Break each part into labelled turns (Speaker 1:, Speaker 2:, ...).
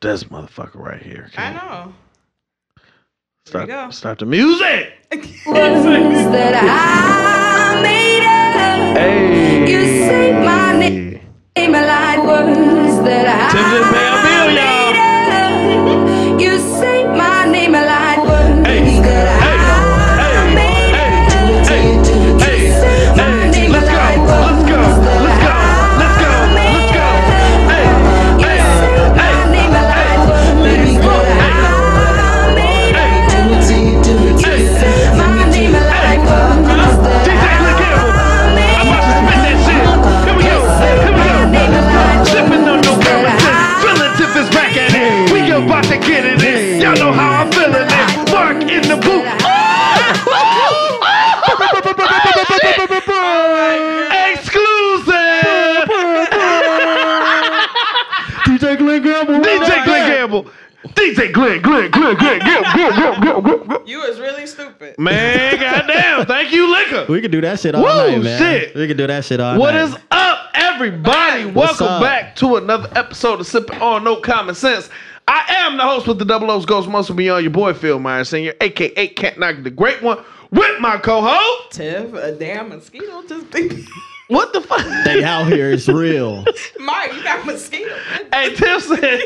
Speaker 1: This motherfucker right here.
Speaker 2: I
Speaker 1: Can't
Speaker 2: know. There you go.
Speaker 1: Stop, stop the music.
Speaker 3: that I made up.
Speaker 1: Hey.
Speaker 3: You say my name. Name a lie words that
Speaker 1: Tim
Speaker 3: I
Speaker 1: just pay a bill, y'all.
Speaker 3: made up. You say my name a lie words
Speaker 1: Hey,
Speaker 3: that I made up.
Speaker 1: hey, hey, hey, hey, let's go, let's go, let's go, let's go, let's go. Hey, hey, hey, hey, let's go, hey. About to get it in. Y'all know how I'm feeling it. Mark in the booth. Exclusive.
Speaker 4: DJ Glenn Gamble.
Speaker 1: DJ Glenn Gamble. DJ Glenn, Glenn, Glenn, Glenn, Gamble, Gamble, Gamble, Gamble, Gamble.
Speaker 2: You is really stupid.
Speaker 1: Man, goddamn. Thank you, liquor.
Speaker 4: We could do that shit all
Speaker 1: Woo,
Speaker 4: night, man.
Speaker 1: shit.
Speaker 4: We could do that shit all
Speaker 1: What
Speaker 4: night.
Speaker 1: is up, everybody?
Speaker 4: What's
Speaker 1: Welcome
Speaker 4: up?
Speaker 1: back to another episode of Sipping on No Common Sense. I am the host with the Double O's Ghost Muscle Beyond, your boy Phil Myers Sr., aka Cat Knock the Great One, with my co-host.
Speaker 2: Tiff, a damn mosquito just be.
Speaker 1: What the fuck?
Speaker 4: They out here is real.
Speaker 2: Mark, you got mosquito.
Speaker 1: Hey, Tiff said,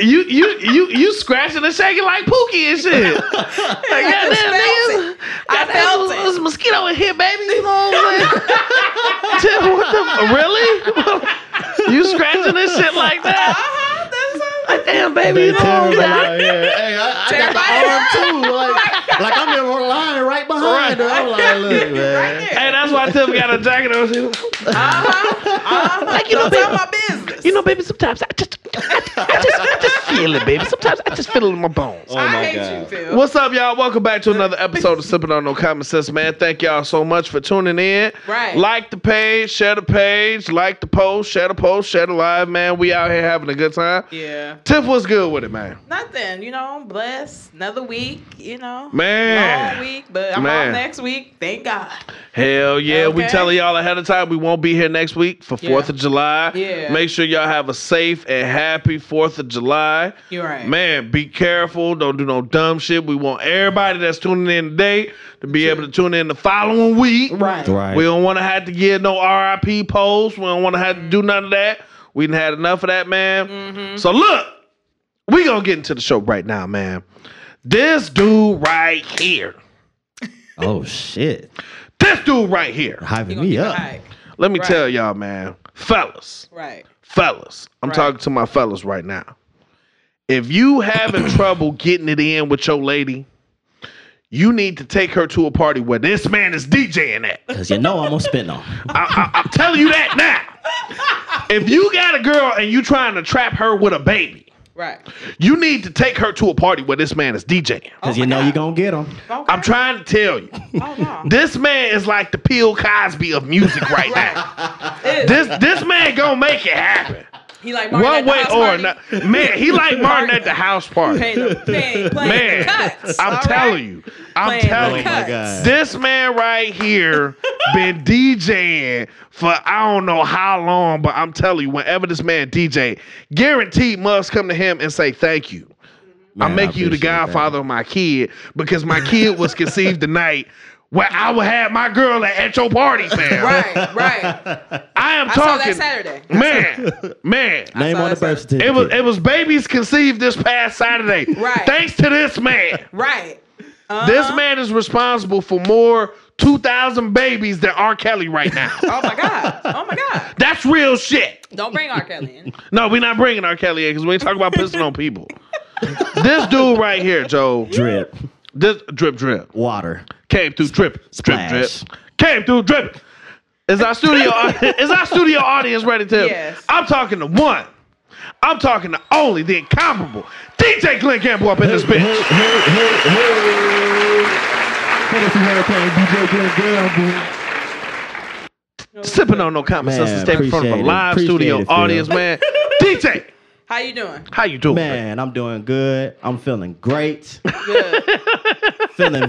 Speaker 1: "You you you you scratching and shaking like Pookie and shit." Like, goddamn,
Speaker 2: felt
Speaker 1: niggas,
Speaker 2: it. I
Speaker 1: I
Speaker 2: felt
Speaker 1: felt
Speaker 2: it.
Speaker 1: there's a mosquito in here, baby. You know what I'm saying? Tiff, what the really? you scratching and shit like that?
Speaker 2: Uh-huh, that's
Speaker 1: Like, damn, baby,
Speaker 4: They
Speaker 1: you know what I'm
Speaker 4: terrible
Speaker 1: saying?
Speaker 4: out here. Hey, I, I got the arm too. Like, like I'm in a line right behind her. I'm like, look, man.
Speaker 2: Right there.
Speaker 1: Hey, that's why Tiff got a jacket on. She was like,
Speaker 2: Uh-huh. Like, you know,
Speaker 1: babe-
Speaker 2: tell my business.
Speaker 1: you know, baby, sometimes I just, I, just, I just feel it, baby. Sometimes I just feel it in my bones.
Speaker 2: I
Speaker 4: Oh my
Speaker 2: hate
Speaker 4: God.
Speaker 2: you, Phil.
Speaker 1: What's up, y'all? Welcome back to another episode of Sipping on No Common Sense, man. Thank y'all so much for tuning in.
Speaker 2: Right.
Speaker 1: Like the page, share the page, like the post, share the post, share the live, man. We out here having a good time.
Speaker 2: Yeah.
Speaker 1: Tiff was good with it, man.
Speaker 2: Nothing, you know, I'm blessed. Another week, you know.
Speaker 1: Man.
Speaker 2: Long week, but I'm
Speaker 1: Man.
Speaker 2: off next week. Thank God.
Speaker 1: Hell yeah. We
Speaker 2: Okay.
Speaker 1: telling y'all ahead of time we won't be here next week for
Speaker 2: Yeah.
Speaker 1: 4th of July.
Speaker 2: Yeah.
Speaker 1: Make sure y'all have a safe and happy 4th of July.
Speaker 2: You're right.
Speaker 1: Man, be careful. Don't do no dumb shit. We want everybody that's tuning in today to be able to tune in the following week.
Speaker 2: Right.
Speaker 4: Right.
Speaker 1: We don't want to have to get no RIP polls. We don't want to have to do none of that. We done had enough of that, man.
Speaker 2: Mm-hmm.
Speaker 1: So look, we gonna get into the show right now, man. This dude right here,
Speaker 4: oh shit,
Speaker 1: this dude right here.
Speaker 2: You
Speaker 4: hyping
Speaker 2: gonna
Speaker 4: me
Speaker 2: keep it
Speaker 4: up.
Speaker 2: high.
Speaker 1: Let me
Speaker 2: Right.
Speaker 1: tell y'all, man, fellas,
Speaker 2: Right.
Speaker 1: fellas. I'm
Speaker 2: Right.
Speaker 1: talking to my fellas right now. If you having trouble getting it in with your lady, you need to take her to a party where this man is DJing at.
Speaker 4: Cause you know I'm gonna spin on.
Speaker 1: I, I, I'm telling you that now. If you got a girl and you trying to trap her with a baby,
Speaker 2: Right.
Speaker 1: you need to take her to a party where this man is DJing.
Speaker 4: Cause
Speaker 2: Oh
Speaker 4: you know you gonna get them.
Speaker 2: Okay.
Speaker 1: I'm trying to tell you,
Speaker 2: Oh no.
Speaker 1: this man is like the Bill Cosby of music right now.
Speaker 2: It is.
Speaker 1: This this man gonna make it happen,
Speaker 2: he like Martin
Speaker 1: one
Speaker 2: at the
Speaker 1: way
Speaker 2: house
Speaker 1: or
Speaker 2: party.
Speaker 1: another. Man, he like Martin at the house party.
Speaker 2: Paying the, paying, playing
Speaker 1: Man,
Speaker 2: the cuts. all
Speaker 1: I'm
Speaker 2: right?
Speaker 1: telling you, I'm
Speaker 2: Playing the
Speaker 1: telling
Speaker 2: cuts.
Speaker 1: you. This man right here been DJing for I don't know how long, but I'm telling you, whenever this man DJ, guaranteed must come to him and say thank you.
Speaker 4: Man,
Speaker 1: I'm
Speaker 4: I
Speaker 1: making you the
Speaker 4: appreciate that.
Speaker 1: godfather of my kid because my kid was conceived the night where I would have my girl at, at your party, man.
Speaker 2: Right, right.
Speaker 1: I am
Speaker 2: I saw
Speaker 1: talking,
Speaker 2: that Saturday.
Speaker 1: man, man.
Speaker 4: Name
Speaker 2: saw
Speaker 4: on the
Speaker 2: that.
Speaker 4: birth certificate.
Speaker 1: It was it was babies conceived this past Saturday.
Speaker 2: Right. Uh-huh.
Speaker 1: Thanks to this man.
Speaker 2: Right.
Speaker 1: This man is responsible for more 2,000 babies than R. Kelly right now.
Speaker 2: Oh my God. Oh my God.
Speaker 1: That's real shit.
Speaker 2: Don't bring R. Kelly in.
Speaker 1: No, we're not bringing R. Kelly in because we ain't talking about pissing on people. This dude right here, Joe,
Speaker 4: drip
Speaker 1: this drip drip
Speaker 4: water.
Speaker 1: came through drip drip drip
Speaker 4: Splash.
Speaker 1: came through drip. Is our studio is our studio audience ready to?
Speaker 2: Yes.
Speaker 1: I'm talking to one. I'm talking to only the incomparable DJ Glenn Campbell up in this
Speaker 4: Hey, hey,
Speaker 1: bitch.
Speaker 4: hey, hey. Hey, this is Harry Payne, DJ Glenn Gamble.
Speaker 1: Sipping on no common
Speaker 4: Man,
Speaker 1: sense and standing in front of a
Speaker 4: appreciate it.
Speaker 1: live
Speaker 4: Appreciate
Speaker 1: studio
Speaker 4: it, Phil.
Speaker 1: audience, man. DJ,
Speaker 2: How you doing?
Speaker 1: how you doing?
Speaker 4: Man, I'm doing good. I'm feeling great.
Speaker 2: Good.
Speaker 4: Feeling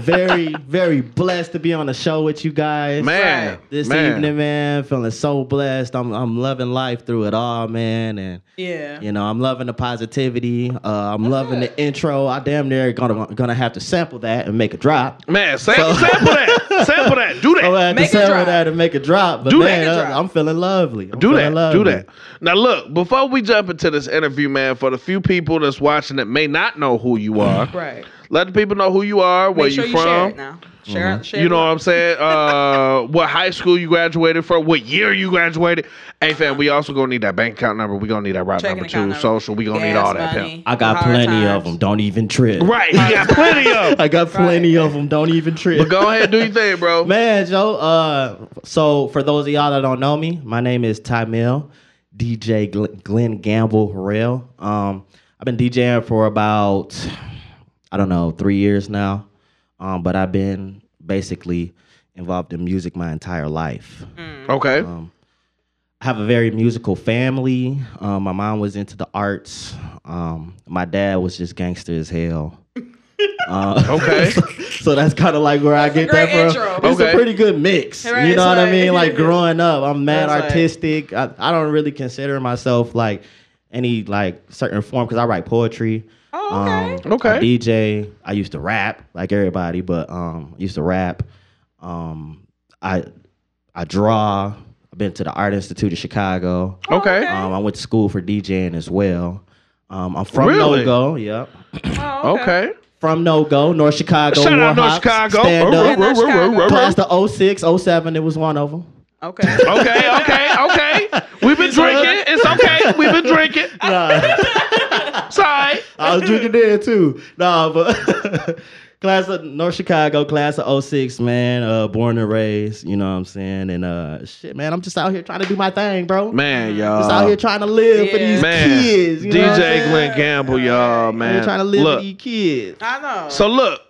Speaker 4: very, very blessed to be on the show with you guys.
Speaker 1: man.
Speaker 4: This
Speaker 1: man.
Speaker 4: evening, man, feeling so blessed. I'm I'm loving life through it all, man. And
Speaker 2: Yeah.
Speaker 4: you know, I'm loving the positivity. Uh, I'm loving the intro. I damn near gonna gonna have to sample that and make a drop.
Speaker 1: Man, sample, sample that. Sample that. Do that.
Speaker 4: I'm gonna have
Speaker 2: Make
Speaker 4: to
Speaker 2: a
Speaker 4: sample
Speaker 2: drop.
Speaker 4: that and make a drop. But
Speaker 1: Do that.
Speaker 4: man,
Speaker 2: Make a
Speaker 4: I-
Speaker 2: drop.
Speaker 4: I'm feeling lovely. I'm
Speaker 1: do
Speaker 4: feeling
Speaker 1: that.
Speaker 4: lovely.
Speaker 1: Do that. Now look, before we jump into this interview, man, for the few people that's watching that may not know who you are,
Speaker 2: Right.
Speaker 1: let the people know who you are, where
Speaker 2: Make sure
Speaker 1: you
Speaker 2: you share
Speaker 1: from.
Speaker 2: it now. Share, it. share
Speaker 1: you know
Speaker 2: it.
Speaker 1: what I'm saying? Uh, what high school you graduated from? What year you graduated? Hey fam, we also gonna need that bank account number. We gonna need that route
Speaker 2: Checking
Speaker 1: number
Speaker 2: account
Speaker 1: too.
Speaker 2: number.
Speaker 1: Social. We gonna need
Speaker 2: Gas
Speaker 1: all that.
Speaker 2: money,
Speaker 1: Pimp.
Speaker 4: I got
Speaker 2: hard
Speaker 4: plenty of
Speaker 2: times.
Speaker 4: them. Don't even trip.
Speaker 1: Right. You got plenty of. 'em.
Speaker 4: I got plenty of them. Don't even trip.
Speaker 1: But go ahead, do your thing, bro.
Speaker 4: Man, Joe. Uh, so for those of y'all that don't know me, my name is Ty Mill, DJ Gl- Glenn Gamble Rail. Um, I've been DJing for about I don't know three years now, um, but I've been basically involved in music my entire life.
Speaker 1: Okay.
Speaker 4: Um, I have a very musical family. Um, my mom was into the arts. Um, my dad was just gangster as hell. Uh,
Speaker 1: Okay.
Speaker 4: so that's kind of like where I get that
Speaker 2: great
Speaker 4: from.
Speaker 2: intro.
Speaker 4: It's a
Speaker 1: Okay.
Speaker 4: pretty good mix.
Speaker 2: Right,
Speaker 4: you know what I
Speaker 2: it's
Speaker 4: mean?
Speaker 2: like-
Speaker 4: Like growing up, I'm mad
Speaker 2: That's right.
Speaker 4: artistic. I, I don't really consider myself like any like certain form because I write poetry.
Speaker 2: Oh, okay.
Speaker 4: Um,
Speaker 1: Okay.
Speaker 4: I DJ. I used to rap like everybody, but um, I used to rap. Um, I I draw. I've been to the Art Institute of Chicago.
Speaker 1: Okay.
Speaker 2: okay.
Speaker 4: Um, I went to school for DJing as well. Um, I'm from
Speaker 1: Really?
Speaker 4: No Go. Yep.
Speaker 2: Oh,
Speaker 1: Okay.
Speaker 4: From No Go, North Chicago.
Speaker 1: Shout out North
Speaker 4: Warhops,
Speaker 1: Chicago.
Speaker 4: Stand
Speaker 1: Ruh,
Speaker 4: up. oh
Speaker 1: ruh, ruh, ruh, ruh, ruh.
Speaker 4: Class to 06, 07, it was one of them.
Speaker 2: Okay.
Speaker 1: Okay. Okay. Okay. We've been drinking. It's okay. We've been drinking. It's all right.
Speaker 4: I was drinking there too. Nah, but class of North Chicago, class of 06, man. Uh, born and raised, you know what I'm saying? And uh, shit, man, I'm just out here trying to do my thing, bro.
Speaker 1: Man, y'all.
Speaker 4: Just out here trying to live for
Speaker 2: Yeah.
Speaker 4: these
Speaker 1: man,
Speaker 4: kids. You know what I'm
Speaker 1: DJ
Speaker 4: saying?
Speaker 1: Glenn Gamble, y'all,
Speaker 4: Out here
Speaker 1: man.
Speaker 4: trying to live
Speaker 1: look,
Speaker 4: for these kids.
Speaker 2: I know.
Speaker 1: so look,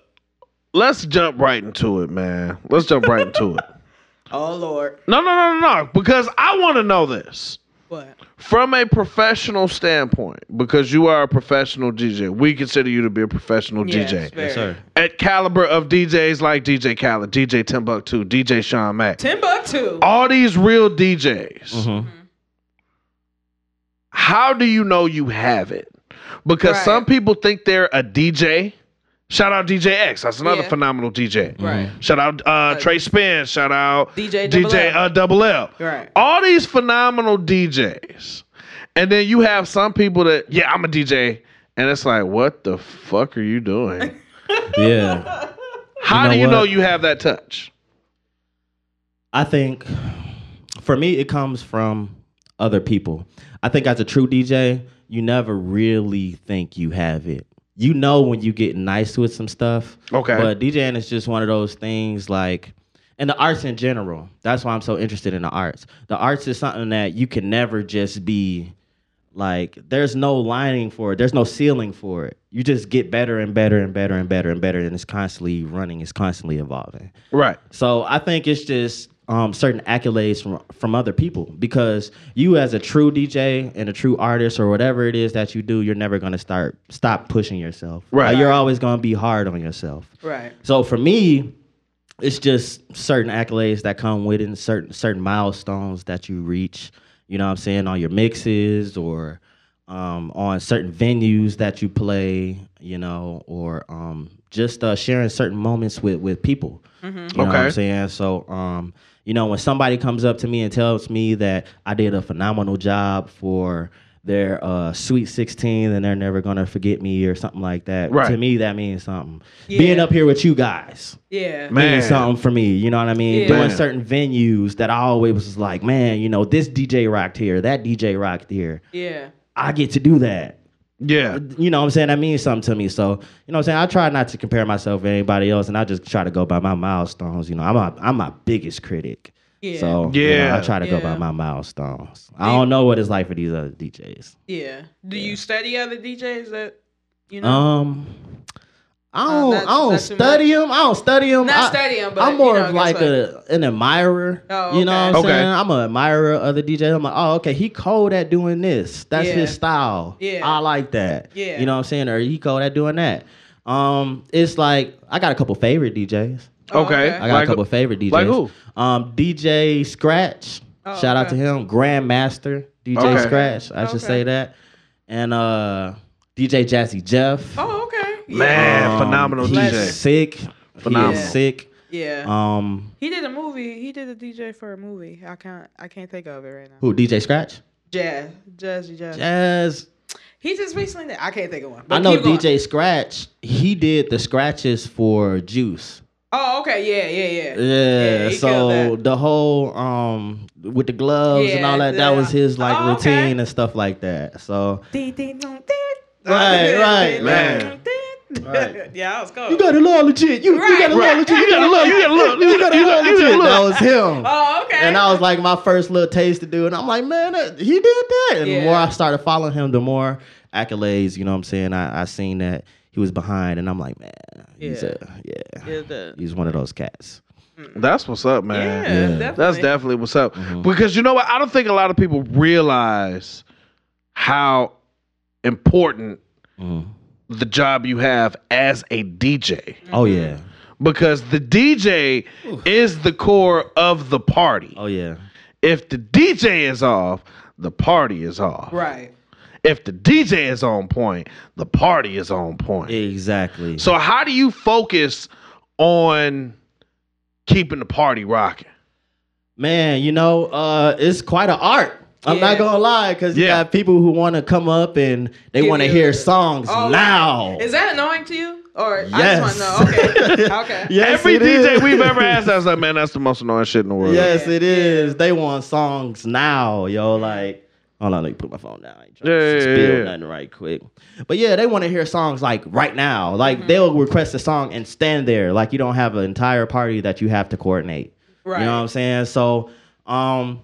Speaker 1: let's jump right into it, man. Let's jump right into it.
Speaker 2: oh Lord.
Speaker 1: No, no, no, no, no, because I want to know this
Speaker 2: What?
Speaker 1: from a professional standpoint. Because you are a professional DJ, we consider you to be a professional DJ.
Speaker 2: Yes, sir.
Speaker 1: At caliber of DJs like DJ Khaled, DJ Timbuktu, DJ Sean Mack,
Speaker 2: Timbuktu.
Speaker 1: all these real DJs.
Speaker 4: Mhm.
Speaker 1: Mm-hmm. How do you know you have it? Because
Speaker 2: Right.
Speaker 1: some people think they're a DJ. Shout out DJ X. That's another
Speaker 2: Yeah.
Speaker 1: phenomenal DJ.
Speaker 2: Right.
Speaker 1: Shout out uh, Trey Spence. Shout out
Speaker 2: DJ Double
Speaker 1: DJ
Speaker 2: L.
Speaker 1: uh, Double L.
Speaker 2: Right.
Speaker 1: All these phenomenal DJs. And then you have some people that, yeah, I'm a DJ. And it's like, what the fuck are you doing?
Speaker 4: Yeah.
Speaker 1: How
Speaker 4: know
Speaker 1: do you know
Speaker 4: what?
Speaker 1: you have that touch?
Speaker 4: I think for me, it comes from other people. I think as a true DJ, you never really think you have it. You know when you get nice with some stuff.
Speaker 1: Okay.
Speaker 4: But DJing is just one of those things like, and the arts in general. That's why I'm so interested in the arts. The arts is something that you can never just be like, there's no lining for it, there's no ceiling for it. You just get better and better and better and better and better, and it's constantly running, it's constantly evolving.
Speaker 1: Right.
Speaker 4: So I think it's just um, certain accolades from from other people because you as a true DJ and a true artist or whatever it is that you do, you're never gonna start stop pushing yourself.
Speaker 1: Right.
Speaker 4: Like, you're always gonna be hard on yourself.
Speaker 2: Right.
Speaker 4: So for me, it's just certain accolades that come with it, and certain certain milestones that you reach. You know what I'm saying on your mixes or um, on certain venues that you play. You know, or um, just uh, sharing certain moments with with people. You know what
Speaker 1: Okay.
Speaker 4: I'm saying? So, um, you know, when somebody comes up to me and tells me that I did a phenomenal job for their uh, Sweet 16 and they're never gonna forget me or something like that,
Speaker 1: Right.
Speaker 4: to me that means something. Being
Speaker 2: Yeah.
Speaker 4: up here with you guys
Speaker 2: Yeah.
Speaker 1: Man.
Speaker 4: means something for me. You know what I mean?
Speaker 2: Yeah.
Speaker 4: Doing
Speaker 1: Man.
Speaker 4: certain venues that I always was like, man, you know, this DJ rocked here, that DJ rocked here.
Speaker 2: Yeah.
Speaker 4: I get to do that
Speaker 1: Yeah.
Speaker 4: you know what I'm saying? That means something to me. So, you know what I'm saying? I try not to compare myself to anybody else and I just try to go by my milestones. You know, I'm my, I'm my biggest critic.
Speaker 2: Yeah.
Speaker 4: So, you
Speaker 1: Yeah.
Speaker 4: know, I try to go
Speaker 2: Yeah.
Speaker 4: by my milestones. I don't know what it's like for these other DJs.
Speaker 2: Yeah. Do you study other DJs that you know?
Speaker 4: Um, I
Speaker 2: Uh,
Speaker 4: don't,
Speaker 2: not-
Speaker 4: I
Speaker 2: not
Speaker 4: don't
Speaker 2: too
Speaker 4: study them. I don't study them.
Speaker 2: Not
Speaker 4: I,
Speaker 2: study 'em, but,
Speaker 4: I'm
Speaker 2: you
Speaker 4: more
Speaker 2: know,
Speaker 4: of
Speaker 2: guess
Speaker 4: like
Speaker 2: what?
Speaker 4: a, an admirer.
Speaker 2: Oh,
Speaker 4: You know what I'm
Speaker 2: okay.
Speaker 1: Okay.
Speaker 4: saying? I'm an admirer of other DJs. I'm like, oh, okay, he cold at doing this. That's
Speaker 2: Yeah.
Speaker 4: his style.
Speaker 2: Yeah.
Speaker 4: I like that.
Speaker 2: Yeah.
Speaker 4: You know what I'm saying? Or he cold at doing that. Um, it's like I got a couple favorite DJs.
Speaker 2: Oh,
Speaker 1: Okay.
Speaker 4: I got
Speaker 1: Like
Speaker 4: a couple
Speaker 1: who-
Speaker 4: favorite DJs.
Speaker 1: like who?
Speaker 4: Um, DJ Scratch.
Speaker 2: Oh,
Speaker 4: Shout out
Speaker 2: okay.
Speaker 4: to him, Grandmaster DJ
Speaker 1: Okay.
Speaker 4: Scratch. I should
Speaker 2: Okay.
Speaker 4: say that, and uh, DJ Jazzy Jeff.
Speaker 2: Oh, okay. Yeah.
Speaker 1: Man,
Speaker 4: Um,
Speaker 1: phenomenal
Speaker 4: he's
Speaker 1: DJ.
Speaker 4: Sick. Phenomenal.
Speaker 1: Phenomenal.
Speaker 4: sick.
Speaker 2: Yeah.
Speaker 4: Um,
Speaker 2: he did a movie. He did a DJ for a movie. I can't. I can't think of it right now.
Speaker 4: who? DJ Scratch.
Speaker 2: Jazz. Jazzy Jazz.
Speaker 4: Jazz.
Speaker 2: He just recently. Did, I can't think of one.
Speaker 4: I
Speaker 2: but
Speaker 4: know
Speaker 2: keep going.
Speaker 4: DJ Scratch. He did the scratches for Juice.
Speaker 2: Oh, okay. Yeah. Yeah. Yeah.
Speaker 4: Yeah,
Speaker 2: he
Speaker 4: so
Speaker 2: killed
Speaker 4: the whole um with the gloves and all
Speaker 2: Yeah,
Speaker 4: that, that
Speaker 2: the-
Speaker 4: was his like
Speaker 2: Oh, okay.
Speaker 4: routine and stuff like that. So
Speaker 2: Ding, ding, dong, ding.
Speaker 4: Right, right,
Speaker 1: man.
Speaker 2: Ding.
Speaker 4: Right.
Speaker 2: yeah, I was cool.
Speaker 4: a little legit. You,
Speaker 2: Right, gotta look right. legit.
Speaker 1: You gotta look. You gotta look. You gotta look. You gotta
Speaker 4: That
Speaker 1: look.
Speaker 4: was him.
Speaker 2: oh, okay.
Speaker 4: And that was like my first little taste to do, and I'm like, man, that, he did that. And the more
Speaker 2: Yeah.
Speaker 4: I started following him, the more accolades, you know what I'm saying? I, I seen that he was behind, and I'm like, man, he's
Speaker 2: Yeah.
Speaker 4: a yeah,
Speaker 2: Yeah, the-
Speaker 4: he's one of those cats.
Speaker 1: That's what's up, man.
Speaker 2: yeah,
Speaker 4: Yeah.
Speaker 2: definitely.
Speaker 1: That's definitely what's up. Because you know what? I don't think a lot of people realize how important
Speaker 4: Mm.
Speaker 2: Mm-hmm.
Speaker 1: the job you have as a DJ.
Speaker 4: Oh yeah,
Speaker 1: Because the DJ is the core of the party.
Speaker 4: oh yeah,
Speaker 1: If the DJ is off, the party is off.
Speaker 2: right.
Speaker 1: If the DJ is on point, the party is on point.
Speaker 4: exactly.
Speaker 1: So how do you focus on keeping the party rocking?
Speaker 4: Man, you know, uh, it's quite an art. I'm
Speaker 2: Yeah.
Speaker 4: not gonna lie, because you
Speaker 1: Yeah.
Speaker 4: got people who want to come up and they
Speaker 2: Give
Speaker 4: want to
Speaker 2: you-
Speaker 4: hear songs
Speaker 2: Oh, right.
Speaker 4: loud.
Speaker 2: Is that annoying to you? Or I
Speaker 4: Yes.
Speaker 2: just want to know. Okay. okay.
Speaker 4: Yes,
Speaker 1: Every
Speaker 4: it
Speaker 1: DJ
Speaker 4: is.
Speaker 1: we've ever asked, I was like, man, that's the most annoying shit in the world.
Speaker 4: Yes, it
Speaker 2: Yeah.
Speaker 4: is. They want songs now, yo. Like, hold on, let me put my phone down. I ain't trying
Speaker 1: Yeah, yeah,
Speaker 4: to spill
Speaker 1: yeah.
Speaker 4: nothing right quick. But yeah, they want to hear songs like right now. Like
Speaker 1: Mm-hmm.
Speaker 4: they'll request a song and stand there. Like you don't have an entire party that you have to coordinate.
Speaker 2: Right.
Speaker 4: You know what I'm saying? So, um,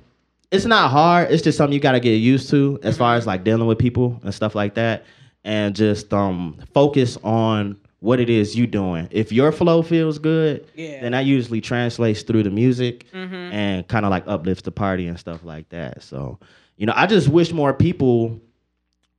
Speaker 4: it's not hard. It's just something you gotta get used to as far as like dealing with people and stuff like that, and just um focus on what it is you doing. If your flow feels good,
Speaker 2: Yeah. Mm-hmm.
Speaker 4: then that usually translates through the music and kind of like uplifts the party and stuff like that. So, you know, I just wish more people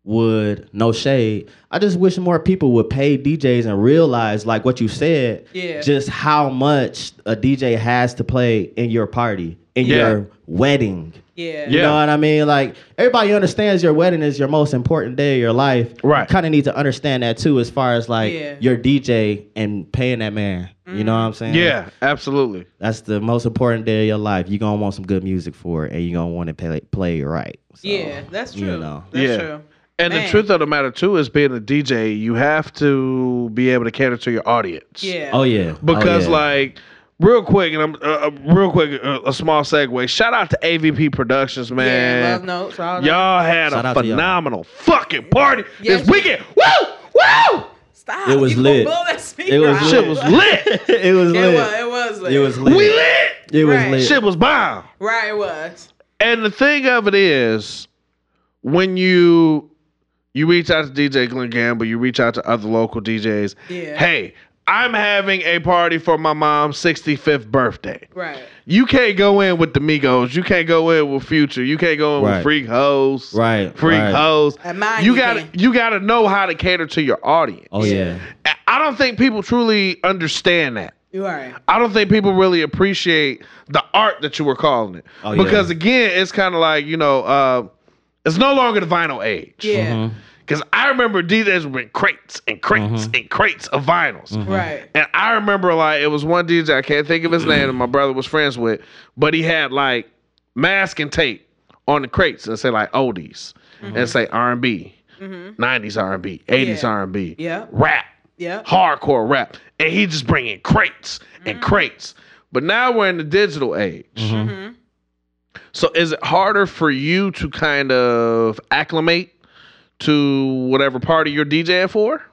Speaker 4: would no shade. I just wish more people would pay DJs and realize like what you said,
Speaker 2: Yeah.
Speaker 4: just how much a DJ has to play in your party, in
Speaker 1: Yeah.
Speaker 4: your wedding.
Speaker 2: Yeah.
Speaker 1: Yeah.
Speaker 4: You know what I mean? Like everybody understands your wedding is your most important day of your life.
Speaker 1: Right.
Speaker 4: Kind of need to understand that too, as far as like
Speaker 2: Yeah.
Speaker 4: your DJ and paying that man. You know what I'm saying?
Speaker 1: Yeah, absolutely.
Speaker 4: That's the most important day of your life. You're gonna want some good music for it and you're gonna want to play play it right. So,
Speaker 2: Yeah, that's true.
Speaker 4: you know.
Speaker 2: That's
Speaker 1: Yeah.
Speaker 2: true.
Speaker 1: And the
Speaker 2: Man.
Speaker 1: truth of the matter too is being a DJ, you have to be able to cater to your audience.
Speaker 2: Yeah.
Speaker 4: Oh yeah. Oh,
Speaker 1: Because
Speaker 4: yeah.
Speaker 1: like real quick and I'm uh, uh, real quick uh, a small segue. Shout out to AVP Productions,
Speaker 2: Yeah,
Speaker 1: man.
Speaker 2: love notes. All that.
Speaker 1: y'all had
Speaker 4: Shout
Speaker 1: a
Speaker 4: out to y'all.
Speaker 1: phenomenal fucking party
Speaker 2: Yes.
Speaker 1: this weekend. Woo! Woo!
Speaker 2: Stop.
Speaker 4: It was
Speaker 2: you gonna
Speaker 4: lit.
Speaker 2: Blow that speaker
Speaker 4: It was
Speaker 2: out.
Speaker 1: Shit was lit.
Speaker 4: it was
Speaker 2: It
Speaker 4: lit.
Speaker 2: was. It was lit.
Speaker 4: It was lit.
Speaker 1: we lit.
Speaker 4: It was
Speaker 2: Right.
Speaker 4: lit.
Speaker 1: Shit was bomb.
Speaker 2: Right. It was.
Speaker 1: And the thing of it is, when you you reach out to DJ Glenn Gamble, you reach out to other local DJs.
Speaker 2: Yeah.
Speaker 1: Hey, I'm having a party for my mom's 65th birthday.
Speaker 2: Right.
Speaker 1: You can't go in with the Migos. You can't go in with Future. You can't go in
Speaker 4: Right.
Speaker 1: with Freak Hoes.
Speaker 4: Right,
Speaker 1: Freak
Speaker 4: right.
Speaker 1: Hoes.
Speaker 2: And mine
Speaker 1: You
Speaker 2: you
Speaker 1: gotta
Speaker 2: can.
Speaker 1: you gotta know how to cater to your audience.
Speaker 4: Oh yeah.
Speaker 1: I- I don't think people truly understand that.
Speaker 2: You right.
Speaker 1: I don't think people really appreciate the art that you were calling it.
Speaker 4: Oh, yeah.
Speaker 1: because again, it's kind of like, you know, uh, it's no longer the vinyl age.
Speaker 2: Yeah.
Speaker 4: Mm-hmm.
Speaker 1: Because I remember DJs with crates and crates and crates of vinyls.
Speaker 2: Right.
Speaker 4: Mm-hmm.
Speaker 1: And I remember like it was one DJ, I can't think of his name, that my brother was friends with, but he had like mask and tape on the crates and say like oldies and say R and B, nineties R and B, eighties
Speaker 2: Mm-hmm. Yeah.
Speaker 1: R and B,
Speaker 2: Yeah.
Speaker 1: rap,
Speaker 2: Yeah.
Speaker 1: hardcore rap, and he just bringing crates
Speaker 2: Mm-hmm.
Speaker 1: and crates. But now we're in the digital age. Mm-hmm. So is it harder for you to kind of acclimate to whatever party you're DJing for?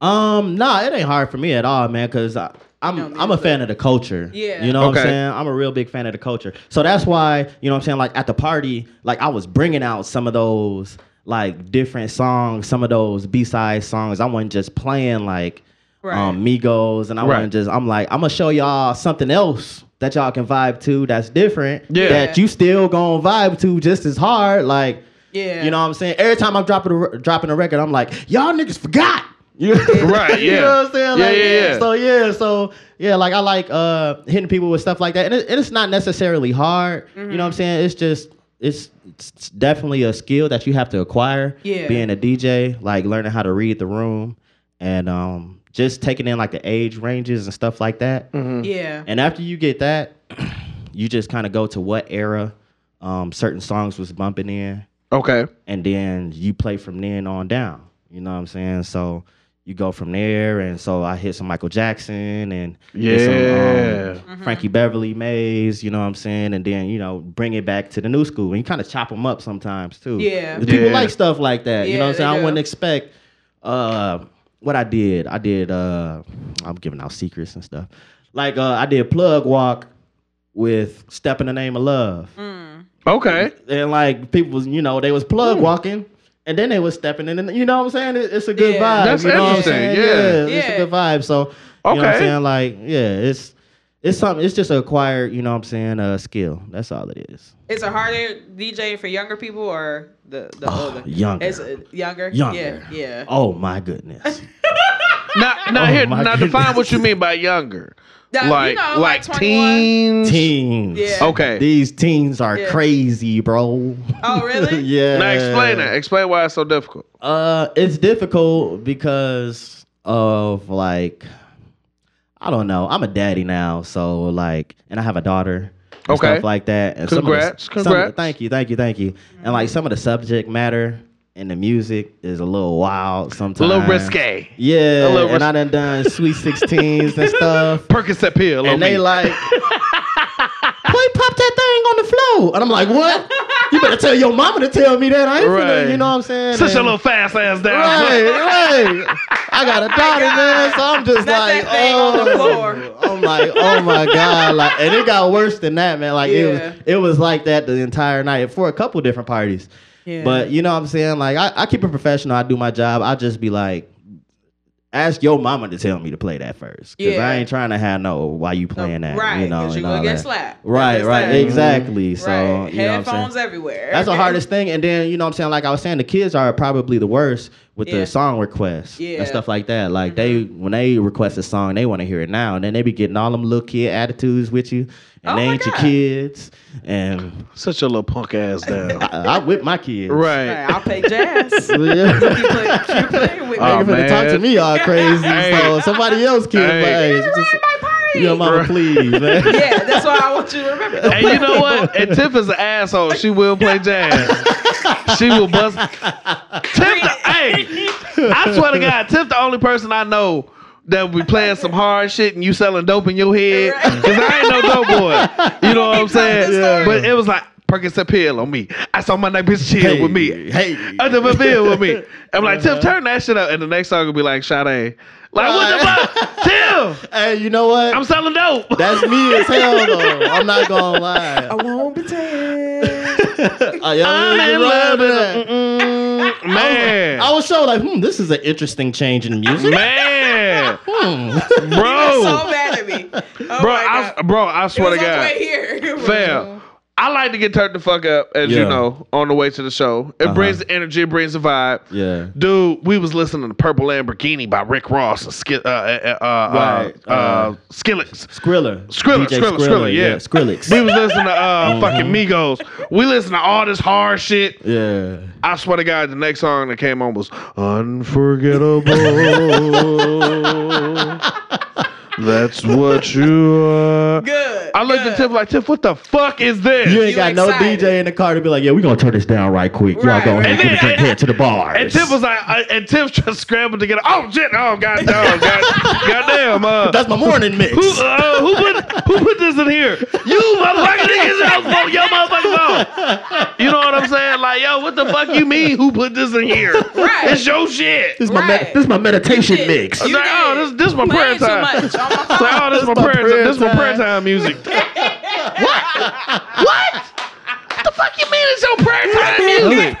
Speaker 4: Um, nah, it ain't hard for me at all, man, because I'm
Speaker 2: No,
Speaker 4: I'm a fan of the culture.
Speaker 2: Yeah.
Speaker 4: You know what
Speaker 1: Okay.
Speaker 4: I'm saying? I'm a real big fan of the culture. So that's why, you know what I'm saying, like at the party, like I was bringing out some of those like different songs, some of those B-side songs. I wasn't just playing like
Speaker 2: Right.
Speaker 4: um, Migos and I
Speaker 1: Right.
Speaker 4: wasn't just I'm like, I'm gonna show y'all something else that y'all can vibe to that's different.
Speaker 1: Yeah.
Speaker 4: That you still gonna vibe to just as hard. Like
Speaker 2: Yeah.
Speaker 4: you know what I'm saying? Every time I'm dropping a, dropping a record, I'm like, y'all niggas forgot. You
Speaker 1: Right,
Speaker 4: you
Speaker 1: yeah.
Speaker 4: know what I'm saying?
Speaker 1: Yeah,
Speaker 4: Like,
Speaker 1: yeah, yeah.
Speaker 4: So yeah, so yeah, like I like uh hitting people with stuff like that, and, it, and it's not necessarily hard. You
Speaker 2: Mm-hmm.
Speaker 4: know what I'm saying? It's just it's, it's definitely a skill that you have to acquire.
Speaker 2: Yeah.
Speaker 4: Being a DJ, like learning how to read the room, and um just taking in like the age ranges and stuff like that.
Speaker 1: Mm-hmm.
Speaker 2: Yeah.
Speaker 4: And after you get that, you just kind of go to what era um certain songs was bumping in
Speaker 1: Okay.
Speaker 4: and then you play from then on down. You know what I'm saying? So you go from there, and so I hit some Michael Jackson and hit
Speaker 1: Yeah.
Speaker 4: some, um,
Speaker 2: Mm-hmm.
Speaker 4: Frankie Beverly Mays. You know what I'm saying? And then you know bring it back to the new school, and you kind of chop them up sometimes too.
Speaker 2: Yeah.
Speaker 4: The people
Speaker 1: Yeah.
Speaker 4: like stuff like that. you know what I'm
Speaker 2: Yeah,
Speaker 4: saying?
Speaker 2: they
Speaker 4: I
Speaker 2: do.
Speaker 4: wouldn't expect. Uh, what I did, I did. Uh, I'm giving out secrets and stuff. Like uh, I did plug walk with "Step in the Name of Love."
Speaker 2: Mm.
Speaker 1: Okay.
Speaker 4: and like people was you know they was plug walking and then they was stepping in and you know what i'm saying it, it's a good
Speaker 2: Yeah.
Speaker 4: vibe
Speaker 1: That's
Speaker 4: you know what I'm
Speaker 1: interesting,
Speaker 4: saying?
Speaker 1: yeah.
Speaker 4: it's
Speaker 2: Yeah.
Speaker 4: a good vibe so you know what
Speaker 1: Okay.
Speaker 4: i'm saying like yeah it's it's something it's just acquired you know what i'm saying uh skill that's all it is
Speaker 2: It's a harder DJing for younger people or the the older.
Speaker 4: Ah, younger.
Speaker 2: It's uh, younger.
Speaker 4: younger
Speaker 2: Yeah. Yeah.
Speaker 4: oh my goodness
Speaker 1: Now, now
Speaker 4: Oh,
Speaker 1: here,
Speaker 4: my
Speaker 1: now define
Speaker 4: goodness.
Speaker 1: what you mean by younger.
Speaker 2: Now, you
Speaker 1: like,
Speaker 2: know,
Speaker 1: like,
Speaker 2: like 21.
Speaker 1: teens.
Speaker 4: teens
Speaker 2: Yeah.
Speaker 1: Okay.
Speaker 4: these teens are
Speaker 2: Yeah.
Speaker 4: crazy bro
Speaker 2: Oh, really?
Speaker 4: yeah
Speaker 1: Now explain that. Explain why it's so difficult.
Speaker 4: Uh, it's difficult because of like, I don't know. I'm a daddy now, so like, and I have a daughter. and
Speaker 1: Okay.
Speaker 4: Stuff like that. And some of the-
Speaker 1: Congrats,
Speaker 4: some of the,
Speaker 1: congrats.
Speaker 4: thank you. Thank you. Thank you. And like some of the subject matter in the music is a little wild
Speaker 1: A
Speaker 4: sometimes.
Speaker 1: little risque.
Speaker 4: Yeah.
Speaker 1: A little
Speaker 4: and I done done sweet sixteens and stuff.
Speaker 1: Percocet pill. on
Speaker 4: And they
Speaker 1: me.
Speaker 4: like, boy, pop that thing on the floor. And I'm like, what? You better tell your mama to tell me that. I ain't
Speaker 1: Right.
Speaker 4: finna, you know what I'm saying?
Speaker 1: Sit your
Speaker 4: And-
Speaker 1: little fast ass down.
Speaker 4: Right, right. I got a daughter, man. So I'm just
Speaker 2: Oh Not
Speaker 4: like,
Speaker 2: that thing on the floor.
Speaker 4: oh, I'm like, oh my god, like, and it got worse than that, man. Like it
Speaker 2: Yeah.
Speaker 4: was, it was like that the entire night for a couple different parties.
Speaker 2: Yeah.
Speaker 4: But you know what I'm saying? Like I, I keep it professional. I do my job. I just be like, ask your mama to tell me to play that first, because
Speaker 2: Yeah.
Speaker 4: I ain't trying to have no why you playing that.
Speaker 2: Right.
Speaker 4: you know,
Speaker 2: 'cause
Speaker 4: and
Speaker 2: you gonna
Speaker 4: all
Speaker 2: get
Speaker 4: that.
Speaker 2: slapped.
Speaker 4: Right,
Speaker 2: That's
Speaker 4: right,
Speaker 2: that.
Speaker 4: exactly. So
Speaker 2: Right.
Speaker 4: you know what I'm saying?
Speaker 2: Headphones everywhere.
Speaker 4: That's the hardest thing. And then, you know what I'm saying? Like I was saying, the kids are probably the worst with
Speaker 2: Yeah.
Speaker 4: the song requests
Speaker 2: Yeah. Mm-hmm.
Speaker 4: and stuff like that. Like they, when they request a song, they want to hear it now. And then they be getting all them little kid attitudes with you. And
Speaker 2: Oh
Speaker 4: they
Speaker 2: my
Speaker 4: ain't your
Speaker 2: God.
Speaker 4: kids. And
Speaker 1: Sit your little punk ass down.
Speaker 4: I, I whip my kids.
Speaker 1: right.
Speaker 2: Right, I'll play jazz.
Speaker 4: Yeah.
Speaker 2: you
Speaker 4: Nigga
Speaker 2: play, you playing with me.
Speaker 1: Oh,
Speaker 4: finna talk to
Speaker 1: man.
Speaker 4: me all crazy.
Speaker 1: Hey.
Speaker 4: So somebody else kids.
Speaker 1: Hey.
Speaker 4: Like,
Speaker 1: You
Speaker 4: hey,
Speaker 2: You're
Speaker 4: just-
Speaker 2: ruining my party.
Speaker 4: your mama,
Speaker 1: Right.
Speaker 4: please. man.
Speaker 2: yeah, that's why I want you to remember. Don't
Speaker 1: And you know what? And Tiff is an asshole. She will play jazz. She will bust. Tiff, the, hey, I swear to God, Tiff, the only person I know that be playing some hard shit and you selling dope in your head.
Speaker 2: Right.
Speaker 1: Because I ain't no dope boy. You know what I'm saying?
Speaker 2: this story.
Speaker 1: But it was like, Percocet pill on me. I saw my neck bitch chill
Speaker 4: Hey,
Speaker 1: with me.
Speaker 4: hey.
Speaker 1: Under my bed with me. I'm like, Tiff, turn that shit up. And the next song will be like, Sade. Like, what the fuck? Tiff,
Speaker 4: Hey, you know what?
Speaker 1: I'm selling dope.
Speaker 4: That's me as hell though. I'm not gonna lie.
Speaker 2: I won't be tamed.
Speaker 4: Oh, yeah,
Speaker 1: I'm
Speaker 4: you
Speaker 1: in
Speaker 4: right
Speaker 1: love
Speaker 4: with
Speaker 1: with
Speaker 4: that.
Speaker 1: a- Mm-mm. Man.
Speaker 4: I was so like, hmm, this is an interesting change in the music.
Speaker 1: Man,
Speaker 4: Hmm.
Speaker 1: bro,
Speaker 2: so mad at me. Oh
Speaker 1: bro,
Speaker 2: my
Speaker 1: I,
Speaker 2: God.
Speaker 1: bro, I swear to
Speaker 2: it was on the
Speaker 1: God,
Speaker 2: way here.
Speaker 1: fam. I like to get turned the fuck up, as you
Speaker 4: Yeah. Uh-huh.
Speaker 1: know, on the way to the show. It brings the energy, it brings the vibe.
Speaker 4: Yeah.
Speaker 1: Dude, we was listening to Purple Lamborghini by Rick Ross and Ski- uh, uh, uh, uh,
Speaker 4: Right,
Speaker 1: uh,
Speaker 4: uh,
Speaker 1: Skillix.
Speaker 4: Skrilla.
Speaker 1: Skrilla,
Speaker 4: DJ
Speaker 1: Skrilla, Skrilla, yeah.
Speaker 4: Skrillex.
Speaker 1: We was listening to uh,
Speaker 4: Mm-hmm.
Speaker 1: fucking Migos. We listened to all this hard shit.
Speaker 4: yeah.
Speaker 1: I swear to God, the next song that came on was Unforgettable. That's what you are.
Speaker 2: Good.
Speaker 1: I looked
Speaker 2: good.
Speaker 1: at Tiff like, Tiff, what the fuck is this?
Speaker 4: You ain't
Speaker 2: You
Speaker 4: got no
Speaker 2: excited.
Speaker 4: DJ in the car to be like, yeah, we're going to turn this down right quick.
Speaker 2: Right,
Speaker 4: Y'all go
Speaker 2: right.
Speaker 4: ahead and
Speaker 1: And
Speaker 4: get
Speaker 1: then-
Speaker 4: it head to the bars.
Speaker 1: And Tiff was like, I, and Tiff just scrambled to get. Oh shit! Oh god, damn, god, goddamn. Uh,
Speaker 4: That's my morning mix.
Speaker 1: who, uh, who put who put this in here? You motherfucker, this is your phone, your motherfucking phone. You know what I'm saying? Like, yo, what the fuck you mean? Who put this in here?
Speaker 2: Right.
Speaker 1: It's your shit.
Speaker 4: this, is my
Speaker 2: Right.
Speaker 4: med- this is my meditation
Speaker 2: You did.
Speaker 4: mix.
Speaker 1: I was
Speaker 2: You
Speaker 1: like, oh,
Speaker 2: did.
Speaker 1: this this my prayer
Speaker 2: Playing too
Speaker 1: time.
Speaker 2: much on my
Speaker 1: It's like,
Speaker 2: phone.
Speaker 1: oh, this is my
Speaker 4: my
Speaker 1: prayer,
Speaker 4: prayer
Speaker 1: This is my prayer
Speaker 4: time.
Speaker 1: time music. what? What? What the fuck you mean it's your prayer time music?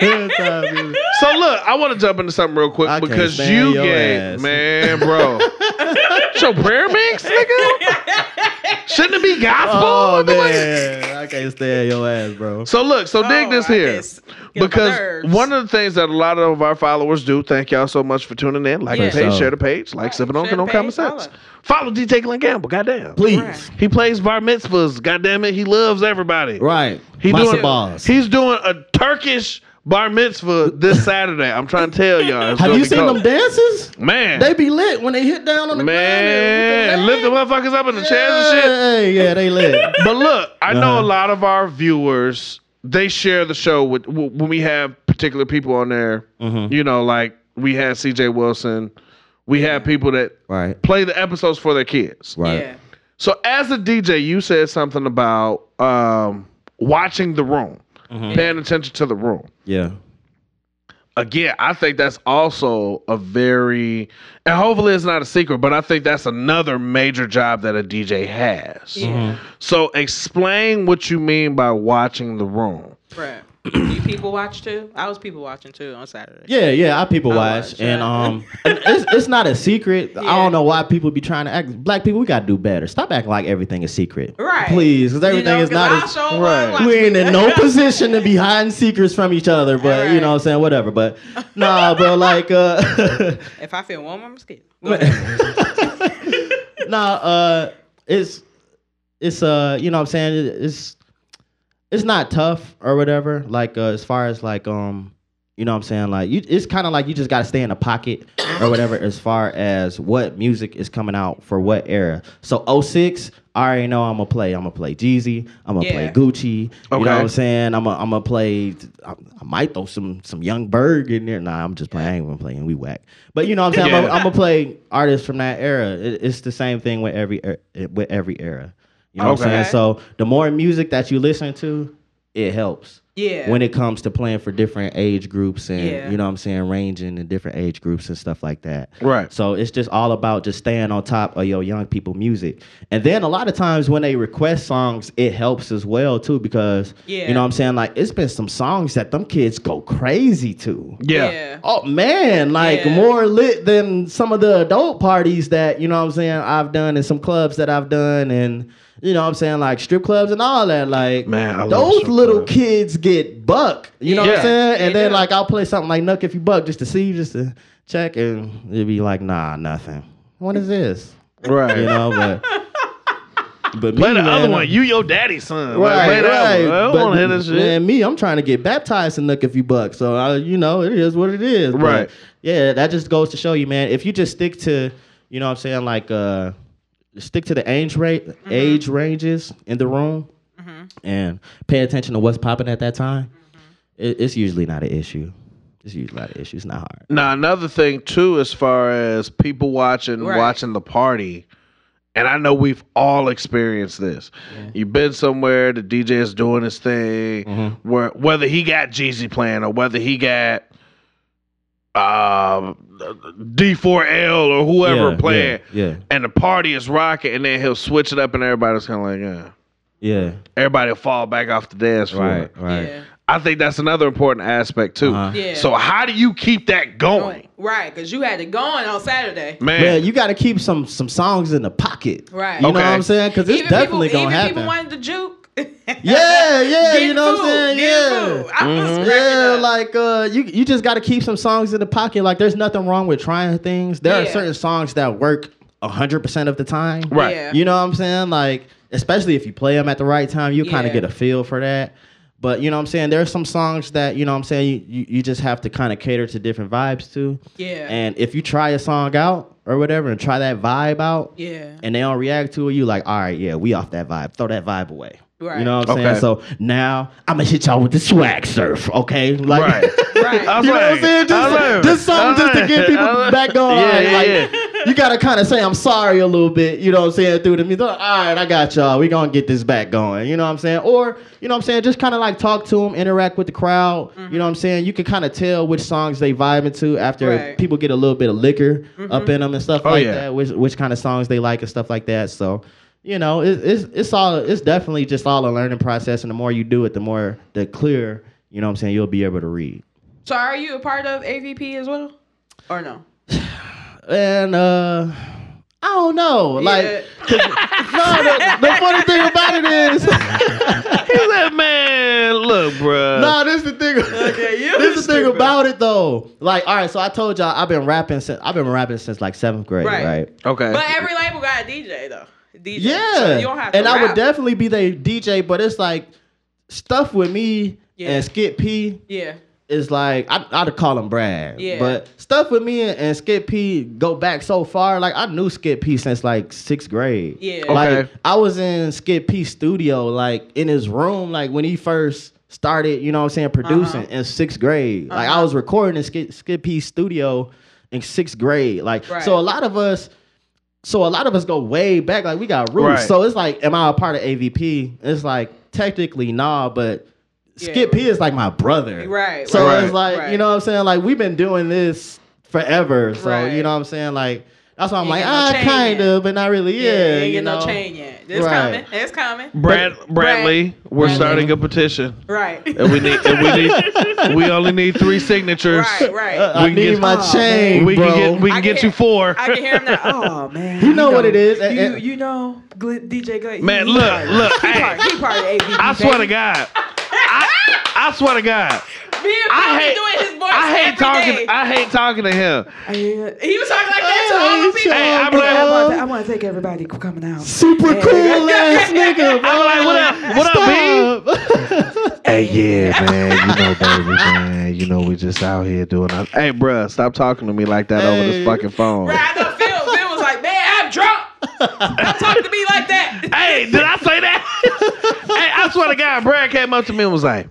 Speaker 4: That was good time, dude.
Speaker 1: So look, I want to jump into something real quick
Speaker 4: I can't
Speaker 1: because
Speaker 4: stand
Speaker 1: you
Speaker 4: your
Speaker 1: gave
Speaker 4: ass.
Speaker 1: man, bro. It's your prayer mix, nigga. Shouldn't it be gospel?
Speaker 4: Oh
Speaker 1: I mean, like-
Speaker 4: man, I can't stand your ass, bro.
Speaker 1: So look, so dig
Speaker 2: Oh,
Speaker 1: this
Speaker 2: I
Speaker 1: here.
Speaker 2: just get on my
Speaker 1: Because
Speaker 2: nerves.
Speaker 1: one of the things that a lot of our followers do, thank y'all so much for tuning in. Like
Speaker 2: Yeah.
Speaker 1: the page,
Speaker 4: So-
Speaker 1: share the page, like sipping on,
Speaker 2: share the
Speaker 1: on common
Speaker 2: page,
Speaker 1: sense. Follow DJ Glenn Gamble, goddamn.
Speaker 4: Please,
Speaker 2: Right.
Speaker 1: He plays bar mitzvahs, goddamn it. He loves everybody.
Speaker 4: right?
Speaker 1: He
Speaker 4: Matzo
Speaker 1: doing
Speaker 4: balls.
Speaker 1: He's doing a Turkish bar mitzvah this Saturday. I'm trying to tell y'all. It's
Speaker 4: Have
Speaker 1: gonna
Speaker 4: you
Speaker 1: be
Speaker 4: seen
Speaker 1: cold.
Speaker 4: them dances?
Speaker 1: Man,
Speaker 4: They be lit when they hit down on the
Speaker 1: man, lift the
Speaker 4: ground.
Speaker 1: motherfuckers up in the
Speaker 4: and-
Speaker 1: chairs and shit.
Speaker 4: Hey, yeah, they lit.
Speaker 1: But look, I know a
Speaker 4: Uh-huh.
Speaker 1: lot of our viewers. They share the show with w- when we have particular people on there.
Speaker 4: Mhm.
Speaker 1: You know, like we had C.J. Wilson. We have people that
Speaker 4: Right,
Speaker 1: play the episodes for their kids.
Speaker 4: right.
Speaker 2: Yeah.
Speaker 1: So as a DJ, you said something about um, watching the room,
Speaker 4: Mm-hmm.
Speaker 1: paying attention to the room.
Speaker 4: Yeah.
Speaker 1: Again, I think that's also a very, and hopefully it's not a secret, but I think that's another major job that a DJ has.
Speaker 2: Yeah.
Speaker 1: So explain what you mean by watching the room.
Speaker 2: Bruh. You people watch too? I was people watching too on Saturday.
Speaker 4: Yeah, yeah, I people
Speaker 2: I
Speaker 4: watch,
Speaker 2: watch,
Speaker 4: and
Speaker 2: right.
Speaker 4: um, and it's, it's not a secret. I
Speaker 2: Yeah.
Speaker 4: don't know why people be trying to act. Black people, we gotta do better. Stop acting like everything is secret,
Speaker 2: Right.
Speaker 4: Please, because
Speaker 2: You
Speaker 4: everything
Speaker 2: know,
Speaker 4: is not.
Speaker 2: 'cause
Speaker 4: as,
Speaker 2: I sure wanna watch
Speaker 4: We ain't in no
Speaker 2: that.
Speaker 4: position to be hiding secrets from each other, but you
Speaker 2: Right.
Speaker 4: know what I'm saying, whatever. But nah, bro, like uh
Speaker 2: If I feel warm, I'm scared.
Speaker 4: nah, uh it's it's uh you know what I'm saying, it- it's it's not tough or whatever. Like uh, as far as like um you know what I'm saying, like you it's kinda like you just gotta stay in the pocket or whatever as far as what music is coming out for what era. So 06, I already know I'm gonna play. I'm gonna play Jeezy. I'm gonna play
Speaker 2: Yeah.
Speaker 4: Gucci. You know what
Speaker 1: Okay.
Speaker 4: I'm saying? I'm gonna I'm gonna play. I, I might throw some some Young Berg in there. Nah, I'm just playing. I ain't even playing. We whack. But you know what I'm saying?
Speaker 1: Yeah.
Speaker 4: I'm gonna play artists from that era. It, it's the same thing with every er, with every era. You know what I'm saying?
Speaker 1: Okay.
Speaker 4: So the more music that you listen to, it helps.
Speaker 2: Yeah.
Speaker 4: When it comes to playing for different age groups and
Speaker 2: Yeah.
Speaker 4: you know what I'm saying, ranging and different age groups and stuff like that.
Speaker 1: Right.
Speaker 4: So it's just all about just staying on top of your young people music. And then a lot of times when they request songs, it helps as well too because
Speaker 2: Yeah.
Speaker 4: you know what I'm saying? Like it's been some songs that them kids go crazy to.
Speaker 1: Yeah.
Speaker 4: Oh man, like
Speaker 2: Yeah.
Speaker 4: more lit than some of the adult parties that, you know what I'm saying, I've done and some clubs that I've done and you know what I'm saying, like strip clubs and all that. Like
Speaker 1: Man, I love
Speaker 4: those
Speaker 1: strip
Speaker 4: little
Speaker 1: clubs.
Speaker 4: kids get buck. You know what
Speaker 1: Yeah.
Speaker 4: I'm saying? And
Speaker 2: They
Speaker 4: then
Speaker 2: do.
Speaker 4: like I'll play something like Nuck if you buck just to see, just to check and it'd be like, nah, nothing. What is this?
Speaker 1: Right.
Speaker 4: You know, but but
Speaker 1: Play
Speaker 4: me,
Speaker 1: the
Speaker 4: man,
Speaker 1: other one.
Speaker 4: I'm-
Speaker 1: You your daddy's son. Like,
Speaker 4: Right,
Speaker 1: play that
Speaker 4: right.
Speaker 1: one. I don't
Speaker 4: But,
Speaker 1: want to hear this shit.
Speaker 4: Man, me, I'm trying to get baptized in Nook if you buck. So I, you know, it is what it is. But,
Speaker 1: Right.
Speaker 4: yeah, that just goes to show you, man. If you just stick to, you know, what I'm saying like, uh, stick to the age rate,
Speaker 2: Mm-hmm.
Speaker 4: age ranges in the room, and pay attention to what's popping at that time.
Speaker 2: Mm-hmm.
Speaker 4: It, it's usually not an issue. It's usually not an issue. It's not hard.
Speaker 1: Now another thing too, as far as people watching,
Speaker 2: Right.
Speaker 1: watching the party, and I know we've all experienced this. You've been somewhere, the DJ is doing his thing,
Speaker 4: Mm-hmm.
Speaker 1: where whether he got Jeezy playing or whether he got uh, D4L or whoever
Speaker 4: Yeah,
Speaker 1: playing,
Speaker 4: Yeah, yeah,
Speaker 1: and the party is rocking, and then he'll switch it up, and everybody's kind of like, yeah.
Speaker 4: yeah.
Speaker 1: Everybody will fall back off the dance floor.
Speaker 4: Right, right.
Speaker 2: Yeah.
Speaker 1: I think that's another important aspect too.
Speaker 4: Uh-huh.
Speaker 2: Yeah.
Speaker 1: So how do you keep that going?
Speaker 2: Right, because you had it going on Saturday.
Speaker 1: Man,
Speaker 4: Yeah, you got to keep some some songs in the pocket.
Speaker 2: Right.
Speaker 4: You know
Speaker 1: Okay.
Speaker 4: what I'm saying? Because it's
Speaker 2: even
Speaker 4: definitely
Speaker 2: people,
Speaker 4: gonna
Speaker 2: even
Speaker 4: happen.
Speaker 2: people wanted to juke.
Speaker 4: yeah, yeah,
Speaker 2: Getting
Speaker 4: you know
Speaker 2: food,
Speaker 4: what I'm saying?
Speaker 2: getting
Speaker 4: Yeah.
Speaker 2: food. I was
Speaker 1: Mm-hmm.
Speaker 2: cracking
Speaker 4: Yeah,
Speaker 2: up.
Speaker 4: like uh, you you just got to keep some songs in the pocket. Like there's nothing wrong with trying things. There are
Speaker 2: Yeah.
Speaker 4: certain songs that work 100% of the time.
Speaker 1: Right.
Speaker 2: Yeah.
Speaker 4: You know what I'm saying? Like especially if you play them at the right time, you kind
Speaker 2: Yeah.
Speaker 4: of get a feel for that. But you know what I'm saying? There are some songs that, you know what I'm saying, you, you, you just have to kind of cater to different vibes to.
Speaker 2: Yeah.
Speaker 4: And if you try a song out or whatever and try that vibe out,
Speaker 2: yeah.
Speaker 4: and they don't react to it, you like, all right, yeah, we off that vibe. Throw that vibe away.
Speaker 2: Right.
Speaker 4: You know what I'm
Speaker 1: Okay.
Speaker 4: saying? So now I'm gonna hit y'all with the swag surf, okay? Like,
Speaker 1: Right.
Speaker 2: Right.
Speaker 1: I was
Speaker 4: you know what I'm
Speaker 1: like,
Speaker 4: saying?
Speaker 1: I was
Speaker 4: Just,
Speaker 1: like,
Speaker 4: just something
Speaker 1: I was
Speaker 4: just to get
Speaker 1: like,
Speaker 4: people
Speaker 1: I was like-
Speaker 4: back on.
Speaker 1: Yeah, yeah,
Speaker 4: like,
Speaker 1: yeah.
Speaker 4: You gotta kind of say I'm sorry a little bit. You know what I'm saying? Through the music, all right, I got y'all. We gonna get this back going. You know what I'm saying? Or you know what I'm saying? Just kind of like talk to them, interact with the crowd. You know what I'm saying? You can kind of tell which songs they vibing to after
Speaker 2: Right.
Speaker 4: people get a little bit of liquor up in them and stuff
Speaker 1: Oh,
Speaker 4: like
Speaker 1: yeah.
Speaker 4: that which which kind of songs they like and stuff like that. So, you know, it, it's it's all it's definitely just all a learning process, and the more you do it, the more the clearer you know what I'm saying you'll be able to read.
Speaker 2: So are you a part of AVP as well, or no?
Speaker 4: and uh I don't know. Like
Speaker 2: Yeah.
Speaker 4: 'cause- no, the, the funny thing about it is
Speaker 1: He said, man, look, bruh.
Speaker 4: no, this the thing.
Speaker 2: Okay, you
Speaker 4: this is the thing
Speaker 2: stupid.
Speaker 4: about it though. Like, all right, so I told y'all I've been rapping since I've been rapping since like seventh grade,
Speaker 2: Right.
Speaker 4: right?
Speaker 1: Okay.
Speaker 2: But every label got a DJ though. DJ.
Speaker 4: Yeah,
Speaker 2: So you don't have to
Speaker 4: and I would
Speaker 2: rap.
Speaker 4: definitely be the DJ, but it's like stuff with me
Speaker 2: Yeah.
Speaker 4: and Skip P
Speaker 2: Yeah.
Speaker 4: is like I, I'd call him Brad,
Speaker 2: Yeah.
Speaker 4: but stuff with me and, and Skip P go back so far. Like I knew Skip P since like sixth grade.
Speaker 2: Yeah.
Speaker 4: like
Speaker 1: Okay.
Speaker 4: I was in Skip P studio, like in his room, like when he first started. You know what I'm saying? Producing
Speaker 2: Uh-huh.
Speaker 4: in sixth grade. Like I was recording in Skip, Skip P studio in sixth grade. Like
Speaker 2: Right.
Speaker 4: so, a lot of us. So a lot of us go way back. Like we got roots.
Speaker 1: Right.
Speaker 4: So it's like, am I a part of AVP? It's like technically nah, but Skip P is like my brother.
Speaker 2: Right,
Speaker 4: So
Speaker 1: right,
Speaker 4: it's like,
Speaker 2: right.
Speaker 4: you know what I'm saying? Like we've been doing this forever. So
Speaker 2: Right.
Speaker 4: you know what I'm saying? Like that's why I'm
Speaker 2: Ain't
Speaker 4: like,
Speaker 2: got no
Speaker 4: ah,
Speaker 2: chain
Speaker 4: kind
Speaker 2: yet.
Speaker 4: of, but not really. Yeah,
Speaker 2: you ain't
Speaker 4: you
Speaker 2: get
Speaker 4: know.
Speaker 2: no chain yet. It's
Speaker 4: Right.
Speaker 2: coming. It's coming.
Speaker 1: Brad, Bradley, we're
Speaker 2: Bradley.
Speaker 1: starting a petition.
Speaker 2: Right.
Speaker 1: And we need, and we need, we only need three signatures.
Speaker 2: right. Right.
Speaker 4: I
Speaker 1: We can
Speaker 4: need
Speaker 1: get-
Speaker 4: my
Speaker 2: Oh,
Speaker 4: chain,
Speaker 1: We
Speaker 4: bro.
Speaker 1: can get, we
Speaker 2: I
Speaker 1: can
Speaker 2: can
Speaker 1: get you
Speaker 2: hear-
Speaker 1: four.
Speaker 2: I can hear him now. Oh man.
Speaker 4: You know what it is. And-
Speaker 2: You
Speaker 4: and-
Speaker 2: you know Gl- DJ Glenn.
Speaker 1: Man, look, look,
Speaker 2: He
Speaker 1: hey.
Speaker 2: part, he part of AVP.
Speaker 1: I swear to God. I, I swear to God.
Speaker 2: Me and
Speaker 1: I
Speaker 2: Bobby
Speaker 1: hate,
Speaker 2: doing his voice
Speaker 1: I hate
Speaker 2: every
Speaker 1: talking.
Speaker 2: day.
Speaker 1: I hate talking to him.
Speaker 2: Yeah. He was talking like that to all the
Speaker 4: Hey,
Speaker 2: people.
Speaker 1: Hey, I'm
Speaker 4: bro.
Speaker 1: like,
Speaker 2: I want, to, I want to thank everybody for coming out.
Speaker 4: Super cool ass nigga, bro.
Speaker 1: I'm like, what up? What
Speaker 4: up, B?
Speaker 1: Hey, yeah, man. You know, baby, man. You know, we just out here doing. Our- hey, bruh, stop talking to me like that over
Speaker 4: Hey.
Speaker 1: this fucking phone.
Speaker 2: Right, I know Phil. Phil was like, man, I'm drunk. Stop talking to me like that.
Speaker 1: Hey, did I say that? hey, I swear to God, Brad came up to me and was like,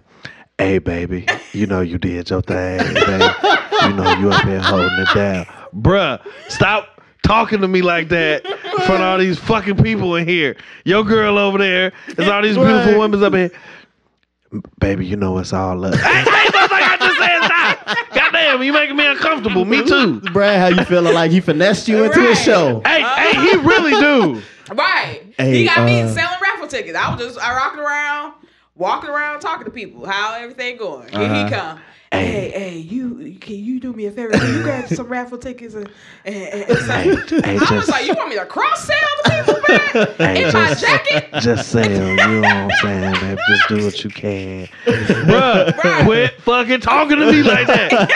Speaker 1: "Hey, baby, you know you did your thing, baby. You know you up here holding it down, bruh. Stop." Talking to me like that in front of all these fucking people in here. Your girl over there, there's all these
Speaker 4: Right.
Speaker 1: beautiful women's up here. Baby, you know it's all up. hey, hey, just like I just said, stop. Goddamn, you making me uncomfortable. Me too.
Speaker 4: Brad, how you feeling? Like he finessed you into
Speaker 2: Right.
Speaker 4: his show.
Speaker 1: Hey, hey, he really do.
Speaker 2: Right.
Speaker 4: Hey,
Speaker 2: he got me
Speaker 4: uh,
Speaker 2: selling raffle tickets. I was just I rocking around, walking around, talking to people. How everything going? Here
Speaker 4: Uh-huh.
Speaker 2: he come.
Speaker 1: Hey.
Speaker 2: Hey, hey, you can you do me a favor? Can you grab some raffle tickets and, and, and, and
Speaker 1: Hey,
Speaker 2: something?
Speaker 1: hey,
Speaker 2: I was
Speaker 1: just,
Speaker 2: like, you want me to cross sell the people back
Speaker 1: Hey,
Speaker 2: in my
Speaker 1: just-
Speaker 2: jacket?
Speaker 1: Just sell, you know what I'm saying, man. Just do what you can. Bruh,
Speaker 2: Bruh.
Speaker 1: quit fucking talking to me like that. Ugh,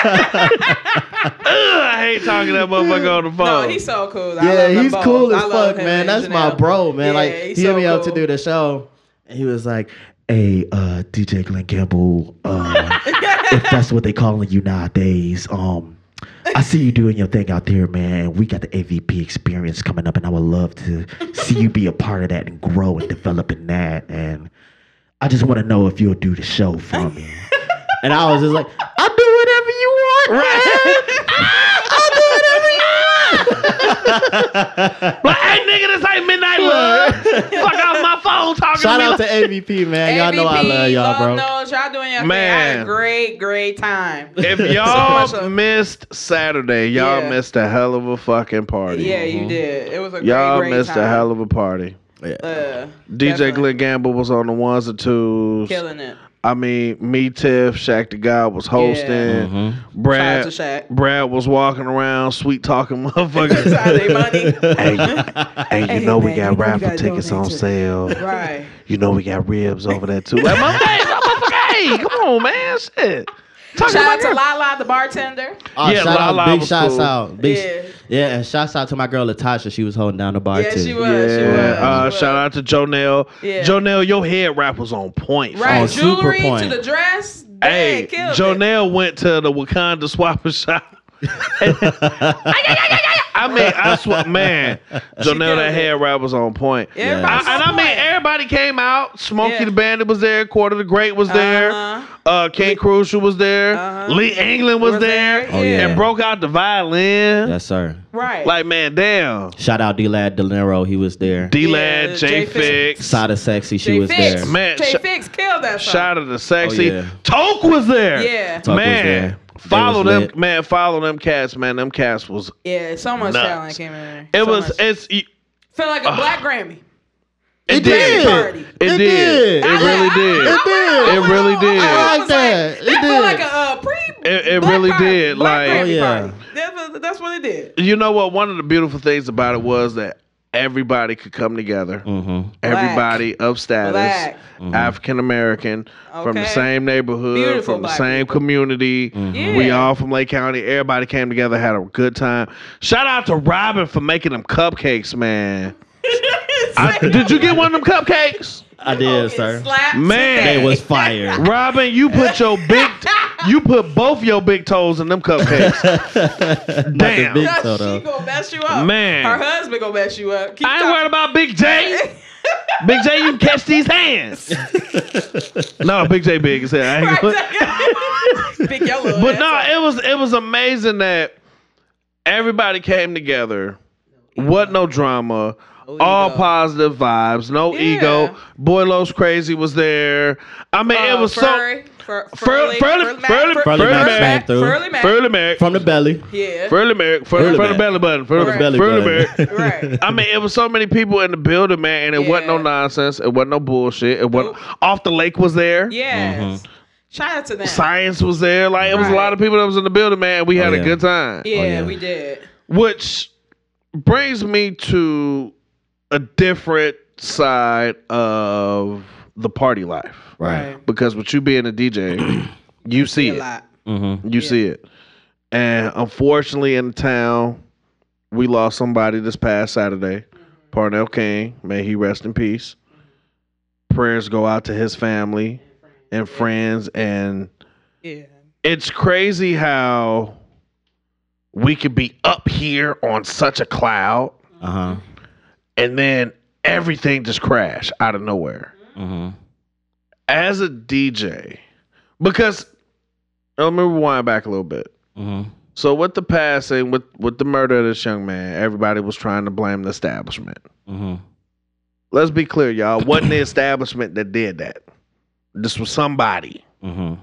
Speaker 1: I hate talking to that motherfucker on the phone.
Speaker 2: No, he's so cool. I
Speaker 4: Yeah,
Speaker 2: love them
Speaker 4: he's
Speaker 2: both.
Speaker 4: cool
Speaker 2: I
Speaker 4: as
Speaker 2: love
Speaker 4: fuck,
Speaker 2: him
Speaker 4: man.
Speaker 2: and
Speaker 4: That's my
Speaker 2: Janelle.
Speaker 4: bro, man.
Speaker 2: Yeah,
Speaker 4: like he
Speaker 2: he's
Speaker 4: hit
Speaker 2: so
Speaker 4: me out to
Speaker 2: cool.
Speaker 4: do the show, and he was like, "Hey, uh, DJ Glenn Campbell, uh, if that's what they calling you nowadays, um." I see you doing your thing out there, man. We got the AVP experience coming up, and I would love to see you be a part of that and grow and develop in that. And I just want to know if you'll do the show for me. and I was just like, I'll do whatever you want, man. I'll do whatever you want.
Speaker 1: like, hey, nigga, this ain't midnight love. Fuck off my phone talking
Speaker 4: Shout
Speaker 1: to me.
Speaker 4: out
Speaker 1: like-
Speaker 4: to AVP, man. y'all know I
Speaker 2: AVP,
Speaker 4: love y'all, bro.
Speaker 2: knows y'all doing your thing. I had
Speaker 1: Man.
Speaker 2: a great, great time.
Speaker 1: if
Speaker 2: So much
Speaker 1: y'all
Speaker 2: love.
Speaker 1: missed Saturday, y'all
Speaker 2: Yeah.
Speaker 1: missed a hell of a fucking party.
Speaker 2: Yeah, you did. It was a
Speaker 1: Mm-hmm. Y'all
Speaker 2: great, great
Speaker 1: missed
Speaker 2: time.
Speaker 1: a hell of a party.
Speaker 2: Uh,
Speaker 1: DJ
Speaker 2: definitely
Speaker 1: Glenn Gamble was on the ones and twos.
Speaker 2: killing it.
Speaker 1: I mean, me, Tiff, Shaq the God was hosting. Mm-hmm. Brad,
Speaker 2: Shout out to Shaq.
Speaker 1: Brad was walking around, sweet talking motherfuckers.
Speaker 2: Sorry, they money.
Speaker 1: hey, hey, you know we
Speaker 2: man, you know
Speaker 1: got
Speaker 2: you
Speaker 1: raffle
Speaker 2: gotta
Speaker 1: tickets
Speaker 2: donate
Speaker 1: on
Speaker 2: to-
Speaker 1: sale.
Speaker 2: Right.
Speaker 1: You know we got ribs over there too. Like, my hey, motherfucker, hey, come on, man, shit. Talk
Speaker 2: Shout out
Speaker 1: about
Speaker 2: to
Speaker 1: your-
Speaker 2: Lala, the bartender.
Speaker 4: Oh,
Speaker 1: Yeah,
Speaker 4: shout
Speaker 1: Lala
Speaker 4: out, big
Speaker 1: was
Speaker 4: shouts
Speaker 1: cool.
Speaker 4: out. Big,
Speaker 2: Yeah.
Speaker 4: yeah. and shouts out to my girl Latasha. She was holding down the bar
Speaker 2: Yeah,
Speaker 4: too.
Speaker 2: she was. she was.
Speaker 1: yeah, uh,
Speaker 2: she was.
Speaker 1: shout out to Jonelle.
Speaker 2: Yeah.
Speaker 1: Jonelle, your head wrap was on point.
Speaker 2: Right,
Speaker 4: on Super
Speaker 2: jewelry to
Speaker 4: Point.
Speaker 2: the dress.
Speaker 1: Hey,
Speaker 2: Hey, killed it.
Speaker 1: Jonelle went to the Wakanda swapper shop. I mean, I swear, man, Jonelle,
Speaker 2: killed
Speaker 1: that
Speaker 2: it.
Speaker 1: hair rap was on point.
Speaker 2: Everybody was
Speaker 1: I, and
Speaker 2: on
Speaker 1: I mean,
Speaker 2: point.
Speaker 1: everybody came out. Smokey
Speaker 2: Yeah.
Speaker 1: the Bandit was there. Quarter the Great was there.
Speaker 2: Uh-huh.
Speaker 1: Uh, King Crucial was there.
Speaker 2: Uh-huh.
Speaker 1: Lee England was,
Speaker 2: Was
Speaker 1: there.
Speaker 2: there,
Speaker 4: Oh, yeah.
Speaker 1: And broke out the violin.
Speaker 4: Yes, sir.
Speaker 2: Right.
Speaker 1: Like, man, damn.
Speaker 4: Shout out D Lad Delero. He was there.
Speaker 1: D Lad,
Speaker 2: Yeah,
Speaker 1: J Fix.
Speaker 4: Sada Sexy. She
Speaker 2: Jay
Speaker 4: was
Speaker 2: Fix.
Speaker 4: there.
Speaker 1: Man,
Speaker 2: Jay
Speaker 1: sh-
Speaker 2: Fix killed that song.
Speaker 1: Shout out to Sexy.
Speaker 4: Oh, yeah.
Speaker 1: Toke was there.
Speaker 2: Yeah. Toke
Speaker 4: was
Speaker 1: man,
Speaker 4: there. They
Speaker 1: follow
Speaker 4: was
Speaker 1: them.
Speaker 4: lit.
Speaker 1: Man, follow them cats. Man, them cats was.
Speaker 2: yeah, so much
Speaker 1: Nuts.
Speaker 2: talent came in there.
Speaker 1: It
Speaker 2: So
Speaker 1: was.
Speaker 2: much.
Speaker 1: It's. It,
Speaker 2: felt like a black Grammy.
Speaker 1: it
Speaker 2: did.
Speaker 1: did.
Speaker 2: Party.
Speaker 1: It did.
Speaker 4: It did.
Speaker 1: It
Speaker 4: I
Speaker 1: really
Speaker 2: I- I-
Speaker 1: did.
Speaker 2: I- I-
Speaker 4: It
Speaker 2: I-
Speaker 4: did.
Speaker 2: I- I-
Speaker 1: It really
Speaker 2: I- I-
Speaker 1: did.
Speaker 2: I
Speaker 4: I
Speaker 2: was
Speaker 4: like that. It
Speaker 2: That felt
Speaker 4: did.
Speaker 2: like a uh, pre
Speaker 1: It, it
Speaker 2: Black
Speaker 1: really
Speaker 2: Party,
Speaker 1: did.
Speaker 2: Black
Speaker 1: like,
Speaker 2: Grammy
Speaker 4: Oh, yeah.
Speaker 2: Party. That's, what- that's what it did.
Speaker 1: you know what? One of the beautiful things about it was that everybody could come together.
Speaker 4: Mm-hmm.
Speaker 1: Everybody of status,
Speaker 2: Black.
Speaker 1: African American, from the
Speaker 2: Okay.
Speaker 1: same neighborhood,
Speaker 2: Beautiful
Speaker 1: from the
Speaker 2: black
Speaker 1: same community.
Speaker 4: Mm-hmm.
Speaker 2: Yeah.
Speaker 1: We all from Lake County. Everybody came together, had a good time. Shout out to Robin for making them cupcakes, man. I-
Speaker 2: oh,
Speaker 1: did you get one of them cupcakes?
Speaker 4: I did, sir.
Speaker 1: Man.
Speaker 4: They was fire.
Speaker 1: Robin, you put your big, you put both your big toes in them cupcakes. Damn.
Speaker 4: big-
Speaker 1: I
Speaker 4: So, though.
Speaker 2: she gonna mess you up.
Speaker 1: Man.
Speaker 2: Her husband gonna mess you up. Keep
Speaker 1: ain't worried about Big J. Big J, you can catch these hands. no, Big J big as hell. I ain't gonna-
Speaker 2: about Big yellow.
Speaker 1: But no, it was it was amazing that everybody came together. What no drama. All
Speaker 2: ego.
Speaker 1: positive vibes, no
Speaker 2: Yeah.
Speaker 1: ego. Boylos Crazy was there. I mean, it was
Speaker 2: Uh, Furry, Fur- Furley,
Speaker 1: Furley-
Speaker 2: Furley Mac-
Speaker 1: Furley-
Speaker 2: Fur-
Speaker 1: Furley
Speaker 2: Furley
Speaker 1: Mac
Speaker 2: Mac-
Speaker 4: bang through.
Speaker 2: Furley Mac.
Speaker 1: so Furley Mac,
Speaker 4: From the belly.
Speaker 2: Yeah.
Speaker 1: Furley Mac, Furley,
Speaker 4: Furley
Speaker 1: Furley
Speaker 4: Mac.
Speaker 1: belly button,
Speaker 4: From the
Speaker 1: Furley,
Speaker 4: belly
Speaker 1: Furley
Speaker 4: button.
Speaker 1: Mac.
Speaker 2: Right.
Speaker 1: I mean, it was so many people in the building, man, and it wasn't no
Speaker 2: Yeah.
Speaker 1: nonsense. It wasn't no bullshit. It wasn't
Speaker 2: Nope.
Speaker 1: off the lake was there.
Speaker 2: Yes.
Speaker 1: Mm-hmm.
Speaker 2: Shout out to them.
Speaker 1: Science was there. Like it was a
Speaker 2: Right.
Speaker 1: lot of people that was in the building, man. and We had
Speaker 4: yeah.
Speaker 1: a good time.
Speaker 2: yeah,
Speaker 4: Oh, yeah.
Speaker 2: we did.
Speaker 1: Which brings me to a different side of the party life.
Speaker 4: Right.
Speaker 1: Because with you being a DJ, you see
Speaker 2: A
Speaker 1: it.
Speaker 2: lot.
Speaker 4: Mm-hmm.
Speaker 1: You see it. And unfortunately, in town, we lost somebody this past Saturday, Parnell King. May he rest in peace. Prayers go out to his family Mm-hmm. and friends. And
Speaker 2: Yeah.
Speaker 1: it's crazy how we could be up here on such a cloud
Speaker 4: Uh-huh.
Speaker 1: and then everything just crashed out of nowhere.
Speaker 4: Mm-hmm.
Speaker 1: As a DJ, because let me rewind back a little bit.
Speaker 4: Mm-hmm.
Speaker 1: So with the passing, with with the murder of this young man, everybody was trying to blame the establishment.
Speaker 4: Mm-hmm.
Speaker 1: Let's be clear, y'all. It wasn't the establishment that did that. This was somebody.
Speaker 4: Mm-hmm.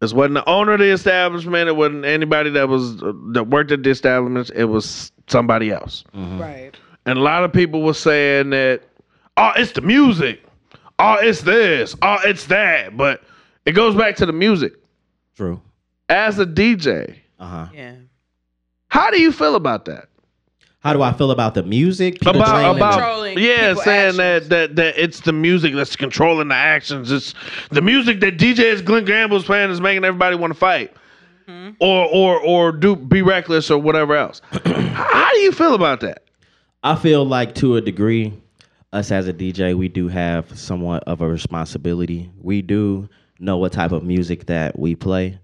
Speaker 1: This wasn't the owner of the establishment. It wasn't anybody that was that worked at the establishment. It was somebody else.
Speaker 2: Right.
Speaker 1: And a lot of people were saying that, oh, it's the music. Oh, it's this. Oh, it's that. But it goes back to the music.
Speaker 4: True.
Speaker 1: As a DJ,
Speaker 4: Uh-huh.
Speaker 2: Yeah.
Speaker 1: how do you feel about that?
Speaker 4: How do I feel about the music? People
Speaker 1: about
Speaker 4: claiming-
Speaker 1: about
Speaker 2: Controlling
Speaker 1: yeah,
Speaker 2: people
Speaker 1: saying that,
Speaker 2: actions.
Speaker 1: that that it's the music that's controlling the actions. It's the music that DJs Glenn Gamble's playing is making everybody want to fight,
Speaker 2: Mm-hmm.
Speaker 1: or or or do be reckless or whatever else. How do you feel about that?
Speaker 4: I feel like to a degree, us as a DJ, we do have somewhat of a responsibility. We do know what type of music that we play.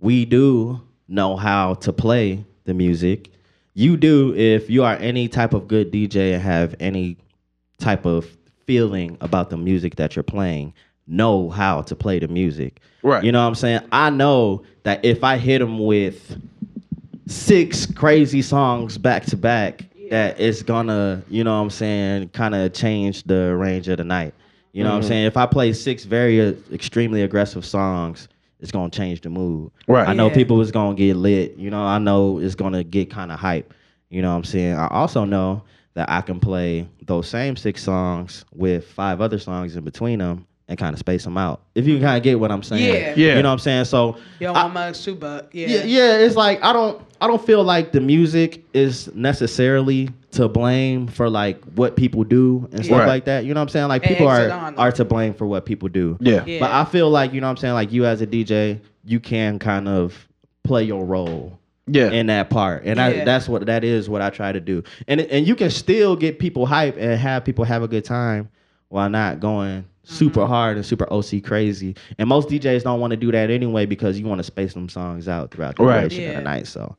Speaker 4: We do know how to play the music. You do if you are any type of good DJ and have any type of feeling about the music that you're playing, know how to play the music.
Speaker 1: Right.
Speaker 4: You know what I'm saying? I know that if I hit them with six crazy songs back to back that it's gonna, you know what I'm saying, kind of change the range of the night. You know what
Speaker 2: Mm-hmm.
Speaker 4: I'm saying? If I play six very uh, extremely aggressive songs, it's gonna change the mood.
Speaker 1: Right.
Speaker 4: I know
Speaker 2: Yeah.
Speaker 4: people is gonna get lit. You know, I know it's gonna get kind of hype. You know what I'm saying? I also know that I can play those same six songs with five other songs in between them and kind of space them out. If you kind of get what I'm saying.
Speaker 2: Yeah.
Speaker 1: Yeah.
Speaker 4: You know what I'm saying? So
Speaker 2: Yo,
Speaker 4: I-
Speaker 2: my mug's too buck. Yeah.
Speaker 4: yeah, yeah, it's like I don't I don't feel like the music is necessarily to blame for like what people do and stuff
Speaker 1: Right.
Speaker 4: like that. You know what I'm saying? Like
Speaker 2: And
Speaker 4: people are
Speaker 2: accidental.
Speaker 4: are to blame for what people do.
Speaker 1: Yeah.
Speaker 2: Yeah.
Speaker 4: But I feel like, you know what I'm saying, like you as a DJ, you can kind of play your role
Speaker 1: Yeah.
Speaker 4: in that part. And I,
Speaker 2: Yeah.
Speaker 4: that's what that is what I try to do. And and you can still get people hype and have people have a good time while not going
Speaker 2: Mm-hmm.
Speaker 4: super hard and super OC crazy. And most DJs don't want to do that anyway because you want to space them songs out throughout the
Speaker 1: Right.
Speaker 4: duration of
Speaker 2: Yeah.
Speaker 4: the night. So,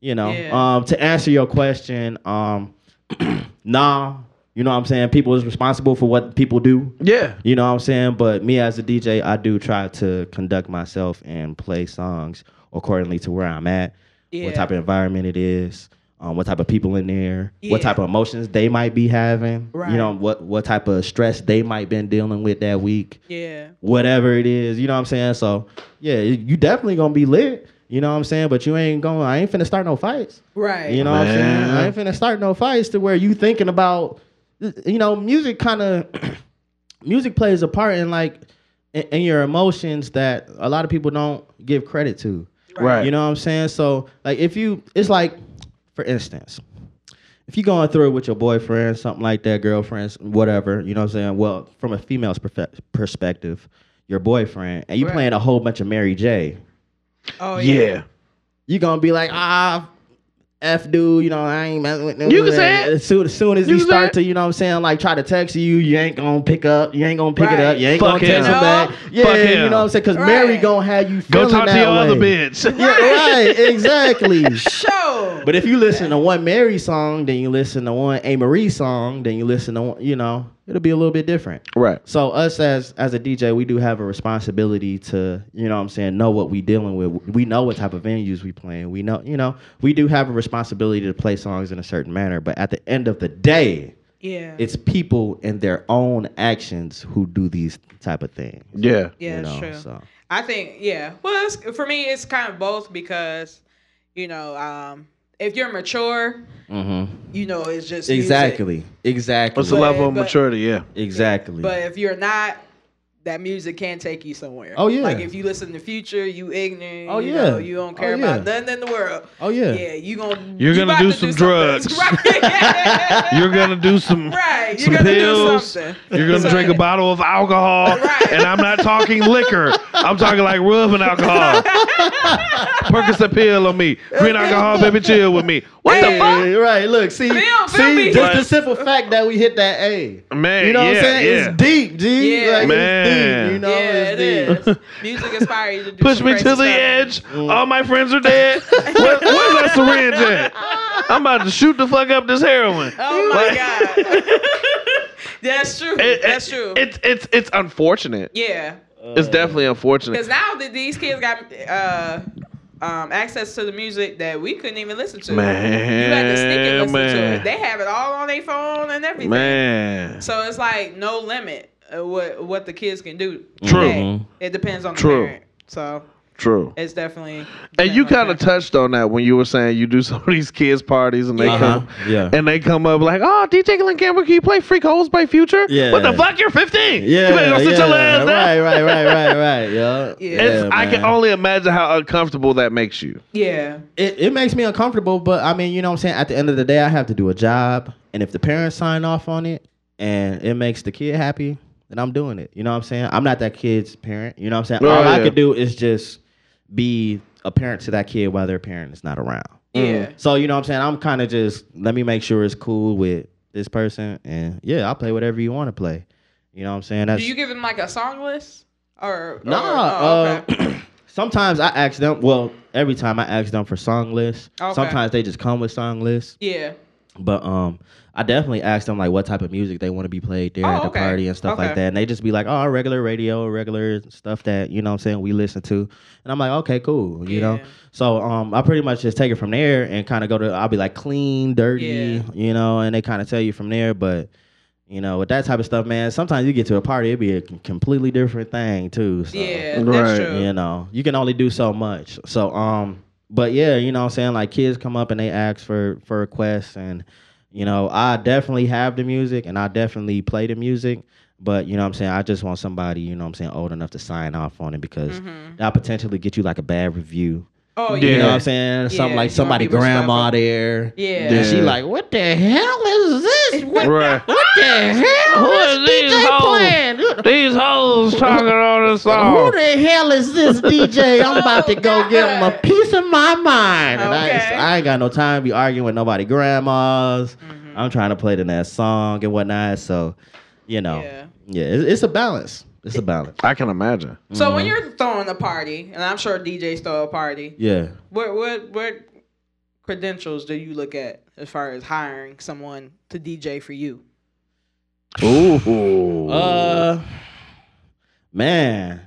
Speaker 4: you know,
Speaker 2: Yeah.
Speaker 4: um to answer your question, um nah, you know what I'm saying? People is responsible for what people do.
Speaker 1: yeah.
Speaker 4: You know what I'm saying? But me as a DJ, I do try to conduct myself and play songs accordingly to where I'm at,
Speaker 2: Yeah.
Speaker 4: what type of environment it is, um, what type of people in there,
Speaker 2: Yeah.
Speaker 4: what type of emotions they might be having,
Speaker 2: Right.
Speaker 4: you know, what what type of stress they might been dealing with that week,
Speaker 2: Yeah.
Speaker 4: whatever it is. You know what I'm saying? So yeah, you definitely gonna be lit. You know what I'm saying? But you ain't going. to I ain't finna start no fights.
Speaker 2: Right.
Speaker 4: You know what I'm saying?
Speaker 1: Man.
Speaker 4: I ain't finna start no fights to where you thinking about, you know, music kind of, music plays a part in like, in, in your emotions that a lot of people don't give credit to.
Speaker 1: Right.
Speaker 4: You know what I'm saying? So like if you it's like for instance, if you're going through it with your boyfriend, something like that, girlfriends, whatever, you know what I'm saying? Well, from a female's perfe- perspective, your boyfriend, and you
Speaker 2: Right.
Speaker 4: playing a whole bunch of Mary J,
Speaker 2: Oh
Speaker 1: yeah.
Speaker 4: you're gonna be like, ah, F dude, you know, I ain't messing with no
Speaker 1: You can say it.
Speaker 4: As soon as, soon as
Speaker 1: You
Speaker 4: he
Speaker 1: can say
Speaker 4: start
Speaker 1: it.
Speaker 4: to, you know what I'm saying, like try to text you, you ain't gonna pick up, you ain't gonna pick it up,
Speaker 2: Right.
Speaker 4: you ain't
Speaker 1: Fuck
Speaker 4: gonna text
Speaker 1: him.
Speaker 4: him back.
Speaker 2: No.
Speaker 4: Yeah,
Speaker 1: Fuck
Speaker 4: you
Speaker 1: him.
Speaker 4: know what I'm saying? Cause Mary
Speaker 2: Right.
Speaker 4: gonna have you
Speaker 1: Go
Speaker 4: feeling
Speaker 1: talk to
Speaker 4: that
Speaker 1: your
Speaker 4: way.
Speaker 1: other bitch.
Speaker 4: Yeah, right, exactly.
Speaker 2: Show.
Speaker 4: But if you listen to one Mary song, then you listen to one A Marie song, then you listen to one, you know, it'll be a little bit different.
Speaker 1: Right.
Speaker 4: So us as as a DJ, we do have a responsibility to, you know what I'm saying, know what we dealing with. We know what type of venues we playing. We know, you know, we do have a responsibility to play songs in a certain manner, but at the end of the day,
Speaker 2: yeah.
Speaker 4: it's people and their own actions who do these type of things.
Speaker 1: Yeah.
Speaker 4: you
Speaker 2: yeah,
Speaker 4: know,
Speaker 2: it's true.
Speaker 4: so.
Speaker 2: I think yeah. Well, it's, for me, it's kind of both because you know, um, if you're mature,
Speaker 4: Mhm.
Speaker 2: you know, it's just music.
Speaker 4: Exactly.
Speaker 1: What's
Speaker 4: Exactly.
Speaker 1: the
Speaker 2: But-
Speaker 1: level of
Speaker 2: but-
Speaker 1: maturity? Yeah.
Speaker 4: Exactly.
Speaker 2: But if you're not, that music can take you somewhere.
Speaker 4: Oh, yeah.
Speaker 2: Like if you listen to Future, you ignorant.
Speaker 4: Oh,
Speaker 2: you
Speaker 4: yeah.
Speaker 2: know, you don't care
Speaker 4: Oh, yeah.
Speaker 2: about nothing in the world.
Speaker 4: Oh, yeah.
Speaker 2: Yeah, you gonna
Speaker 1: You're
Speaker 2: you
Speaker 1: gonna
Speaker 2: about
Speaker 1: do
Speaker 2: to
Speaker 1: some
Speaker 2: something.
Speaker 1: drugs.
Speaker 2: right.
Speaker 1: You're gonna do some
Speaker 2: Right,
Speaker 1: some
Speaker 2: you're gonna do
Speaker 1: pills.
Speaker 2: something.
Speaker 1: You're gonna
Speaker 2: So-
Speaker 1: drink a bottle of alcohol,
Speaker 2: Right.
Speaker 1: and I'm not talking liquor. I'm talking like rubbing alcohol. Percocet pill on me. Green alcohol, baby, chill with me. What the fuck,
Speaker 4: Yeah, Right. Look, see,
Speaker 2: Film,
Speaker 4: see,
Speaker 2: film me.
Speaker 4: just the
Speaker 1: But-
Speaker 4: simple fact that we hit that A.
Speaker 1: man?
Speaker 4: You know
Speaker 1: yeah,
Speaker 4: what I'm saying?
Speaker 1: yeah.
Speaker 4: It's deep, G.
Speaker 2: Yeah.
Speaker 4: Like, It's
Speaker 1: Man.
Speaker 4: deep, you know,
Speaker 2: yeah,
Speaker 4: it's
Speaker 2: it
Speaker 4: deep.
Speaker 2: is. Music inspires you to do
Speaker 1: Push
Speaker 2: some
Speaker 1: me
Speaker 2: crazy
Speaker 1: to the
Speaker 2: stuff.
Speaker 1: edge.
Speaker 4: Mm.
Speaker 1: All my friends are dead. Where, where's that syringe at? I'm about to shoot the fuck up this heroin.
Speaker 2: Oh my god. That's true.
Speaker 1: It- it-
Speaker 2: That's true.
Speaker 1: It's it's it's unfortunate.
Speaker 2: yeah.
Speaker 4: Uh.
Speaker 1: It's definitely
Speaker 2: Because
Speaker 1: unfortunate.
Speaker 2: now that these kids got uh, um, access to the music that we couldn't even listen to, you had to sneak
Speaker 1: Man,
Speaker 2: and listen to
Speaker 1: man.
Speaker 2: it. They have it all on their phone and everything.
Speaker 1: Man.
Speaker 2: So it's like no limit uh, what what the kids can do.
Speaker 1: True.
Speaker 2: today. It depends on the
Speaker 1: True.
Speaker 2: parent. So
Speaker 1: True.
Speaker 2: it's definitely.
Speaker 1: And you kind of
Speaker 2: depends on
Speaker 1: touched on that when you were saying you do some of these kids parties and they
Speaker 4: Uh-huh.
Speaker 1: come,
Speaker 4: Yeah.
Speaker 1: and they come up like, oh, DJ Glenn Campbell, can you play Freak Holes by Future?
Speaker 4: Yeah.
Speaker 1: What the fuck? You're 15.
Speaker 4: Yeah,
Speaker 1: You better go sit
Speaker 4: yeah,
Speaker 1: your ass down.
Speaker 4: right, right, right, right, right, yo.
Speaker 2: Yeah.
Speaker 1: It's, I can
Speaker 4: man.
Speaker 1: only imagine how uncomfortable that makes you.
Speaker 2: the parent.
Speaker 4: it, it makes me uncomfortable, but I mean, you know what I'm saying? At the end of the day, I have to do a job, and if the parents sign off on it and it makes the kid happy, then I'm doing it. You know what I'm saying? I'm not that kid's parent. You know what I'm saying?
Speaker 1: Oh,
Speaker 4: All I
Speaker 1: yeah.
Speaker 4: could do is just be a parent to that kid while their parent is not around. Mm.
Speaker 2: Yeah. Yeah.
Speaker 4: So, you know what I'm saying? I'm kind of just let me make sure it's cool with this person, and yeah, I'll play whatever you want to play. You know what I'm saying? That's
Speaker 2: Do you give them like a song list or? or-
Speaker 4: Nah,
Speaker 2: oh, okay.
Speaker 4: uh, sometimes I ask them. Well, every time I ask them for song lists.
Speaker 2: Okay.
Speaker 4: Sometimes they just come with song lists,
Speaker 2: yeah.
Speaker 4: but um, I definitely ask them like what type of music they want to be played there
Speaker 2: Oh,
Speaker 4: at the
Speaker 2: okay.
Speaker 4: party and stuff
Speaker 2: Okay.
Speaker 4: like that, and they just be like, "Oh, regular radio, regular stuff that you know what I'm saying we listen to," and I'm like, "Okay, cool," you know.
Speaker 2: Yeah.
Speaker 4: So um, I pretty much just take it from there and kind of go to. I'll be like clean, dirty,
Speaker 2: Yeah.
Speaker 4: you know, and they kind of tell you from there, but. You know, with that type of stuff, man. Sometimes you get to a party, it'd be a completely different thing too. So
Speaker 2: Yeah.
Speaker 1: Right.
Speaker 2: That's true.
Speaker 4: you know you can only do so much so um but yeah you know what i'm saying like kids come up and they ask for for requests and you know i definitely have the music and i definitely play the music but you know what i'm saying i just want somebody you know what i'm saying old enough to sign off on it because
Speaker 2: Mm-hmm.
Speaker 4: that'll potentially get you like a bad review
Speaker 2: Oh yeah.
Speaker 1: Yeah.
Speaker 4: you know what i'm saying
Speaker 2: Yeah, you
Speaker 4: something
Speaker 2: wanna
Speaker 4: like somebody
Speaker 2: be
Speaker 4: grandma
Speaker 2: respectful.
Speaker 4: there
Speaker 2: Yeah.
Speaker 4: and she
Speaker 1: Yeah.
Speaker 4: like what the hell is this what,
Speaker 1: Right.
Speaker 4: what the hell
Speaker 1: Who
Speaker 4: What's
Speaker 1: is these
Speaker 4: DJ
Speaker 1: hoes?
Speaker 4: playing
Speaker 1: These hoes talking on this
Speaker 4: who the hell is this DJ? I'm about to go give him a
Speaker 2: God.
Speaker 4: piece of my mind. And I, ain't,
Speaker 2: Okay.
Speaker 4: I ain't got no time to be arguing with nobody grandmas. I'm trying to play the next song and whatnot. So, you know,
Speaker 2: Yeah.
Speaker 4: yeah, it's, it's a balance. It's a balance.
Speaker 1: I can imagine.
Speaker 2: So when you're throwing a party, and I'm sure DJs throw a party,
Speaker 4: Yeah.
Speaker 2: what what what credentials do you look at as far as hiring someone to DJ for you?
Speaker 1: Ooh.
Speaker 4: Uh, man,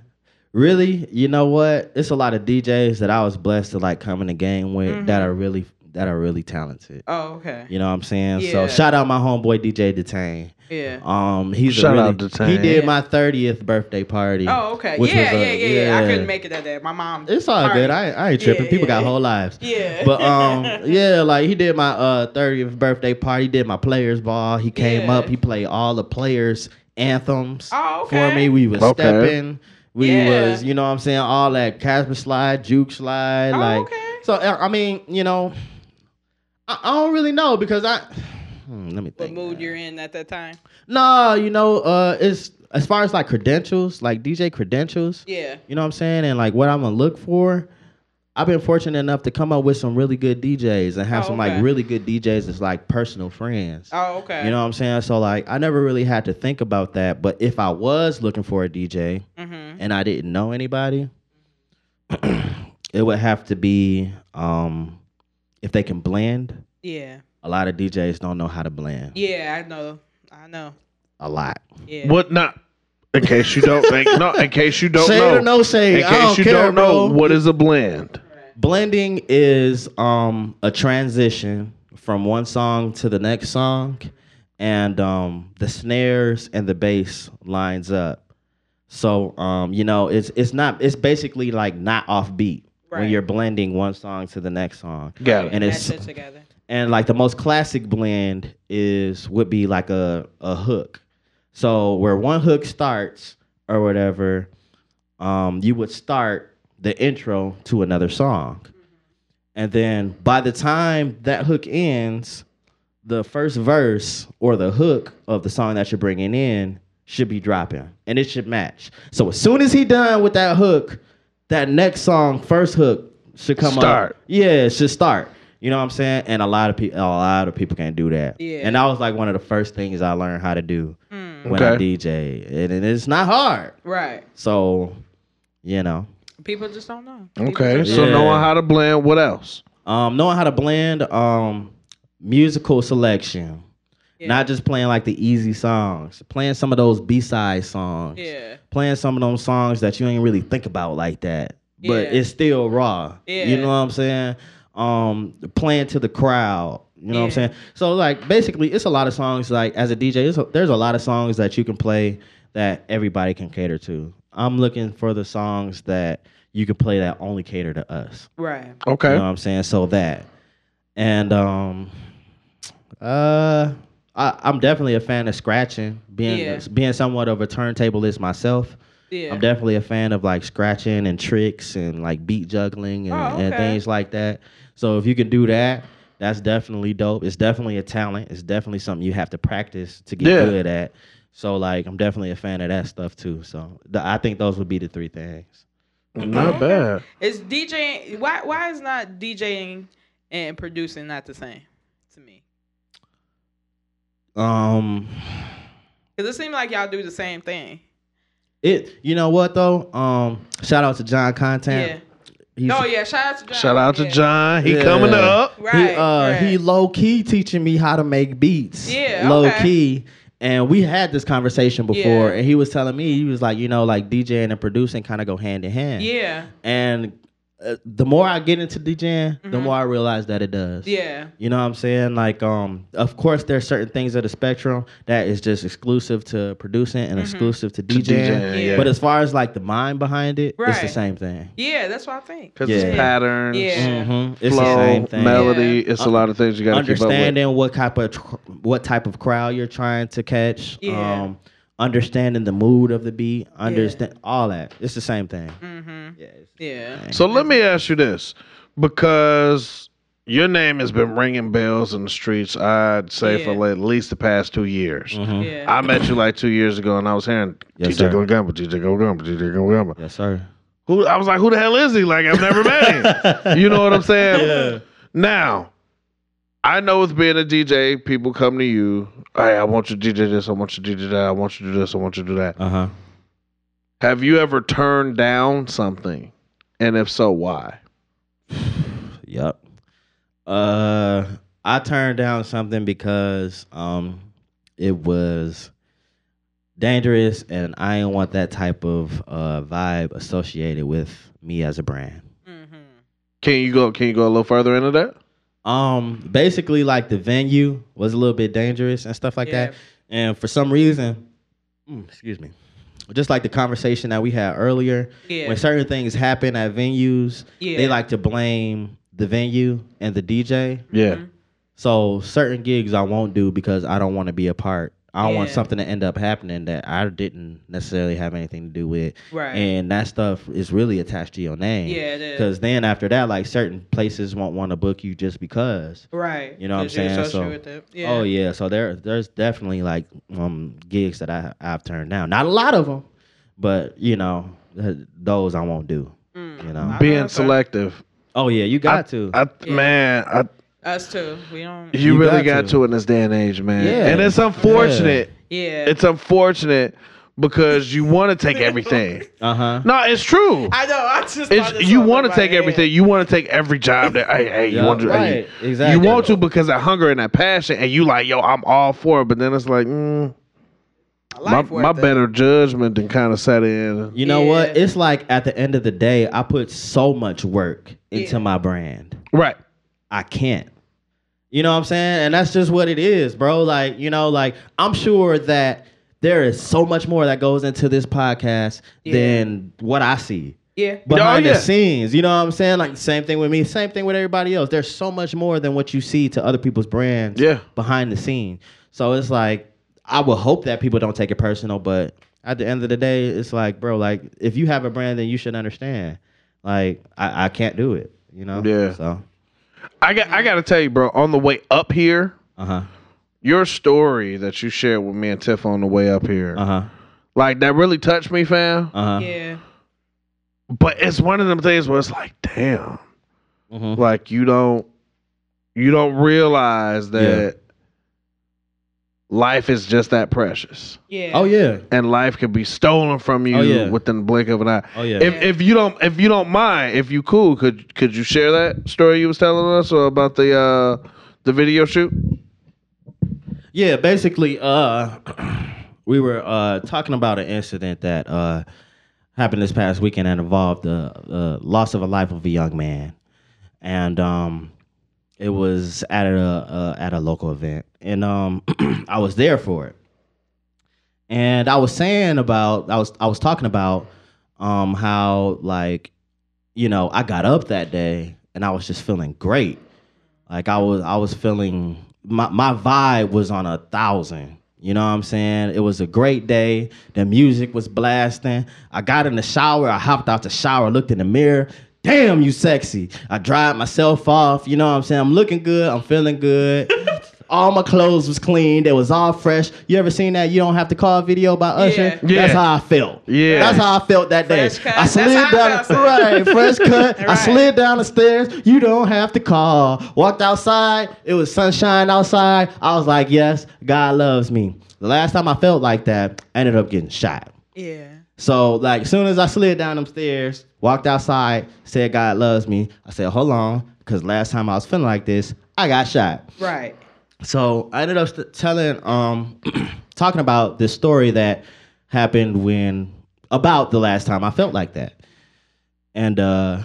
Speaker 4: really? You know what? It's a lot of DJs that I was blessed to like come in the game with that are really that are really talented.
Speaker 2: Oh, okay.
Speaker 4: You know what I'm saying?
Speaker 2: Yeah.
Speaker 4: So shout out my homeboy DJ Detain.
Speaker 2: Yeah.
Speaker 4: Um, he's a
Speaker 1: Shout
Speaker 4: really,
Speaker 1: out to Tang.
Speaker 4: He did
Speaker 2: Yeah.
Speaker 4: my thirtieth birthday party.
Speaker 2: Oh, okay.
Speaker 4: which
Speaker 2: Yeah,
Speaker 4: was
Speaker 2: yeah,
Speaker 4: a-
Speaker 2: yeah, yeah, I
Speaker 4: yeah.
Speaker 2: couldn't make it that day. My mom.
Speaker 4: It's all good. I, I ain't
Speaker 2: Yeah,
Speaker 4: tripping. People got
Speaker 2: yeah.
Speaker 4: whole lives.
Speaker 2: Yeah.
Speaker 4: But um, yeah, like he did my uh thirtieth birthday party. He did my players ball. He came
Speaker 2: Yeah.
Speaker 4: up. He played all the players anthems
Speaker 2: Oh,
Speaker 4: for
Speaker 2: okay.
Speaker 4: me. We was
Speaker 1: Okay.
Speaker 4: stepping. We
Speaker 2: Yeah.
Speaker 4: was, you know what I'm saying, all that Casper slide, juke slide,
Speaker 2: Oh,
Speaker 4: like
Speaker 2: okay.
Speaker 4: so uh, I I mean, you know, I, I don't really know because I hmm, let me
Speaker 2: What
Speaker 4: think.
Speaker 2: mood you're in at that time?
Speaker 4: No, you know, uh it's as far as like credentials, like DJ credentials,
Speaker 2: Yeah.
Speaker 4: you know what I'm saying? And like what I'm gonna look for. I've been fortunate enough to come up with some really good DJs and have
Speaker 2: Oh,
Speaker 4: some
Speaker 2: okay.
Speaker 4: like really good DJs that's like personal friends.
Speaker 2: Oh, okay.
Speaker 4: You know what I'm saying? So like I never really had to think about that. But if I was looking for a DJ
Speaker 2: Mm-hmm.
Speaker 4: and I didn't know anybody, it would have to be um if they can blend.
Speaker 2: Yeah.
Speaker 4: A lot of DJs don't know how to blend.
Speaker 2: Yeah, I know. I know.
Speaker 4: A lot.
Speaker 2: Yeah.
Speaker 1: What not? In case you don't, in, no, in case you don't
Speaker 4: shade
Speaker 1: know,
Speaker 4: or no shade.
Speaker 1: in
Speaker 4: I don't
Speaker 1: case you
Speaker 4: care,
Speaker 1: don't know,
Speaker 4: bro.
Speaker 1: what is a blend?
Speaker 4: Blending is um a transition from one song to the next song and um the snares and the bass lines up. So um you know it's it's not it's basically like not off beat
Speaker 2: Right.
Speaker 4: when you're blending one song to the next song.
Speaker 1: Got it.
Speaker 4: And
Speaker 2: Match
Speaker 4: it's
Speaker 2: it together.
Speaker 4: and like the most classic blend is would be like a a hook. So where one hook starts or whatever, um, you would start the intro to another song, and then by the time that hook ends, the first verse or the hook of the song that you're bringing in should be dropping, and it should match. So as soon as he done with that hook, that next song first hook should come up.
Speaker 1: Start.
Speaker 4: Yeah, it should start. You know what I'm saying? And a lot of people, a lot of people can't do that.
Speaker 2: Yeah. Mm.
Speaker 4: And that was like one of the first things I learned how to do when I
Speaker 1: Okay.
Speaker 4: DJ, and, and it's not hard.
Speaker 2: Right.
Speaker 4: So, you know,
Speaker 2: People just don't know. People
Speaker 1: Okay,
Speaker 2: just
Speaker 1: so
Speaker 4: Yeah.
Speaker 1: knowing how to blend, what else?
Speaker 4: um, knowing how to blend um, musical selection,
Speaker 2: Yeah.
Speaker 4: not just playing like the easy songs, playing some of those B side songs,
Speaker 2: Yeah.
Speaker 4: playing some of those songs that you ain't really think about like that, but
Speaker 2: Yeah.
Speaker 4: it's still raw.
Speaker 2: Yeah.
Speaker 4: You know what I'm saying? Um, playing to the crowd. You know what I'm
Speaker 2: Yeah.
Speaker 4: saying? So like basically, it's a lot of songs. Like as a DJ, it's a, there's a lot of songs that you can play that everybody can cater to. I'm looking for the songs that you can play that only cater to us.
Speaker 2: Right.
Speaker 1: Okay,
Speaker 4: You know what I'm saying? So that. And um uh I, I'm definitely a fan of scratching, being
Speaker 2: Yeah.
Speaker 4: being somewhat of a turntablist myself.
Speaker 2: Yeah.
Speaker 4: I'm definitely a fan of like scratching and tricks and like beat juggling and,
Speaker 2: Oh,
Speaker 4: and
Speaker 2: okay.
Speaker 4: things like that. So if you can do that, that's definitely dope. It's definitely a talent. It's definitely something you have to practice to get
Speaker 1: Yeah.
Speaker 4: good at. So like I'm definitely a fan of that stuff too. So th- I think those would be the three things.
Speaker 1: not bad.
Speaker 2: Is DJing why why is not DJing and producing not the same to me?
Speaker 4: Um
Speaker 2: Because it seems like y'all do the same thing.
Speaker 4: It you know what though? Um shout out to John Content. He's,
Speaker 2: Yeah. Oh yeah. Shout out to John.
Speaker 1: Shout out to
Speaker 2: Yeah.
Speaker 1: John, he
Speaker 4: Yeah.
Speaker 1: coming up.
Speaker 2: Right.
Speaker 4: he, uh, he
Speaker 2: right.
Speaker 4: low key teaching me how to make beats.
Speaker 2: Yeah,
Speaker 4: Low
Speaker 2: okay.
Speaker 4: key. And we had this conversation before
Speaker 2: Yeah.
Speaker 4: and he was telling me he was like, you know, like DJing and producing kind of go hand in hand.
Speaker 2: Yeah.
Speaker 4: And uh, the more I get into DJing, the more I realize that it does.
Speaker 2: Mm-hmm. Yeah.
Speaker 4: You know what I'm saying? Like, um, of course, there's certain things of the spectrum that is just exclusive to producing
Speaker 2: Mm-hmm.
Speaker 4: and exclusive to DJing.
Speaker 1: DJing,
Speaker 2: yeah.
Speaker 4: But as far as like the mind behind it, it's the
Speaker 2: Right.
Speaker 4: same thing.
Speaker 2: Yeah. That's what I think.
Speaker 1: Because
Speaker 4: Yeah.
Speaker 1: it's patterns,
Speaker 2: Yeah.
Speaker 4: Mhm. It's
Speaker 1: flow,
Speaker 4: the same thing.
Speaker 1: melody. It's a lot of things you got to keep up with.
Speaker 4: understanding what type of tr- what type of crowd you're trying to catch.
Speaker 2: Yeah.
Speaker 4: Um, understanding the mood of the beat. Understand all that. It's the same thing.
Speaker 2: Mm-hmm.
Speaker 4: Yeah. it's-
Speaker 2: Yeah.
Speaker 1: So let me ask you this, because your name has been ringing bells in the streets. I'd say for
Speaker 2: Yeah.
Speaker 1: like at least the past two years.
Speaker 2: Yeah.
Speaker 1: I met you like two years ago, and I was hearing
Speaker 4: Mm-hmm. Yes,
Speaker 1: DJ
Speaker 4: sir.
Speaker 1: Go Gumbo, DJ Go Gumbo, DJ Go Gumbo.
Speaker 4: Yes, sir.
Speaker 1: Who I was like, who the hell is he? Like I've never met him. You know what I'm saying? Now, I know with being a DJ, people come to you. Hey, I want you to DJ this. I want you to DJ that. I want you to do this. I want you to do that.
Speaker 4: Uh huh.
Speaker 1: Have you ever turned down something? And if so, why?
Speaker 4: Yep. Uh, I turned down something because um, it was dangerous, and I didn't want that type of uh vibe associated with me as a brand.
Speaker 2: Mm-hmm.
Speaker 1: Can you go? Can you go a little further into that?
Speaker 4: Um, basically, like the venue was a little bit dangerous and stuff like that.
Speaker 2: Yeah.
Speaker 4: And for some reason, mm, excuse me, just like the conversation that we had earlier,
Speaker 2: Yeah.
Speaker 4: when certain things happen at venues,
Speaker 2: Yeah.
Speaker 4: they like to blame the venue and the DJ.
Speaker 1: Yeah.
Speaker 2: Mm-hmm.
Speaker 4: So certain gigs I won't do because I don't want to be a part I don't want
Speaker 2: Yeah.
Speaker 4: something to end up happening that I didn't necessarily have anything to do with.
Speaker 2: Right.
Speaker 4: And that stuff is really attached to your name.
Speaker 2: Yeah, it is.
Speaker 4: Because then after that, like certain places won't want to book you just because.
Speaker 2: Right.
Speaker 4: You know what I'm
Speaker 2: 'cause you're
Speaker 4: saying?
Speaker 2: associated
Speaker 4: So-
Speaker 2: with it. yeah.
Speaker 4: Oh yeah, so there there's definitely like um gigs that I I've turned down. Not a lot of them, but you know th- those I won't do. You know.
Speaker 2: Mm. I-
Speaker 1: Being
Speaker 2: Okay.
Speaker 1: selective.
Speaker 4: Oh yeah, you got to.
Speaker 1: I,
Speaker 2: Yeah.
Speaker 1: Man, I,
Speaker 2: Us too. We don't.
Speaker 1: you,
Speaker 4: You
Speaker 1: really got
Speaker 4: got
Speaker 1: to.
Speaker 4: to
Speaker 1: in this day and age, man.
Speaker 4: Yeah.
Speaker 1: And it's unfortunate.
Speaker 2: Yeah.
Speaker 1: It's unfortunate because you want to take everything.
Speaker 4: uh huh.
Speaker 1: no, it's true.
Speaker 2: I know. I just. thought
Speaker 1: it's
Speaker 2: this
Speaker 1: you
Speaker 2: off
Speaker 1: want
Speaker 2: in
Speaker 1: to
Speaker 2: my
Speaker 1: take
Speaker 2: head.
Speaker 1: everything. You want to take every job that hey, hey you
Speaker 4: Yeah,
Speaker 1: want to hey,
Speaker 4: right,
Speaker 1: you-
Speaker 4: exactly.
Speaker 1: You want to because that hunger and that passion, and you like yo, I'm all for it. But then it's like mm, my,
Speaker 2: Life worth
Speaker 1: my
Speaker 2: it.
Speaker 1: better judgment than kind of set in.
Speaker 4: You know what?
Speaker 2: Yeah.
Speaker 4: It's like at the end of the day, I put so much work into
Speaker 2: Yeah.
Speaker 4: my brand.
Speaker 1: Right.
Speaker 4: I can't. You know what I'm saying? And that's just what it is, bro. Like, you know, like I'm sure that there is so much more that goes into this podcast
Speaker 2: Yeah.
Speaker 4: than what I see.
Speaker 2: Yeah.
Speaker 4: behind
Speaker 1: Oh, yeah.
Speaker 4: the scenes. You know what I'm saying? Like same thing with me, same thing with everybody else. There's so much more than what you see to other people's brands
Speaker 1: Yeah.
Speaker 4: behind the scene. So it's like I would hope that people don't take it personal, but at the end of the day, it's like, bro, like if you have a brand then you should understand. Like I, I can't do it. You know?
Speaker 1: Yeah.
Speaker 4: So
Speaker 1: I got I got to tell you, bro. On the way up here,
Speaker 4: uh huh.
Speaker 1: your story that you shared with me and Tiff on the way up here,
Speaker 4: Uh huh.
Speaker 1: like that really touched me, fam.
Speaker 4: Uh huh.
Speaker 2: Yeah.
Speaker 1: But it's one of them things where it's like, damn,
Speaker 4: Mhm.
Speaker 1: like you don't you don't realize that life is just that precious.
Speaker 2: Yeah.
Speaker 4: Oh yeah.
Speaker 1: and life could be stolen from you
Speaker 4: Oh, yeah.
Speaker 1: within the blink of an eye.
Speaker 4: Oh yeah.
Speaker 1: If if you don't if you don't mind, if you cool, could could you share that story you was telling us about the uh the video shoot?
Speaker 4: Yeah, basically, uh, we were uh, talking about an incident that uh, happened this past weekend and involved the uh, loss of a life of a young man, and um, it was at a uh, at a local event, and um, I was there for it, and I was saying about I was I was talking about um, how like you know I got up that day and I was just feeling great. Like I was I was feeling my my vibe was on a thousand. You know what I'm saying? It was a great day. The music was blasting. I got in the shower. I hopped out the shower, looked in the mirror. Damn, you sexy. I dried myself off. You know what I'm saying? I'm looking good. I'm feeling good. all my clothes was clean. They was all fresh. You ever seen that? You don't have to call video by Usher.
Speaker 2: Yeah.
Speaker 1: Yeah.
Speaker 4: That's how I felt.
Speaker 1: Yeah.
Speaker 4: That's how I felt that day.
Speaker 2: Fresh cut.
Speaker 4: I
Speaker 2: That's
Speaker 4: slid
Speaker 2: how I
Speaker 4: down.
Speaker 2: felt,
Speaker 4: right. Hey, fresh cut. I
Speaker 2: Right.
Speaker 4: slid down the stairs. You don't have to call. Walked outside. It was sunshine outside. I was like, yes, God loves me. The last time I felt like that, I ended up getting shot.
Speaker 2: Yeah.
Speaker 4: So like, soon as I slid down them stairs, walked outside, said God loves me. I said, hold on, because last time I was feeling like this, I got shot.
Speaker 2: Right.
Speaker 4: So I ended up st- telling, um, talking about this story that happened when about the last time I felt like that, and uh,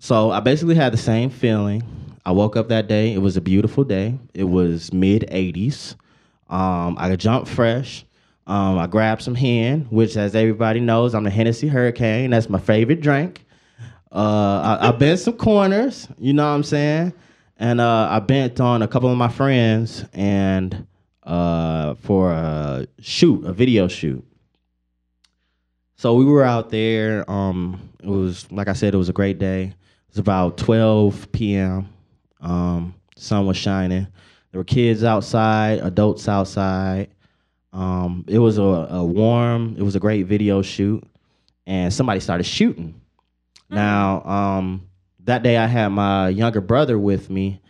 Speaker 4: so I basically had the same feeling. I woke up that day. It was a beautiful day. It was mid '80s. Um, I jumped fresh. Um, I grabbed some hen, which, as everybody knows, I'm the Hennessy Hurricane. That's my favorite drink. Uh, I, I bent some corners, you know what I'm saying? And uh, I bent on a couple of my friends and uh, for a shoot, a video shoot. So we were out there. Um, it was like I said, it was a great day. It was about 12 p.m. Um, sun was shining. There were kids outside, adults outside. Um, it was a, a warm. It was a great video shoot, and somebody started shooting. Now, um, that day I had my younger brother with me,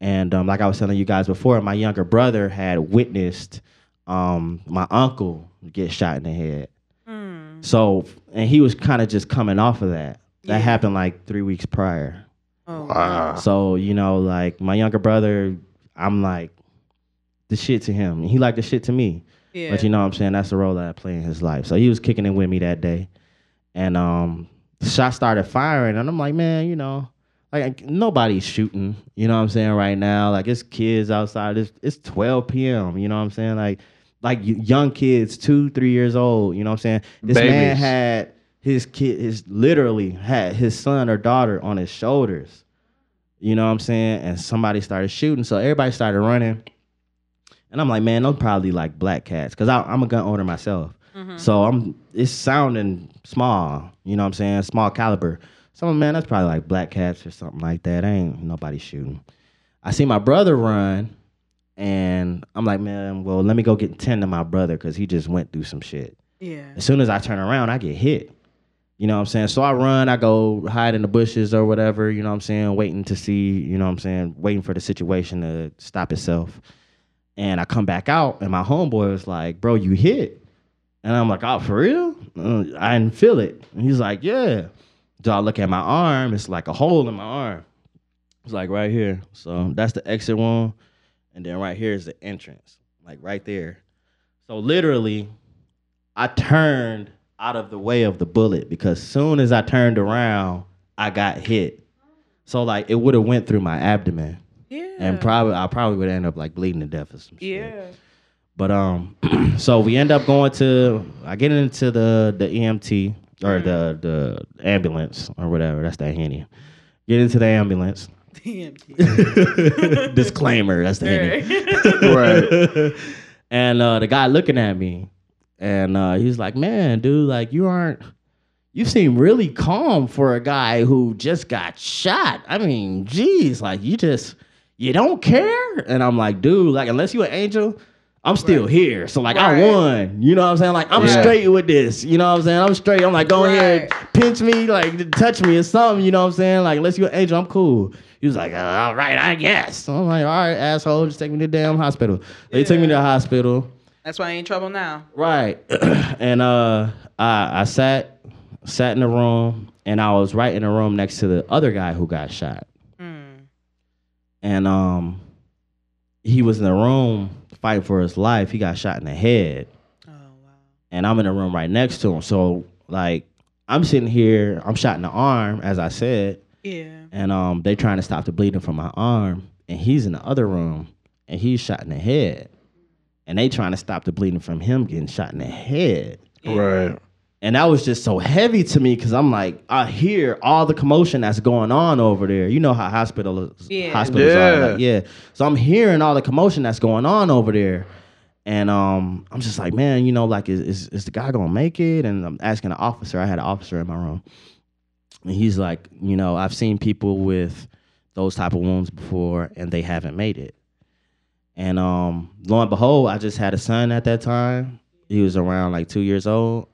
Speaker 4: and um, like I was telling you guys before, my younger brother had witnessed um, my uncle get shot in the head.
Speaker 2: Mm.
Speaker 4: So, and he was kind of just coming off of that.
Speaker 2: Yeah.
Speaker 4: That happened like three weeks prior.
Speaker 2: Oh.
Speaker 1: Wow.
Speaker 4: So you know, like my younger brother, I'm like the shit to him, and he like the shit to me.
Speaker 2: Yeah.
Speaker 4: But you know what I'm saying? That's the role that I play in his life. So he was kicking it with me that day. And um the shot started firing and I'm like, man, you know, like nobody's shooting, you know what I'm saying, right now. Like it's kids outside. It's it's 12 p.m. You know what I'm saying? Like like y- young kids, two, three years old, you know what I'm saying? This man
Speaker 1: Babies.
Speaker 4: had his kid his literally had his son or daughter on his shoulders. You know what I'm saying? And somebody started shooting. So everybody started running. And I'm like, man, those probably like black cats because I'm a gun owner myself. So I'm it's sounding small, you know what I'm saying? Small caliber. So man, that's probably like black cats or something like that. Ain't nobody shooting. I see my brother run, and I'm like, man, well, let me go get ten to my brother because he just went through some shit.
Speaker 2: Yeah.
Speaker 4: As soon as I turn around, I get hit. You know what I'm saying? So I run, I go hide in the bushes or whatever, you know what I'm saying, waiting to see, you know what I'm saying, waiting for the situation to stop itself. And I come back out and my homeboy was like, Bro, you hit. And I'm like, Oh, for real? Uh, I didn't feel it. And he's like, Yeah. So I look at my arm, it's like a hole in my arm. It's like right here. So that's the exit one. And then right here is the entrance, like right there. So literally, I turned out of the way of the bullet because soon as I turned around, I got hit. So like it would have went through my abdomen
Speaker 2: Yeah.
Speaker 4: and probably I probably would end up like bleeding to death or some shit.
Speaker 2: yeah.
Speaker 4: But um, so we end up going to I get into the the EMT or
Speaker 2: Mm-hmm.
Speaker 4: the the ambulance or whatever. That's that henny. E. Get into the ambulance.
Speaker 2: DMT.
Speaker 4: Disclaimer. That's the E. henny.
Speaker 1: Right.
Speaker 4: and uh, the guy looking at me, and uh, he's like, "Man, dude, like you aren't. You seem really calm for a guy who just got shot. I mean, geez, like you just you don't care." And I'm like, "Dude, like unless you an angel." I'm still here. So like
Speaker 2: Right.
Speaker 4: I won. You know what I'm saying? Like I'm
Speaker 1: Yeah.
Speaker 4: straight with this. You know what I'm saying? I'm straight. I'm like, go ahead,
Speaker 2: Right.
Speaker 4: pinch me, like touch me or something. You know what I'm saying? Like unless you're an angel, I'm cool. He was like, uh, all right, I guess. So I'm like, all right, asshole, just take me to the damn hospital. They took me to the hospital.
Speaker 2: That's why I ain't in trouble now.
Speaker 4: Right. and uh I I sat sat in the room and I was right in the room next to the other guy who got shot.
Speaker 2: Mm.
Speaker 4: And um he was in the room fighting for his life. He got shot in the head
Speaker 2: Oh wow.
Speaker 4: and I'm in the room right next to him. So like I'm sitting here, I'm shot in the arm, as I said,
Speaker 2: Yeah.
Speaker 4: and um they trying to stop the bleeding from my arm, and he's in the other room and he's shot in the head. And they trying to stop the bleeding from him getting shot in the head.
Speaker 1: Right.
Speaker 4: And that was just so heavy to me because I'm like, I hear all the commotion that's going on over there. You know how hospital
Speaker 2: Yeah.
Speaker 4: hospitals
Speaker 1: Yeah.
Speaker 4: are, like, yeah. So I'm hearing all the commotion that's going on over there, and um, I'm just like, man, you know, like is is, is the guy gonna make it? And I'm asking the officer. I had an officer in my room, and he's like, you know, I've seen people with those type of wounds before, and they haven't made it. And um, lo and behold, I just had a son at that time. He was around like two years old.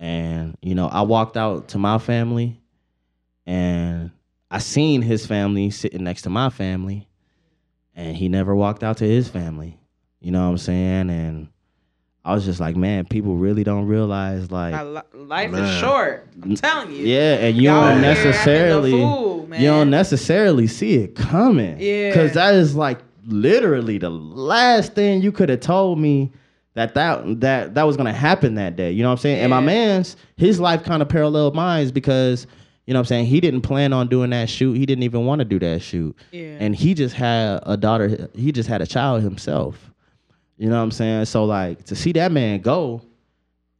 Speaker 4: And, you know, I walked out to my family and I seen his family sitting next to my family. And he never walked out to his family. You know what I'm saying? And I was just like, man, people really don't realize like
Speaker 2: My li- life is
Speaker 1: Man.
Speaker 2: short. I'm telling you.
Speaker 4: Yeah, and you
Speaker 2: Y'all
Speaker 4: don't
Speaker 2: here acting a
Speaker 4: necessarily
Speaker 2: fool, man.
Speaker 4: you don't necessarily see it coming.
Speaker 2: Yeah.
Speaker 4: Cause that is like literally the last thing you could have told me that that that that was gonna happen that day. You know what I'm saying? And my
Speaker 2: Yeah.
Speaker 4: man's his life kind of paralleled mine's because you know what I'm saying he didn't plan on doing that shoot. He didn't even want to do that shoot.
Speaker 2: Yeah.
Speaker 4: And he just had a daughter. He just had a child himself. You know what I'm saying? So like to see that man go,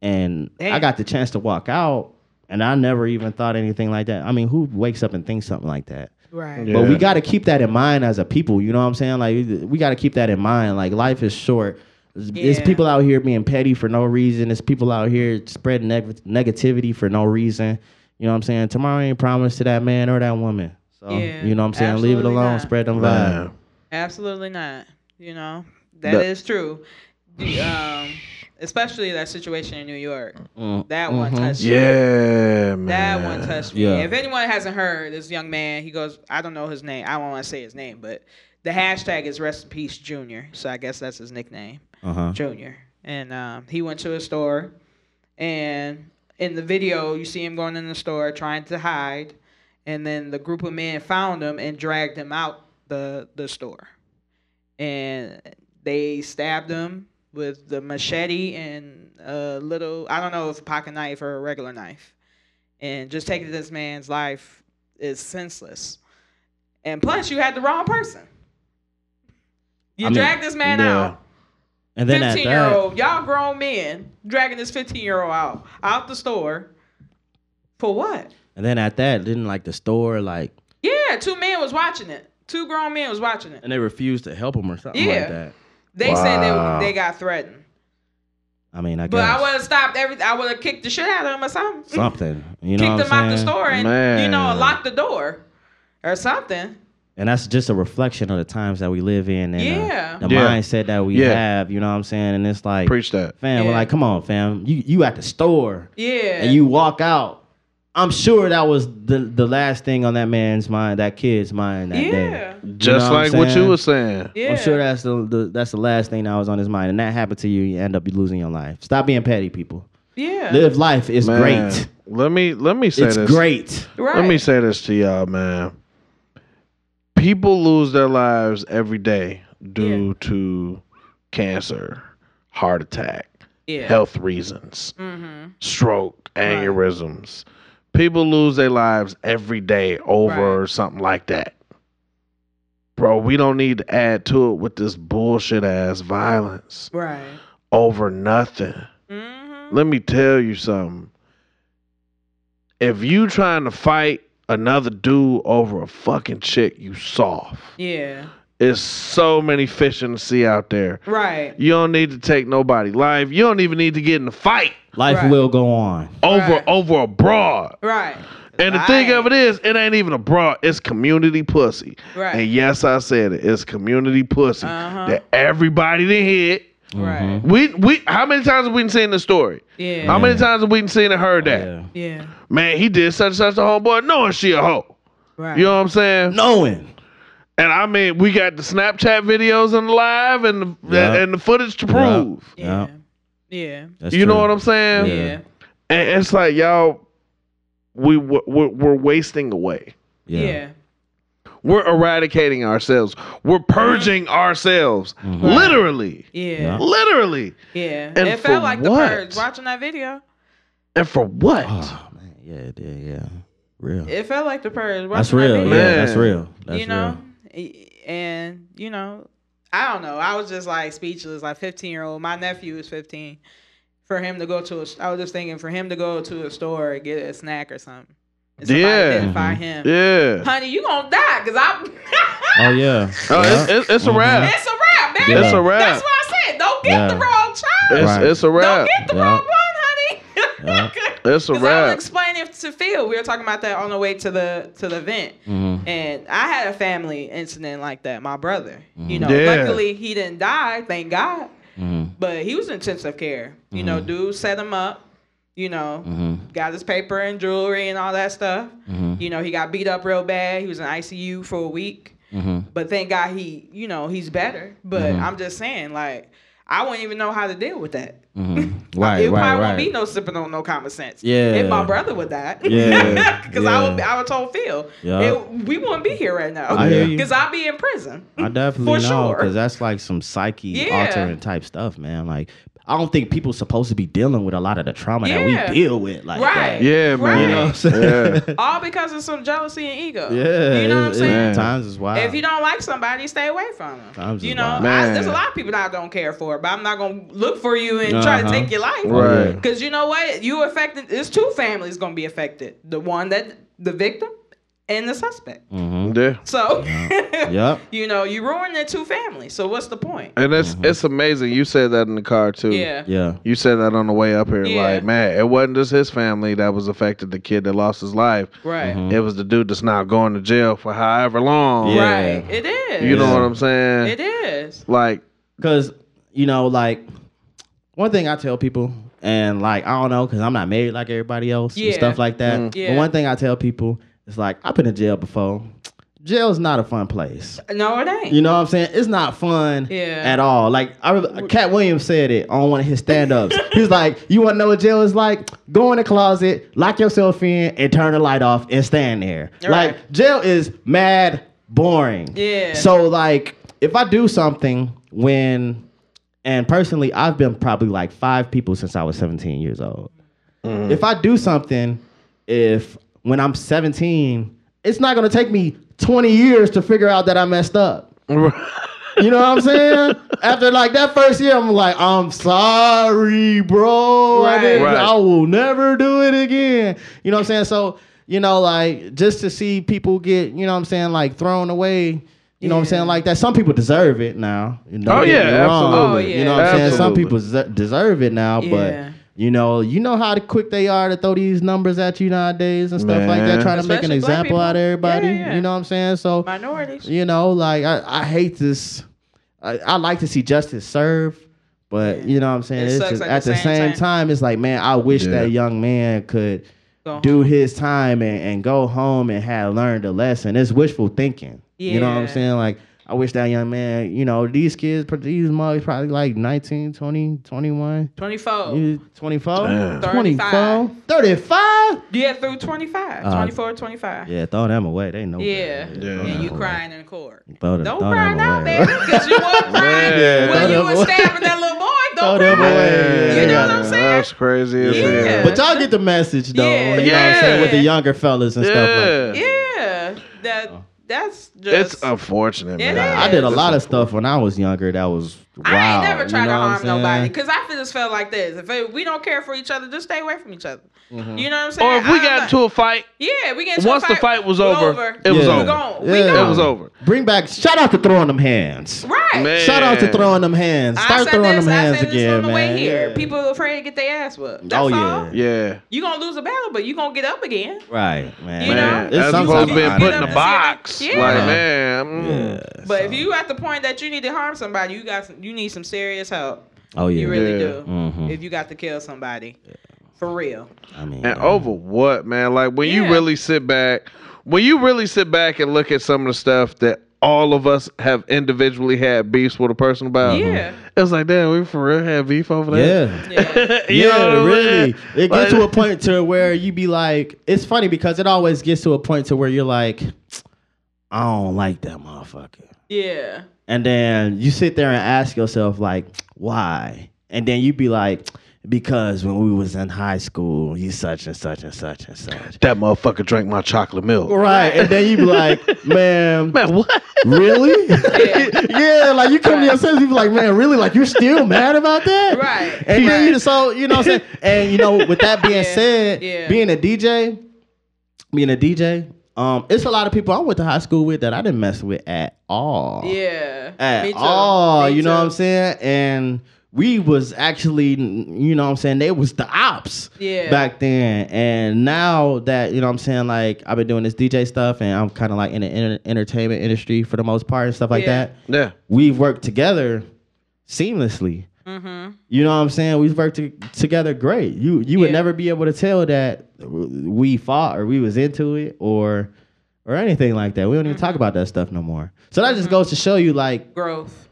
Speaker 4: and I
Speaker 2: Damn.
Speaker 4: got the chance to walk out, and I never even thought anything like that. I mean, who wakes up and thinks something like that?
Speaker 2: Right.
Speaker 1: Yeah.
Speaker 4: But we got to keep that in mind as a people. You know what I'm saying? Like we got to keep that in mind. Like life is short. It's it's
Speaker 2: Yeah.
Speaker 4: people out here being petty for no reason. It's people out here spreading neg- negativity for no reason. You know what I'm saying? Tomorrow ain't promised to that man or that woman. So
Speaker 2: Yeah,
Speaker 4: you know what I'm saying? Leave it
Speaker 2: absolutely
Speaker 4: alone.
Speaker 2: not.
Speaker 4: Spread them
Speaker 1: Man.
Speaker 4: vibes.
Speaker 2: Absolutely not. You know that
Speaker 1: That-
Speaker 2: is true. The, um, especially that situation in New York.
Speaker 4: Mm. Mm-hmm.
Speaker 2: That one touched. me.
Speaker 1: Yeah, man.
Speaker 2: That one touched me.
Speaker 4: Yeah.
Speaker 2: If anyone hasn't heard, this young man, he goes, I don't know his name. I don't want to say his name, but the hashtag is Rest in Peace Junior. So I guess that's his nickname,
Speaker 4: Uh huh.
Speaker 2: Junior. And um, he went to a store, and in the video, you see him going in the store trying to hide, and then the group of men found him and dragged him out the the store, and they stabbed him with the machete and a little I don't know if a pocket knife or a regular knife, and just taking this man's life is senseless, and plus you had the wrong person. You
Speaker 4: I mean,
Speaker 2: dragged this man
Speaker 1: yeah.
Speaker 2: out.
Speaker 4: And then at
Speaker 2: 15 year
Speaker 4: that,
Speaker 2: old, y'all grown men dragging this 15 year old out out the store for what?
Speaker 4: and then at that, didn't like the store like,
Speaker 2: Yeah, two men was watching it. Two grown men was watching it.
Speaker 4: and they refused to help him or something
Speaker 2: Yeah.
Speaker 4: like that.
Speaker 2: They said
Speaker 1: Wow.
Speaker 2: they, they got threatened.
Speaker 4: I mean, I
Speaker 2: But I
Speaker 4: guess
Speaker 2: would have stopped everything. I would have kicked the shit out of him or something.
Speaker 4: something. You know
Speaker 2: Kicked
Speaker 4: what I'm
Speaker 2: him out the
Speaker 4: saying?
Speaker 2: store and you know
Speaker 1: Man.
Speaker 2: locked the door or something.
Speaker 4: and that's just a reflection of the times that we live in and uh,
Speaker 2: Yeah.
Speaker 4: the
Speaker 1: Yeah.
Speaker 4: mindset that we
Speaker 1: Yeah.
Speaker 4: have. You know what I'm saying? And it's like,
Speaker 1: Preach that.
Speaker 4: fam, we're
Speaker 2: Yeah.
Speaker 4: like, come on, fam, you you at the store
Speaker 2: Yeah.
Speaker 4: and you walk out. I'm sure that was the the last thing on that man's mind, that kid's mind that
Speaker 2: yeah.
Speaker 4: day.
Speaker 1: Just
Speaker 4: know what I'm
Speaker 1: like what you
Speaker 4: saying?
Speaker 1: were saying.
Speaker 2: Yeah.
Speaker 4: I'm sure that's the, the that's the last thing that was on his mind, and that happened to you. You end up losing your life. Stop being petty, people.
Speaker 2: yeah.
Speaker 4: Live life. It's
Speaker 1: Man,
Speaker 4: great.
Speaker 1: Let me let me say
Speaker 4: It's
Speaker 1: this.
Speaker 4: great.
Speaker 2: Right.
Speaker 1: Let me say this to y'all, man. People lose their lives every day due to cancer, heart attack,
Speaker 2: yeah.
Speaker 1: health reasons,
Speaker 2: Mm-hmm.
Speaker 1: stroke, aneurysms. People lose their lives every day over
Speaker 2: Right.
Speaker 1: something like that. Bro, we don't need to add to it with this bullshit ass violence
Speaker 2: Right.
Speaker 1: over nothing.
Speaker 2: Mm-hmm.
Speaker 1: Let me tell you something. If you trying to fight another dude over a fucking chick you soft,
Speaker 2: Yeah.
Speaker 1: there's so many fish in the sea out there.
Speaker 2: Right.
Speaker 1: You don't need to take nobody life. You don't even need to get in a fight
Speaker 4: Life
Speaker 2: Right.
Speaker 4: will go on.
Speaker 1: over
Speaker 2: Right.
Speaker 1: over a broad.
Speaker 2: Right.
Speaker 1: And the thing of it is, it ain't even a broad. It's community pussy.
Speaker 2: Right.
Speaker 1: And yes, I said it. It's community pussy
Speaker 2: Uh-huh.
Speaker 1: that everybody done hit.
Speaker 4: Mm-hmm.
Speaker 2: Right.
Speaker 1: We we how many times have we seen the story?
Speaker 2: Yeah.
Speaker 1: How many times have we seen and heard that?
Speaker 4: Oh, Yeah.
Speaker 2: yeah.
Speaker 1: man, he did such and such a homeboy knowing she a hoe.
Speaker 2: Right.
Speaker 1: You know what I'm saying?
Speaker 4: Knowing.
Speaker 1: And I mean, we got the Snapchat videos and live and the,
Speaker 4: Yeah.
Speaker 1: and the footage to
Speaker 4: Yeah.
Speaker 1: prove.
Speaker 2: Yeah. Yeah.
Speaker 4: That's
Speaker 1: You know
Speaker 4: true.
Speaker 1: what I'm saying?
Speaker 4: Yeah.
Speaker 2: Yeah.
Speaker 1: And it's like y'all, we we're, we're wasting away.
Speaker 2: Yeah.
Speaker 1: We're eradicating ourselves. We're purging ourselves,
Speaker 4: Mm-hmm.
Speaker 1: literally,
Speaker 2: Yeah.
Speaker 1: literally.
Speaker 2: Yeah.
Speaker 1: And
Speaker 2: It
Speaker 1: for
Speaker 2: felt like the
Speaker 1: what?
Speaker 2: purge watching that video.
Speaker 1: And for what?
Speaker 4: Oh man, yeah, it did, yeah. Real.
Speaker 2: It felt like the purge. Watching
Speaker 4: that's
Speaker 2: that
Speaker 4: real.
Speaker 2: video.
Speaker 1: Man.
Speaker 4: Yeah, that's real. That's
Speaker 2: you know E- and you know i don't know i was just like speechless like 15 year old my nephew is 15 for him to go to a i was just thinking for him to go to a store and get a snack or something and somebody
Speaker 1: Yeah.
Speaker 4: Mm-hmm.
Speaker 2: identify him
Speaker 1: Yeah.
Speaker 2: honey you gonna die because i'm
Speaker 4: real. Oh yeah.
Speaker 1: Oh,
Speaker 4: yeah.
Speaker 1: it's, it's, it's a
Speaker 4: Mhm.
Speaker 1: wrap.
Speaker 2: it's a wrap baby
Speaker 4: It's a
Speaker 1: wrap.
Speaker 2: that's what i said don't get the
Speaker 4: Yeah.
Speaker 2: wrong child
Speaker 1: It's,
Speaker 4: Right.
Speaker 1: it's a
Speaker 2: don't
Speaker 1: wrap.
Speaker 2: get the
Speaker 4: Yeah.
Speaker 2: wrong one honey
Speaker 4: Yeah.
Speaker 1: It's a
Speaker 2: Because I was
Speaker 1: wrap.
Speaker 2: explaining to Phil, we were talking about that on the way to the to the event,
Speaker 4: Mhm.
Speaker 2: and I had a family incident like that. My brother, you know,
Speaker 1: Mm. Yeah.
Speaker 2: luckily he didn't die, thank God,
Speaker 4: Mhm.
Speaker 2: but he was in intensive care. You know,
Speaker 1: Mm-hmm.
Speaker 2: dude set him up. You know,
Speaker 1: Mm.
Speaker 4: Mhm.
Speaker 2: got his paper and jewelry and all that stuff.
Speaker 1: Mm-hmm.
Speaker 4: Mhm.
Speaker 2: You know, he got beat up real bad. He was in ICU for a week,
Speaker 4: Mhm.
Speaker 2: but thank God he, you know, he's better. But
Speaker 1: Mm-hmm.
Speaker 2: I'm just saying, like, I wouldn't even know how to deal with that.
Speaker 4: Mhm. Right,
Speaker 2: it
Speaker 4: right,
Speaker 2: probably won't be
Speaker 4: right.
Speaker 2: no sipping on no common sense.
Speaker 4: Yeah.
Speaker 2: If my brother would die.
Speaker 4: Yeah,
Speaker 2: Because I
Speaker 4: yeah.
Speaker 2: would, be- I would told Phil,
Speaker 4: Yeah.
Speaker 2: it- we wouldn't be here right now.
Speaker 4: I hear you.
Speaker 2: Because I'd be in prison.
Speaker 4: I definitely
Speaker 2: For
Speaker 4: know
Speaker 2: sure.
Speaker 4: because that's like some psyche
Speaker 2: Yeah.
Speaker 4: altering type stuff, man. Like I don't think people supposed to be dealing with a lot of the trauma that
Speaker 2: Yeah.
Speaker 4: we deal with, like
Speaker 2: Right.
Speaker 4: that.
Speaker 1: Yeah,
Speaker 2: Right.
Speaker 4: You know what
Speaker 1: man.
Speaker 4: I'm saying?
Speaker 1: Yeah.
Speaker 2: All because of some jealousy and ego.
Speaker 4: Yeah,
Speaker 2: You know what I'm
Speaker 4: it- it-
Speaker 2: saying?
Speaker 4: Times is wild.
Speaker 2: If you don't like somebody, stay away from them.
Speaker 4: Times
Speaker 2: you
Speaker 4: is
Speaker 2: know,
Speaker 4: wild.
Speaker 2: I,
Speaker 1: Man.
Speaker 2: there's a lot of people that I don't care for, but I'm not going to look for you and try to
Speaker 4: Uh-huh.
Speaker 2: take your life.
Speaker 1: Right.
Speaker 2: Because you know what? You affected, there's two families going to be affected the one that, the victim, and the suspect.
Speaker 4: Mhm.
Speaker 1: Yeah.
Speaker 2: So,
Speaker 4: Yep.
Speaker 2: you know, you ruined their two families. So what's the point?
Speaker 1: And it's
Speaker 4: Mm-hmm.
Speaker 1: it's amazing. You said that in the car too.
Speaker 2: Yeah.
Speaker 4: Yeah.
Speaker 1: You said that on the way up here.
Speaker 2: Yeah.
Speaker 1: Like, man, it wasn't just his family that was affected. The kid that lost his life.
Speaker 2: Right.
Speaker 4: Mm-hmm.
Speaker 1: It was the dude that's not going to jail for however long.
Speaker 4: Yeah.
Speaker 2: Right. It is.
Speaker 1: You know
Speaker 4: Yeah.
Speaker 1: what I'm saying?
Speaker 2: It is.
Speaker 1: Like,
Speaker 4: Cause you know, like one thing I tell people, and like I don't know, cause I'm not married like everybody else
Speaker 2: Yeah. Mm-hmm.
Speaker 4: and stuff like that.
Speaker 2: Yeah.
Speaker 4: But one thing I tell people is like I've been in jail before. Jail's not a fun place.
Speaker 2: No, it ain't.
Speaker 4: You know what I'm saying? It's not fun
Speaker 2: Yeah.
Speaker 4: at all. Like I, remember- Cat Williams said it on one of his stand-ups. He's like, "You want to know what jail is like? Go in the closet, lock yourself in, and turn the light off, and stand there.
Speaker 2: Right.
Speaker 4: Like jail is mad boring.
Speaker 2: Yeah.
Speaker 4: So like, if I do something when, and personally, I've been probably like five people since I was 17 years old. If I do something, if when I'm 17, it's not gonna take me 20 years to figure out that I messed up. You know what I'm saying? After like that first year, I'm like, I'm sorry, bro. I,
Speaker 2: Right.
Speaker 4: didn't-
Speaker 1: Right.
Speaker 4: I will never do it again. You know what I'm saying? So, you know, like just to see people get, you know what I'm saying, like thrown away, you You know what I'm saying? Like that. Some people deserve it now. You know,
Speaker 1: Oh,
Speaker 4: don't get
Speaker 1: yeah,
Speaker 4: me wrong.
Speaker 1: absolutely.
Speaker 2: Oh,
Speaker 4: You know
Speaker 2: yeah.
Speaker 4: what I'm saying? Some
Speaker 1: Absolutely.
Speaker 4: people deser- deserve it now,
Speaker 2: Yeah.
Speaker 4: but you know, you know how quick they are to throw these numbers at you nowadays and stuff like
Speaker 1: Man.
Speaker 4: that, trying to make an
Speaker 2: Especially black
Speaker 4: example
Speaker 2: people.
Speaker 4: out of everybody.
Speaker 2: Yeah, yeah.
Speaker 4: You know what I'm saying? So
Speaker 2: minorities.
Speaker 4: you know, like I, I hate this. I, I like to see justice serve, but you know what I'm saying.
Speaker 2: It
Speaker 4: it's
Speaker 2: sucks
Speaker 4: just,
Speaker 2: at
Speaker 4: at
Speaker 2: the
Speaker 4: the
Speaker 2: same
Speaker 4: same
Speaker 2: time.
Speaker 4: time. it's like, man, I wish
Speaker 1: Yeah.
Speaker 4: that young man could
Speaker 2: Go
Speaker 4: do his time and, and go home and had learned a lesson. It's wishful thinking. You know what
Speaker 2: Yeah.
Speaker 4: I'm saying? Like, I wish that young man, you know, these kids, these mugs probably like 19, 20, 21,
Speaker 2: 24.
Speaker 4: you- 24,
Speaker 1: Damn.
Speaker 4: 24, 35.
Speaker 2: Yeah, through 25.
Speaker 4: Uh,
Speaker 2: 24, 25. Yeah.
Speaker 4: Yeah, throw them away. They know.
Speaker 2: Yeah.
Speaker 4: better.
Speaker 1: Yeah.
Speaker 4: Throw
Speaker 2: And
Speaker 4: them
Speaker 2: you
Speaker 4: away.
Speaker 2: crying in the court.
Speaker 4: Throw them-
Speaker 2: Don't
Speaker 4: throw
Speaker 2: cry
Speaker 4: them
Speaker 2: now,
Speaker 4: away.
Speaker 2: baby, because you were crying
Speaker 1: Yeah.
Speaker 2: when you
Speaker 4: Throw
Speaker 2: were
Speaker 4: them away.
Speaker 2: stabbing that little boy. Don't
Speaker 4: Throw them
Speaker 2: cry.
Speaker 4: away.
Speaker 2: You know what I'm saying?
Speaker 1: That's crazy as
Speaker 2: Yeah.
Speaker 1: hell.
Speaker 4: But y'all get the message though.
Speaker 2: Yeah.
Speaker 4: you know what I'm saying? With the
Speaker 2: Yeah.
Speaker 4: younger fellas and stuff like that.
Speaker 1: yeah.
Speaker 2: Yeah. That,
Speaker 4: Oh.
Speaker 2: that's just.
Speaker 1: It's unfortunate,
Speaker 2: It
Speaker 1: man.
Speaker 2: is.
Speaker 4: I did a
Speaker 2: That's
Speaker 4: lot of stuff when I was younger that was wild.
Speaker 2: I ain't never
Speaker 4: you
Speaker 2: tried
Speaker 4: know
Speaker 2: to
Speaker 4: what I'm
Speaker 2: harm
Speaker 4: saying?
Speaker 2: nobody because I feel- just felt like this. If it- we don't care for each other, just stay away from each other.
Speaker 4: Mm-hmm.
Speaker 2: You know what I'm saying?
Speaker 1: Or if we
Speaker 2: I'm
Speaker 1: got
Speaker 2: like-
Speaker 1: into a fight,
Speaker 2: yeah, we get into a
Speaker 1: once the fight was
Speaker 2: we're
Speaker 1: over, it was
Speaker 2: We're
Speaker 1: over.
Speaker 2: gone. We
Speaker 4: Yeah.
Speaker 2: gone.
Speaker 1: it was over.
Speaker 4: Bring back shout out to throwing them hands.
Speaker 2: Right.
Speaker 1: Man.
Speaker 4: Shout out to throwing them hands.
Speaker 2: I
Speaker 4: Start
Speaker 2: said
Speaker 4: throwing
Speaker 2: this,
Speaker 4: them hands
Speaker 2: I said this
Speaker 4: again,
Speaker 2: on the
Speaker 4: man.
Speaker 2: way here.
Speaker 4: Yeah.
Speaker 2: People afraid to get their ass whooped. That's
Speaker 4: Oh, yeah.
Speaker 2: all.
Speaker 1: Yeah.
Speaker 2: You gonna lose a battle, but you gonna get up again.
Speaker 4: Right, man.
Speaker 2: You know?
Speaker 1: Man,
Speaker 4: It's
Speaker 1: as
Speaker 4: some
Speaker 1: opposed to
Speaker 4: type
Speaker 1: being
Speaker 4: of
Speaker 2: You
Speaker 1: put
Speaker 2: know
Speaker 1: in
Speaker 2: what
Speaker 1: a
Speaker 2: I'm
Speaker 1: box.
Speaker 2: saying? Like,
Speaker 1: Like,
Speaker 4: yeah.
Speaker 1: man. mm.
Speaker 4: Yeah,
Speaker 2: But
Speaker 4: so-
Speaker 2: if you at the point that you need to harm somebody, you got some, you need some serious help.
Speaker 4: oh yeah,
Speaker 2: You really
Speaker 1: Yeah.
Speaker 2: do.
Speaker 4: Mhm.
Speaker 2: If you got to kill somebody, for real.
Speaker 4: I mean,
Speaker 1: And
Speaker 4: yeah.
Speaker 1: over what, man? Like when
Speaker 2: Yeah.
Speaker 1: you really sit back, when you really sit back and look at some of the stuff that all of us have individually had beefs with a person about.
Speaker 2: Yeah.
Speaker 1: It was like, damn, we for real had beef over that.
Speaker 4: yeah.
Speaker 2: Yeah.
Speaker 1: You
Speaker 4: yeah,
Speaker 1: know what I'm
Speaker 4: really.
Speaker 1: saying?
Speaker 4: It
Speaker 1: Like-
Speaker 4: gets to a point to where you be like, it's funny because it always gets to a point to where you're like, I don't like that motherfucker.
Speaker 2: yeah.
Speaker 4: And then you sit there and ask yourself, like, why? And then you be like, because when we was in high school, he's such and such and such and such.
Speaker 1: that motherfucker drank my chocolate milk.
Speaker 4: Right. And then you be like, man,
Speaker 1: Man, what?
Speaker 4: really? yeah, like you come to your senses, you be like, man, really? Like you're still mad about that?
Speaker 2: Right.
Speaker 4: And then
Speaker 2: Right.
Speaker 4: you so you know what I'm saying? And you know, with that being said,
Speaker 2: yeah.
Speaker 4: being a DJ, being a DJ, um, it's a lot of people I went to high school with that I didn't mess with at all.
Speaker 2: Yeah.
Speaker 4: At
Speaker 2: Me too.
Speaker 4: all.
Speaker 2: Me
Speaker 4: you know what
Speaker 2: too.
Speaker 4: I'm saying? And we was actually, you know what I'm saying, they was the ops
Speaker 2: Yeah.
Speaker 4: back then. And now that, you know what I'm saying, like I've been doing this DJ stuff and I'm kind of like in the enter- entertainment industry for the most part and stuff like
Speaker 2: Yeah.
Speaker 4: that
Speaker 1: Yeah.
Speaker 4: we've worked together seamlessly.
Speaker 2: Mm-hmm.
Speaker 4: You know what I'm saying? We've worked to- together great. You you would
Speaker 2: Yeah.
Speaker 4: never be able to tell that we fought or we was into it or or anything like that. We don't even
Speaker 2: Mm-hmm.
Speaker 4: talk about that stuff no more. So that just goes to show you, like,
Speaker 2: Growth.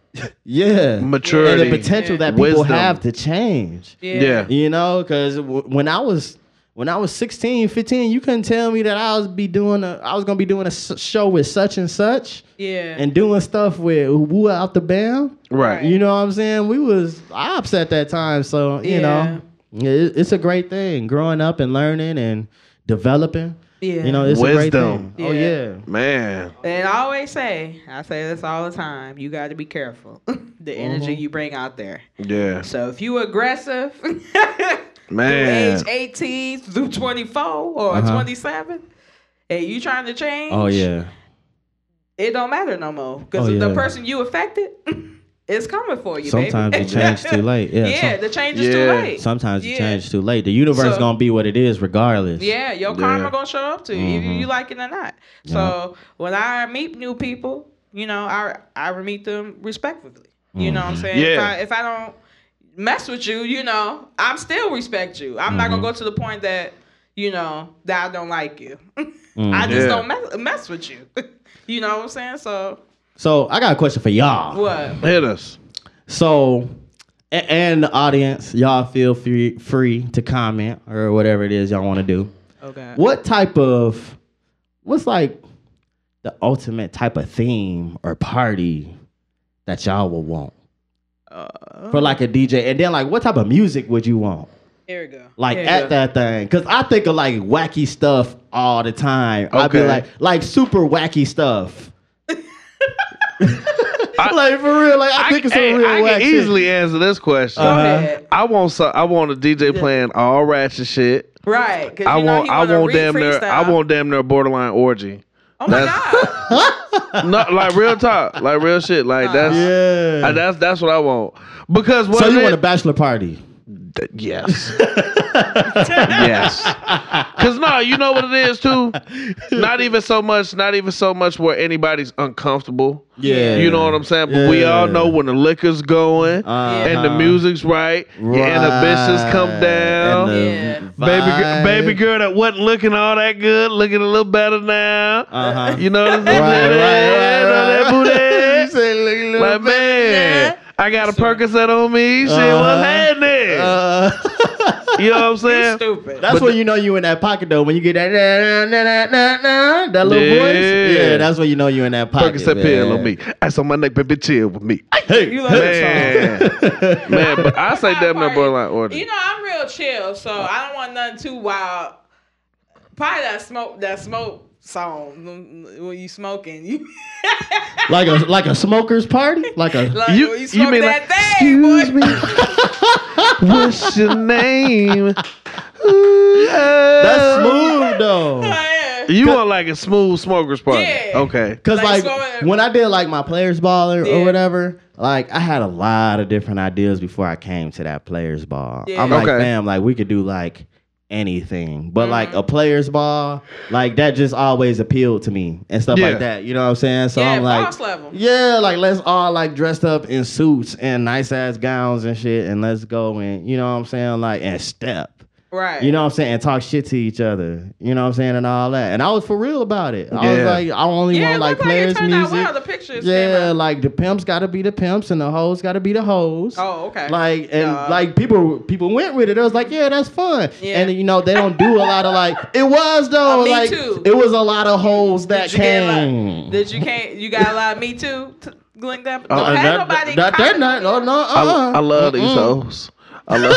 Speaker 4: yeah,
Speaker 1: Maturity.
Speaker 4: and the potential that people
Speaker 1: Wisdom.
Speaker 4: have to change.
Speaker 2: Yeah.
Speaker 1: Yeah.
Speaker 4: You know, because w- when I was when I was 16, 15, you couldn't tell me that I was be doing a I was gonna be doing a s- show with such and such
Speaker 2: Yeah.
Speaker 4: and doing stuff with Woo out the band.
Speaker 1: Right.
Speaker 4: You know what I'm saying? We was ops at that time, so you know, it, it's a great thing growing up and learning and developing.
Speaker 2: Yeah.
Speaker 4: You know, it's a great
Speaker 1: Wisdom.
Speaker 4: thing. Oh
Speaker 2: Yeah.
Speaker 4: yeah.
Speaker 1: Man.
Speaker 2: and I always say, I say this all the time. You got to be careful
Speaker 4: Mm-hmm.
Speaker 2: the energy you bring out there.
Speaker 1: Yeah.
Speaker 2: So if you aggressive,
Speaker 1: Man.
Speaker 2: through age 18 through 24 or
Speaker 4: Uh-huh.
Speaker 2: 27, and you trying to change,
Speaker 4: Oh yeah.
Speaker 2: it don't matter no more because
Speaker 4: Oh,
Speaker 2: the
Speaker 4: yeah.
Speaker 2: person you affected is coming for you.
Speaker 4: Sometimes
Speaker 2: baby.
Speaker 4: you change too late. Yeah.
Speaker 2: Yeah,
Speaker 4: some-
Speaker 2: the change is too
Speaker 1: Yeah.
Speaker 2: late.
Speaker 4: sometimes you
Speaker 2: Yeah.
Speaker 4: change too late. The universe
Speaker 2: So-
Speaker 4: gonna be what it is, regardless.
Speaker 2: Yeah, your
Speaker 1: Yeah. Mm-hmm.
Speaker 2: karma gonna show up to you, either you like it or not. So when I meet new people, you know, I I meet them respectfully. You know what I'm saying?
Speaker 1: Mm-hmm. Yeah.
Speaker 2: If I if I don't mess with you, you know, I'm still respect you. I'm not
Speaker 1: Mm-hmm.
Speaker 2: gonna go to the point that you know that I don't like you. I just
Speaker 1: Mm-hmm. Yeah.
Speaker 2: don't mess, mess with you. you know what I'm saying? So
Speaker 4: So I got a question for y'all.
Speaker 2: what?
Speaker 1: Hit us.
Speaker 4: So, a- and the audience, y'all feel free free to comment or whatever it is y'all want to do.
Speaker 2: Okay.
Speaker 4: What type of, what's like, the ultimate type of theme or party that y'all would want
Speaker 2: Uh,
Speaker 4: for like a DJ, and then like what type of music would you want?
Speaker 2: Here we go.
Speaker 4: Like
Speaker 2: Here we
Speaker 4: at
Speaker 2: go.
Speaker 4: that thing, cause I think of like wacky stuff all the time. I'd be
Speaker 1: Okay.
Speaker 4: like, like super wacky stuff.
Speaker 1: I-
Speaker 4: like for real, like I, think it's some
Speaker 1: hey,
Speaker 4: real
Speaker 1: I
Speaker 4: wacky.
Speaker 1: can easily answer this question.
Speaker 2: Go
Speaker 4: Uh-huh.
Speaker 2: ahead.
Speaker 1: I want some, I want a DJ playing all ratchet shit.
Speaker 2: Right. 'cause
Speaker 1: I
Speaker 2: you know
Speaker 1: want
Speaker 2: he
Speaker 1: I
Speaker 2: wanna
Speaker 1: want
Speaker 2: read
Speaker 1: damn near I
Speaker 2: freestyle.
Speaker 1: want damn near borderline orgy.
Speaker 2: Oh my
Speaker 1: That's-
Speaker 2: god.
Speaker 1: no, like real talk, like real shit, like that's
Speaker 4: Yeah.
Speaker 1: uh, I- that's that's what I want because what
Speaker 4: so
Speaker 1: it
Speaker 4: you
Speaker 1: is-
Speaker 4: want a bachelor party?
Speaker 1: Th- Yes. yes. Cause no, you know what it is too. Not even so much. Not even so much where anybody's uncomfortable.
Speaker 4: Yeah.
Speaker 1: You know what I'm saying? But we all know when the liquor's going and the
Speaker 4: Uh-huh.
Speaker 1: music's right, your inhibitions come
Speaker 4: Right.
Speaker 1: down.
Speaker 4: And
Speaker 2: Yeah.
Speaker 4: the
Speaker 1: Baby,
Speaker 4: vibe.
Speaker 1: gir- baby girl that wasn't looking all that good, looking a little better now.
Speaker 4: Uh-huh.
Speaker 1: You know what I'm
Speaker 4: Right,
Speaker 1: saying?
Speaker 4: right, right, right.
Speaker 1: Know that
Speaker 4: You
Speaker 1: booty?
Speaker 4: say look a little
Speaker 1: Like
Speaker 4: bit.
Speaker 1: man, I got a Percocet on me. Shit,
Speaker 4: Uh-huh.
Speaker 1: what's happening?
Speaker 4: Uh,
Speaker 1: You know what I'm
Speaker 2: You
Speaker 1: saying?
Speaker 2: stupid.
Speaker 4: That's
Speaker 1: But
Speaker 4: when
Speaker 1: the-
Speaker 4: you know you in that pocket though. When you get that na, na, na, na, na, that little
Speaker 1: Yeah.
Speaker 4: voice, yeah, that's when you know you in that pocket.
Speaker 1: Percocet
Speaker 4: man.
Speaker 1: pill on me. Ice on my neck, baby, chill with me.
Speaker 4: Hey,
Speaker 2: You like that
Speaker 1: Man,
Speaker 2: song.
Speaker 1: man, but I say damn near borderline order.
Speaker 2: You know, I'm real chill, so I don't want nothing too wild. Probably that smoke, that smoke song mm, when you smoking. You
Speaker 4: like a like a smoker's party, like a
Speaker 2: like
Speaker 1: You,
Speaker 2: when you
Speaker 1: you
Speaker 2: smoke
Speaker 1: mean
Speaker 2: that
Speaker 1: like,
Speaker 2: thing, boy.
Speaker 1: excuse me, what's your name? Ooh,
Speaker 4: that's
Speaker 1: oh.
Speaker 4: smooth though.
Speaker 2: Yeah.
Speaker 1: You want like a smooth smoker's party?
Speaker 2: Yeah.
Speaker 1: Okay.
Speaker 4: Cause
Speaker 2: Like,
Speaker 4: like,
Speaker 2: so-
Speaker 4: when I did like my players ball or,
Speaker 2: Yeah.
Speaker 4: or whatever, like I had a lot of different ideas before I came to that players ball.
Speaker 2: Yeah.
Speaker 4: I'm like,
Speaker 1: Okay.
Speaker 4: fam, like we could do like anything, but
Speaker 2: Mm-hmm.
Speaker 4: like a players ball, like that just always appealed to me and stuff
Speaker 1: Yeah.
Speaker 4: like that. You know what I'm saying? So
Speaker 2: Yeah,
Speaker 4: I'm like,
Speaker 2: boss level.
Speaker 4: yeah, like let's all like dressed up in suits and nice ass gowns and shit, and let's go and you know what I'm saying, like and step.
Speaker 2: Right.
Speaker 4: You know what I'm saying? And talk shit to each other. You know what I'm saying? And all that. And I was for real about it. I
Speaker 1: Yeah.
Speaker 4: was like, I only
Speaker 2: Yeah, it
Speaker 4: want like
Speaker 2: looked like it
Speaker 4: players
Speaker 2: turned out
Speaker 4: music.
Speaker 2: well. The pictures came
Speaker 4: yeah,
Speaker 2: out.
Speaker 4: like the pimps gotta be the pimps and the hoes gotta be the hoes.
Speaker 2: Oh, okay.
Speaker 4: Like and
Speaker 2: Duh.
Speaker 4: like people people went with it. It was like, yeah, that's fun.
Speaker 2: Yeah.
Speaker 4: And you know, they don't do a lot of like it was though.
Speaker 2: Oh, me
Speaker 4: like
Speaker 2: too.
Speaker 4: it was a lot of hoes that
Speaker 2: Did you get a
Speaker 4: came.
Speaker 2: lot? Did you can't? You got a lot of me too. T- Link that.
Speaker 4: Uh,
Speaker 2: Don't
Speaker 4: and
Speaker 2: have
Speaker 4: that-
Speaker 2: nobody.
Speaker 4: that- that
Speaker 2: copy-
Speaker 4: not- oh, no,
Speaker 1: I,
Speaker 4: uh-uh.
Speaker 1: I love these hoes. I love.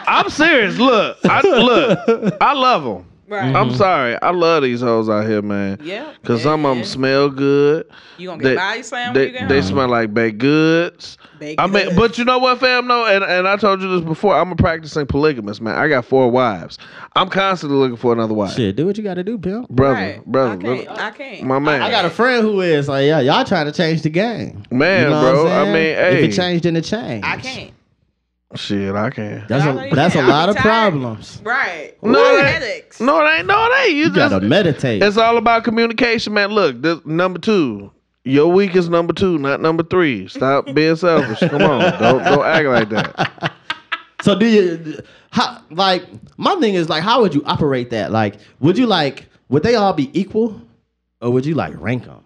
Speaker 1: I'm serious. Look, I look. I love them.
Speaker 2: Right.
Speaker 1: I'm sorry. I love these hoes out here, man.
Speaker 2: Yeah.
Speaker 1: Cause
Speaker 2: yeah,
Speaker 1: some of
Speaker 2: yeah.
Speaker 1: them smell good.
Speaker 2: You gonna
Speaker 1: They-
Speaker 2: get body slammed when
Speaker 1: they,
Speaker 2: you get
Speaker 1: they
Speaker 2: home?
Speaker 1: smell like baked goods.
Speaker 2: Baked
Speaker 1: I mean,
Speaker 2: goods.
Speaker 1: but you know what, fam? No, and, and I told you this before. I'm a practicing polygamist, man. I got four wives. I'm constantly looking for another wife.
Speaker 4: Shit, do what you gotta do, pimp.
Speaker 1: Brother,
Speaker 2: Right.
Speaker 1: brother,
Speaker 2: I
Speaker 1: look-
Speaker 2: can't. I can't.
Speaker 1: my man.
Speaker 4: I got a friend who is like, yeah, y'all trying to change the game.
Speaker 1: Man,
Speaker 4: You know what
Speaker 1: bro,
Speaker 4: I'm
Speaker 1: I
Speaker 4: saying?
Speaker 1: mean,
Speaker 4: if
Speaker 1: hey.
Speaker 4: it changed, then it changed.
Speaker 2: I can't.
Speaker 1: shit. I can.
Speaker 4: That's
Speaker 2: Y'all know
Speaker 4: a
Speaker 2: you
Speaker 4: that's a
Speaker 2: can't. I
Speaker 4: lot
Speaker 2: be
Speaker 4: of
Speaker 2: tired.
Speaker 4: problems.
Speaker 2: Right.
Speaker 1: No,
Speaker 2: Ooh,
Speaker 1: it ain't.
Speaker 2: headaches.
Speaker 1: No, it ain't. No, it ain't. You,
Speaker 4: You
Speaker 1: just
Speaker 4: gotta meditate.
Speaker 1: It's all about communication, man. Look, this, number two. Your week is number two, not number three. Stop being selfish. Come on, don't don't act like that.
Speaker 4: So do you how like my thing is like how would you operate that? Like would you like would they all be equal or would you like rank them?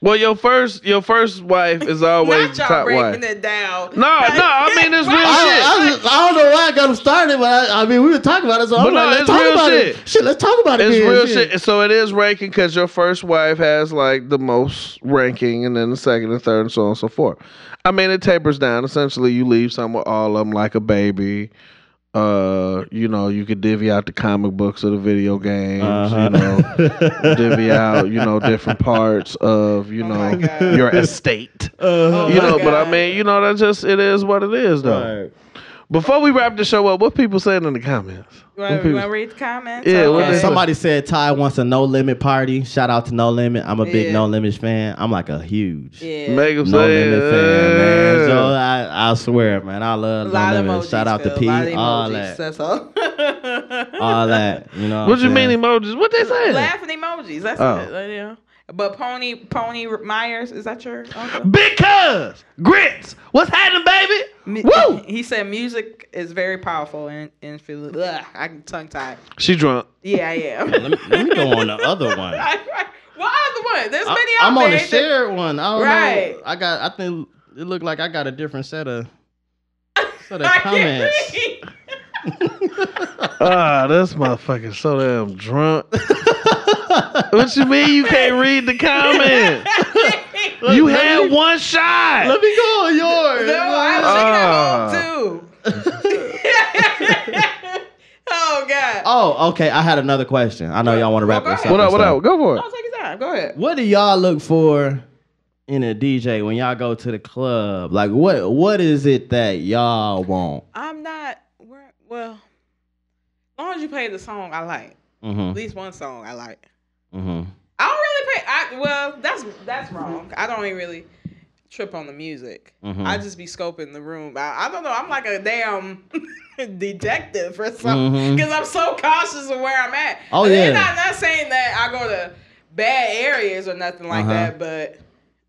Speaker 1: Well, your first your first wife is always
Speaker 2: Not
Speaker 1: the
Speaker 2: y'all
Speaker 1: top wife.
Speaker 2: breaking it down.
Speaker 1: No, no, I mean it's real
Speaker 4: I,
Speaker 1: shit.
Speaker 4: I, was- I don't know why I got them started, but I, I mean we were talking about it, so
Speaker 1: But
Speaker 4: I'm
Speaker 1: no,
Speaker 4: like, let's
Speaker 1: it's
Speaker 4: talk
Speaker 1: real
Speaker 4: about
Speaker 1: shit.
Speaker 4: it. Shit, let's talk about it.
Speaker 1: It's
Speaker 4: then,
Speaker 1: real shit. So it is ranking because your first wife has like the most ranking, and then the second and third, and so on and so forth. I mean, it tapers down. Essentially, you leave some with all of them like a baby. Uh, you know, you could divvy out the comic books or the video games. You know, divvy out you know different parts of you
Speaker 2: Oh my
Speaker 1: know
Speaker 2: God.
Speaker 1: your estate.
Speaker 2: Oh
Speaker 4: Uh-huh.
Speaker 1: you
Speaker 2: my
Speaker 1: know, but I
Speaker 2: God.
Speaker 1: mean, you know, that just it is what it is, though. Before we wrap the show up, what people saying in the comments?
Speaker 2: You
Speaker 1: What
Speaker 2: want
Speaker 1: people-
Speaker 2: to read the comments? Oh,
Speaker 1: Yeah, what
Speaker 4: Uh,
Speaker 1: they-
Speaker 2: okay.
Speaker 4: somebody said Ty wants a no limit party. Shout out to No Limit. I'm a big
Speaker 2: Yeah.
Speaker 4: No Limit fan. I'm like a huge
Speaker 2: yeah.
Speaker 1: Make 'em
Speaker 4: No
Speaker 1: say,
Speaker 4: Limit fan,
Speaker 1: "Uh."
Speaker 4: man. So I, I swear, man, I love
Speaker 2: a
Speaker 4: No
Speaker 2: lot of
Speaker 4: Limit.
Speaker 2: emojis.
Speaker 4: Shout out to
Speaker 2: Phil.
Speaker 4: P,
Speaker 2: A lot of
Speaker 4: all
Speaker 2: emojis,
Speaker 4: that,
Speaker 2: That's all.
Speaker 4: all that. You know,
Speaker 1: What you
Speaker 4: I'm
Speaker 1: mean
Speaker 4: saying?
Speaker 1: emojis? What they saying?
Speaker 2: Laughing emojis. That's
Speaker 1: Oh.
Speaker 2: it. Like, yeah. But Pony Pony Myers is that your uncle?
Speaker 1: Because grits, what's happening, baby?
Speaker 2: Mu-
Speaker 1: Woo!
Speaker 2: He said music is very powerful and and feel. Ugh, I can tongue tie.
Speaker 1: She drunk.
Speaker 2: Yeah, I am.
Speaker 4: let, me, let me go on the other one. I,
Speaker 2: what other one? There's many out
Speaker 4: am
Speaker 2: there.
Speaker 4: on the
Speaker 2: that-
Speaker 4: shared one. I don't
Speaker 2: Right.
Speaker 4: know. I got. I think it looked like I got a different set of set of
Speaker 2: I can't
Speaker 4: comments.
Speaker 2: read.
Speaker 1: Ah, this motherfucker so damn drunk. what you mean you can't read the comment? you had one shot.
Speaker 4: Let me go on yours.
Speaker 2: No, I was
Speaker 1: Oh.
Speaker 2: thinking at home too. oh God.
Speaker 4: oh, okay. I had another question. I know y'all want to wrap
Speaker 2: Well, go
Speaker 4: this
Speaker 2: ahead.
Speaker 4: up.
Speaker 1: what
Speaker 4: and
Speaker 1: up? What
Speaker 4: stuff.
Speaker 1: up? Go for it.
Speaker 2: I'll take your time. Go ahead.
Speaker 4: What do y'all look for in a DJ when y'all go to the club? Like what what is it that y'all want?
Speaker 2: I'm not. we're- Well, as long as you play the song I like,
Speaker 4: Mm-hmm.
Speaker 2: at least one song I like.
Speaker 4: Mm-hmm.
Speaker 2: I don't really pay. I well, that's that's wrong. I don't even really trip on the music.
Speaker 4: Mhm.
Speaker 1: mm-hmm.
Speaker 2: I just be scoping the room. I, I don't know. I'm like a damn detective or something
Speaker 4: Mhm.
Speaker 2: because I'm so cautious of where I'm at.
Speaker 4: Oh,
Speaker 2: And
Speaker 4: yeah.
Speaker 2: they're Not not saying that I go to bad areas or nothing like
Speaker 4: Uh-huh.
Speaker 2: that, but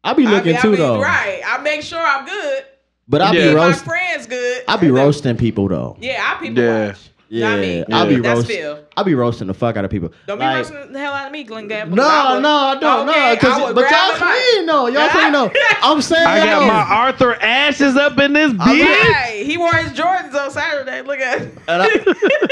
Speaker 4: I be
Speaker 2: I
Speaker 4: looking
Speaker 2: mean, I
Speaker 4: too
Speaker 2: be,
Speaker 4: though.
Speaker 2: right. I make sure I'm good.
Speaker 4: But I
Speaker 1: Yeah.
Speaker 4: be
Speaker 2: Keep My
Speaker 4: roast.
Speaker 2: friends good.
Speaker 4: I be
Speaker 2: And then-
Speaker 4: roasting people though.
Speaker 2: Yeah, I people
Speaker 1: Yeah.
Speaker 2: watch. You know
Speaker 4: Yeah,
Speaker 2: what I mean?
Speaker 4: I'll be
Speaker 2: That's
Speaker 4: roasting.
Speaker 2: Phil.
Speaker 4: I'll be roasting the fuck out of people.
Speaker 2: Don't
Speaker 4: Like,
Speaker 2: be roasting the hell out of me, Glenn Gamble.
Speaker 4: No, no, I don't. no, because but y'all clean though. Y'all clean though. I'm saying
Speaker 1: I got
Speaker 4: though.
Speaker 1: my Arthur ashes up in this bitch.
Speaker 2: Right. He wore his Jordans on Saturday. Look at him.
Speaker 4: And I-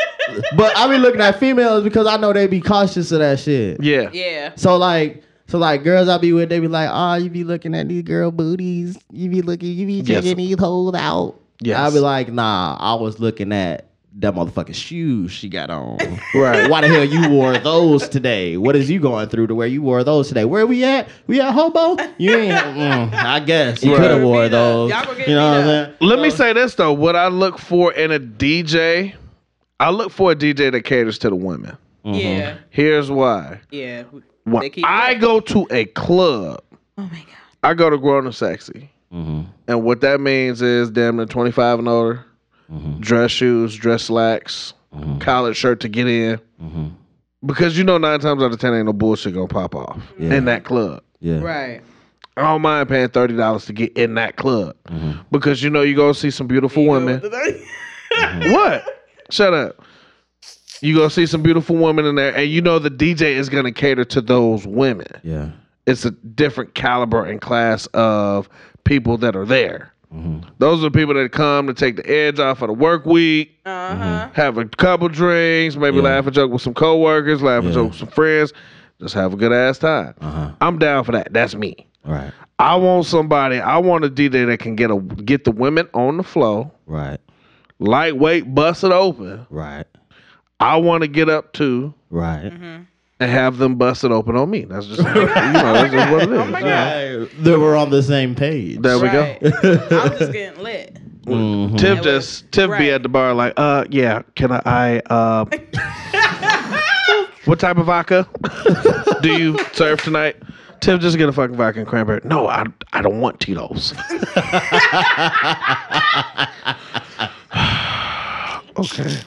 Speaker 4: but I be looking at females because I know they be cautious of that shit.
Speaker 1: Yeah.
Speaker 2: Yeah.
Speaker 4: So like, so like girls I be with, they be like, oh, you be looking at these girl booties, you be looking, you be
Speaker 1: Yes.
Speaker 4: checking these holes out.
Speaker 1: Yes.
Speaker 4: I be like, nah, I was looking at that motherfucking shoes she got on.
Speaker 1: Right.
Speaker 4: Why the hell you wore those today? What is you going through to where you wore those today? Where we at? We at hobo? You ain't. mm, I guess you
Speaker 1: Right.
Speaker 4: could have
Speaker 1: Y'all
Speaker 2: gonna
Speaker 4: wore
Speaker 2: get beat up.
Speaker 4: those.
Speaker 2: Y'all gonna get
Speaker 4: You know what I'm
Speaker 2: beat
Speaker 4: saying?
Speaker 1: Let me say this though. What I look for in a DJ, I look for a DJ that caters to the women.
Speaker 4: Mm-hmm. Uh-huh.
Speaker 2: Yeah.
Speaker 1: Here's why.
Speaker 2: Yeah.
Speaker 1: When I go to a club,
Speaker 2: Oh my god.
Speaker 1: I go to Grown and Sexy.
Speaker 4: Mhm.
Speaker 1: And what that means is damn near 25 and older, dress shoes, dress slacks, collared shirt to get in.
Speaker 4: Mm-hmm.
Speaker 1: Because you know, nine times out of 10, ain't no bullshit gonna pop off in that club.
Speaker 4: Yeah.
Speaker 2: Right.
Speaker 1: I don't mind paying $30 to get in that club because you know, you're gonna see some beautiful women. What? Shut up. You gonna see some beautiful women in there, and you know the DJ is gonna cater to those women.
Speaker 4: Yeah.
Speaker 1: It's a different caliber and class of people that are there.
Speaker 4: Mm-hmm.
Speaker 1: Those are the people that come to take the edge off of the work week,
Speaker 2: Uh huh.
Speaker 1: have a couple drinks, maybe
Speaker 4: Yeah.
Speaker 1: laugh and joke with some coworkers, laugh and
Speaker 4: Yeah.
Speaker 1: joke with some friends, just have a good ass time. I'm down for that. That's me.
Speaker 4: Uh-huh. Right.
Speaker 1: I want somebody. I want a DJ that can get a get the women on the flow,
Speaker 4: Right.
Speaker 1: lightweight, bust it open.
Speaker 4: Right.
Speaker 1: I want to get up to
Speaker 4: Right.
Speaker 1: and have them bust it open on me. That's just, you know, that's just what it is.
Speaker 2: Oh my God.
Speaker 4: Right. That we're on the same page.
Speaker 1: There we go.
Speaker 2: go. I'm just getting lit.
Speaker 4: Mhm.
Speaker 1: Tiff just Tiff be
Speaker 2: Right.
Speaker 1: at the bar like, uh, yeah, can I? Uh, what type of vodka do you serve tonight? Tiff, just get a fucking vodka and cranberry. No, I, I don't want Tito's. okay,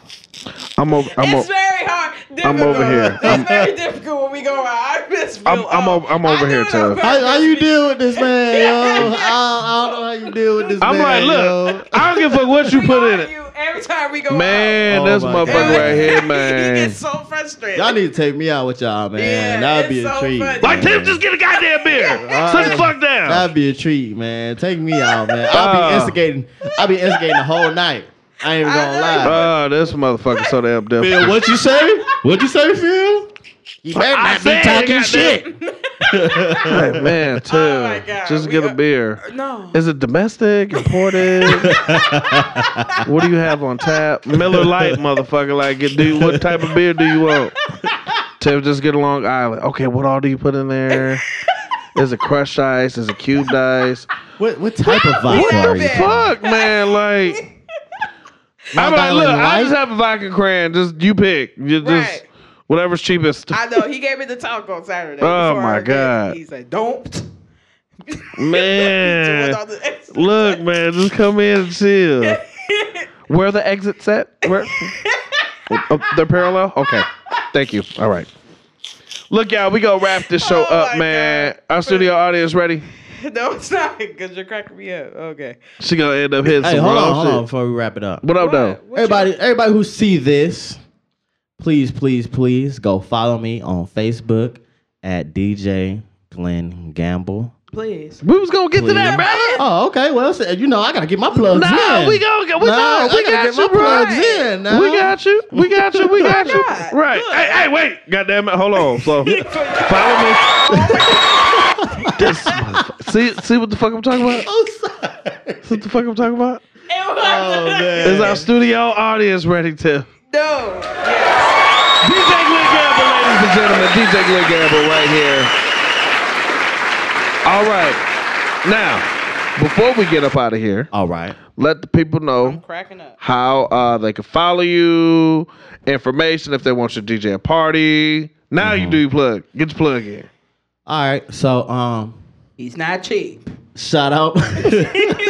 Speaker 1: I'm over. I'm
Speaker 2: it's
Speaker 1: over.
Speaker 2: very hard. Difficult.
Speaker 1: over here.
Speaker 2: It's
Speaker 1: I'm-
Speaker 2: very difficult when we go out. I miss
Speaker 1: I'm-
Speaker 2: Phil
Speaker 1: I'm
Speaker 2: up.
Speaker 1: over- I'm over
Speaker 2: I
Speaker 1: here,
Speaker 2: do it on
Speaker 1: too.
Speaker 4: How,
Speaker 2: purpose.
Speaker 4: how you deal with this man, yo? I, I don't know how you deal with this
Speaker 1: I'm
Speaker 4: man.
Speaker 1: like, look, I don't give a fuck what you
Speaker 2: We
Speaker 1: put in it.
Speaker 2: argue Every time we go
Speaker 1: Man,
Speaker 4: Oh
Speaker 1: this
Speaker 4: my
Speaker 1: motherfucker
Speaker 2: out.
Speaker 4: God.
Speaker 1: right here,
Speaker 2: he
Speaker 1: man.
Speaker 2: gets so frustrated.
Speaker 4: yo. Y'all need to take me out with y'all, man.
Speaker 2: Yeah,
Speaker 4: That'd be
Speaker 2: it's
Speaker 4: a
Speaker 2: so
Speaker 4: treat.
Speaker 2: funny.
Speaker 1: Like,
Speaker 4: man.
Speaker 1: Tim, just get a goddamn beer.
Speaker 4: All
Speaker 1: Sit the
Speaker 4: right.
Speaker 1: fuck down.
Speaker 4: That'd be a treat, man. Take me out, man. I'll
Speaker 1: Uh.
Speaker 4: be instigating. I'll be instigating the whole night. I ain't even
Speaker 2: I
Speaker 4: gonna
Speaker 2: know.
Speaker 4: lie.
Speaker 1: Oh, this motherfucker so damn
Speaker 4: Phil,
Speaker 1: different.
Speaker 4: what you say? What you say, Phil? You better
Speaker 1: I
Speaker 4: not
Speaker 1: said,
Speaker 4: be talking
Speaker 1: goddamn.
Speaker 4: shit.
Speaker 1: Hey, man, Tim,
Speaker 2: Oh my God,
Speaker 1: just
Speaker 2: we
Speaker 1: get a
Speaker 2: are-
Speaker 1: beer.
Speaker 2: No.
Speaker 1: Is it domestic, imported? what do you have on tap? Miller Light, motherfucker. Like, do you, what type of beer do you want? Tim, just get a Long Island. Okay, what all do you put in there? Is it crushed ice? Is it cubed ice?
Speaker 4: What what type of vodka
Speaker 2: What
Speaker 4: are
Speaker 2: the
Speaker 4: you?
Speaker 1: Fuck, man, like. I'm like, look, I just have a vodka cran. Just you pick. You just
Speaker 2: Right.
Speaker 1: whatever's cheapest.
Speaker 2: I know. He gave me the talk on Saturday.
Speaker 1: Oh,
Speaker 2: before
Speaker 1: my
Speaker 2: our game.
Speaker 1: God.
Speaker 2: He said, "Don't."
Speaker 1: man,
Speaker 2: Doing all the exercise.
Speaker 1: look, man, just come in and chill. Where are the exits at? Where? Oh, they're parallel. Okay, thank you. All right. Look, y'all, we gonna wrap this show
Speaker 2: Oh,
Speaker 1: up,
Speaker 2: my
Speaker 1: man. Our studio audience ready?
Speaker 2: No, it's not because you're cracking me up. Okay.
Speaker 1: She gonna end up hitting
Speaker 4: Hey,
Speaker 1: some
Speaker 4: hold on,
Speaker 1: wrong
Speaker 4: hold
Speaker 1: shit.
Speaker 4: on before we wrap it up.
Speaker 1: What up, though?
Speaker 2: What- what you-
Speaker 4: Everybody, everybody who see this, please, please, please go follow me on Facebook at DJ Glenn Gamble.
Speaker 2: please.
Speaker 1: We was gonna get to that,
Speaker 4: Please.
Speaker 1: brother.
Speaker 4: Oh, okay. Well, so, you know, I gotta get my plugs
Speaker 1: Nah,
Speaker 4: in.
Speaker 1: we gonna get. We,
Speaker 4: Nah,
Speaker 1: nah,
Speaker 4: I
Speaker 1: we
Speaker 4: gotta
Speaker 1: got
Speaker 4: get
Speaker 1: you,
Speaker 4: my
Speaker 1: bro.
Speaker 4: plugs in. Now.
Speaker 1: We got you. We got you. We got you.
Speaker 2: God.
Speaker 1: Right.
Speaker 2: Look.
Speaker 1: Hey, hey, wait. God damn it. Hold on. So follow me. Oh This motherfucker. see, see what the fuck I'm talking about?
Speaker 4: Oh, sorry.
Speaker 1: See what the fuck I'm talking about?
Speaker 4: Oh man.
Speaker 1: Is our studio audience ready to?
Speaker 2: No. Yes.
Speaker 1: DJ Glenn Gamble, ladies and gentlemen. DJ Glenn Gamble right here. All right. Now, before we get up out of here,
Speaker 4: All right.
Speaker 1: let the people know
Speaker 2: Cracking up.
Speaker 1: how uh, they can follow Mm-hmm. you, information if they want your DJ a party. Now you do your plug. Get your plug in.
Speaker 4: All right. So um,
Speaker 2: He's not cheap.
Speaker 4: shout out,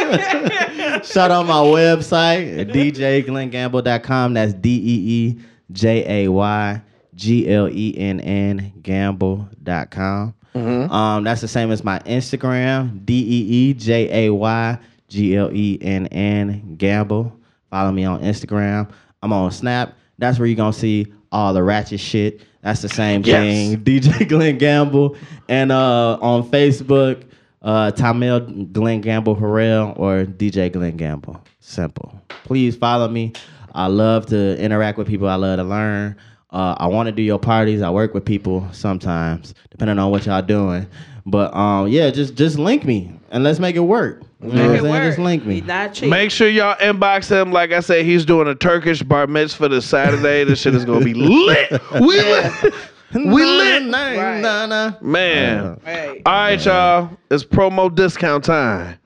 Speaker 4: shout out my website at djglengamble.com. That's D E E J A Y G L E N N gamble.com. Um, that's the same as my Instagram, D E E J A Y G L E N N gamble. Follow me on Instagram. I'm on Snap. That's where you're gonna see all the ratchet shit. That's the same
Speaker 1: Yes.
Speaker 4: thing. DJ Glenn Gamble, and uh, on Facebook, uh, Tamel Glenn Gamble Harrell or DJ Glenn Gamble. Simple. Please follow me. I love to interact with people. I love to learn. Uh, I want to do your parties. I work with people sometimes, depending on what y'all doing. But um, yeah, just just link me and let's make it work. You know what I'm
Speaker 2: Make it
Speaker 4: saying?
Speaker 2: work.
Speaker 4: Just link me.
Speaker 2: He's not cheap.
Speaker 1: Make sure y'all inbox him. Like I said, he's doing a Turkish bar mitzvah this Saturday. this shit is gonna be lit. We lit. We lit.
Speaker 4: Nah, nah,
Speaker 2: Right.
Speaker 4: nah, nah.
Speaker 1: Man.
Speaker 2: Hey.
Speaker 1: All right, y'all. It's promo discount time.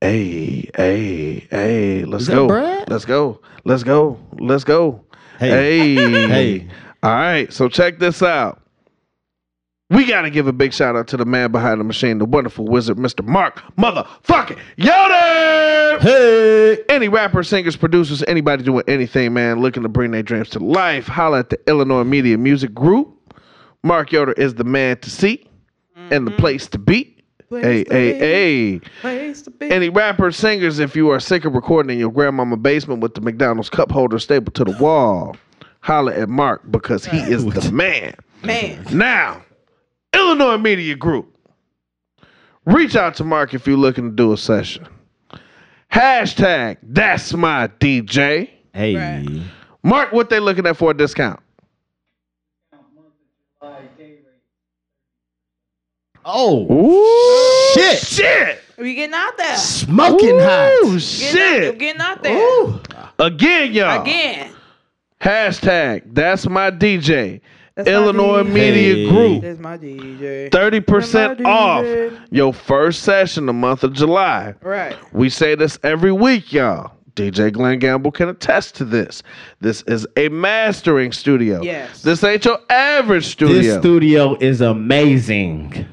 Speaker 1: Hey, hey, hey. Let's
Speaker 4: that
Speaker 1: go.
Speaker 4: Brad?
Speaker 1: Let's go. Let's go. Let's go.
Speaker 4: Hey.
Speaker 1: hey.
Speaker 4: Hey.
Speaker 1: All right, so check this out. We got to give a big shout out to the man behind the machine, the wonderful wizard, Mr. Mark Motherfucking Yoder.
Speaker 4: Hey.
Speaker 1: Any rapper, singers, producers, anybody doing anything, man, looking to bring their dreams to life, holla at the Illinois Media Music Group. Mark Yoder is the man to see and the place to be. Hey,
Speaker 2: Mm-hmm. to be.
Speaker 1: hey, hey.
Speaker 2: Place to be.
Speaker 1: Any rappers, singers, if you are sick of recording in your grandmama basement with the McDonald's cup holder stapled to the wall, holla at Mark because he is the man.
Speaker 2: Man.
Speaker 1: Now, Illinois Media Group. Reach out to Mark if you're looking to do a session. Hashtag that's my DJ.
Speaker 4: Hey.
Speaker 2: Right.
Speaker 1: Mark, what they looking at for a discount?
Speaker 4: Oh.
Speaker 1: Ooh,
Speaker 4: Shit.
Speaker 1: Shit.
Speaker 2: We getting out there.
Speaker 4: Smoking
Speaker 1: Ooh,
Speaker 4: hot.
Speaker 2: Getting out,
Speaker 1: shit.
Speaker 2: getting out there.
Speaker 4: Ooh.
Speaker 1: Again, y'all.
Speaker 2: Again.
Speaker 1: Hashtag that's my DJ.
Speaker 2: That's my
Speaker 1: Illinois
Speaker 2: DJ.
Speaker 1: Media
Speaker 4: Hey.
Speaker 1: Group.
Speaker 2: That's my DJ.
Speaker 1: 30%
Speaker 2: That's my DJ.
Speaker 1: off your first session the month of July.
Speaker 2: Right.
Speaker 1: We say this every week, y'all. DJ Glenn Gamble can attest to this. This is a mastering studio.
Speaker 2: Yes.
Speaker 1: This ain't your average
Speaker 4: This
Speaker 1: studio.
Speaker 4: studio is amazing.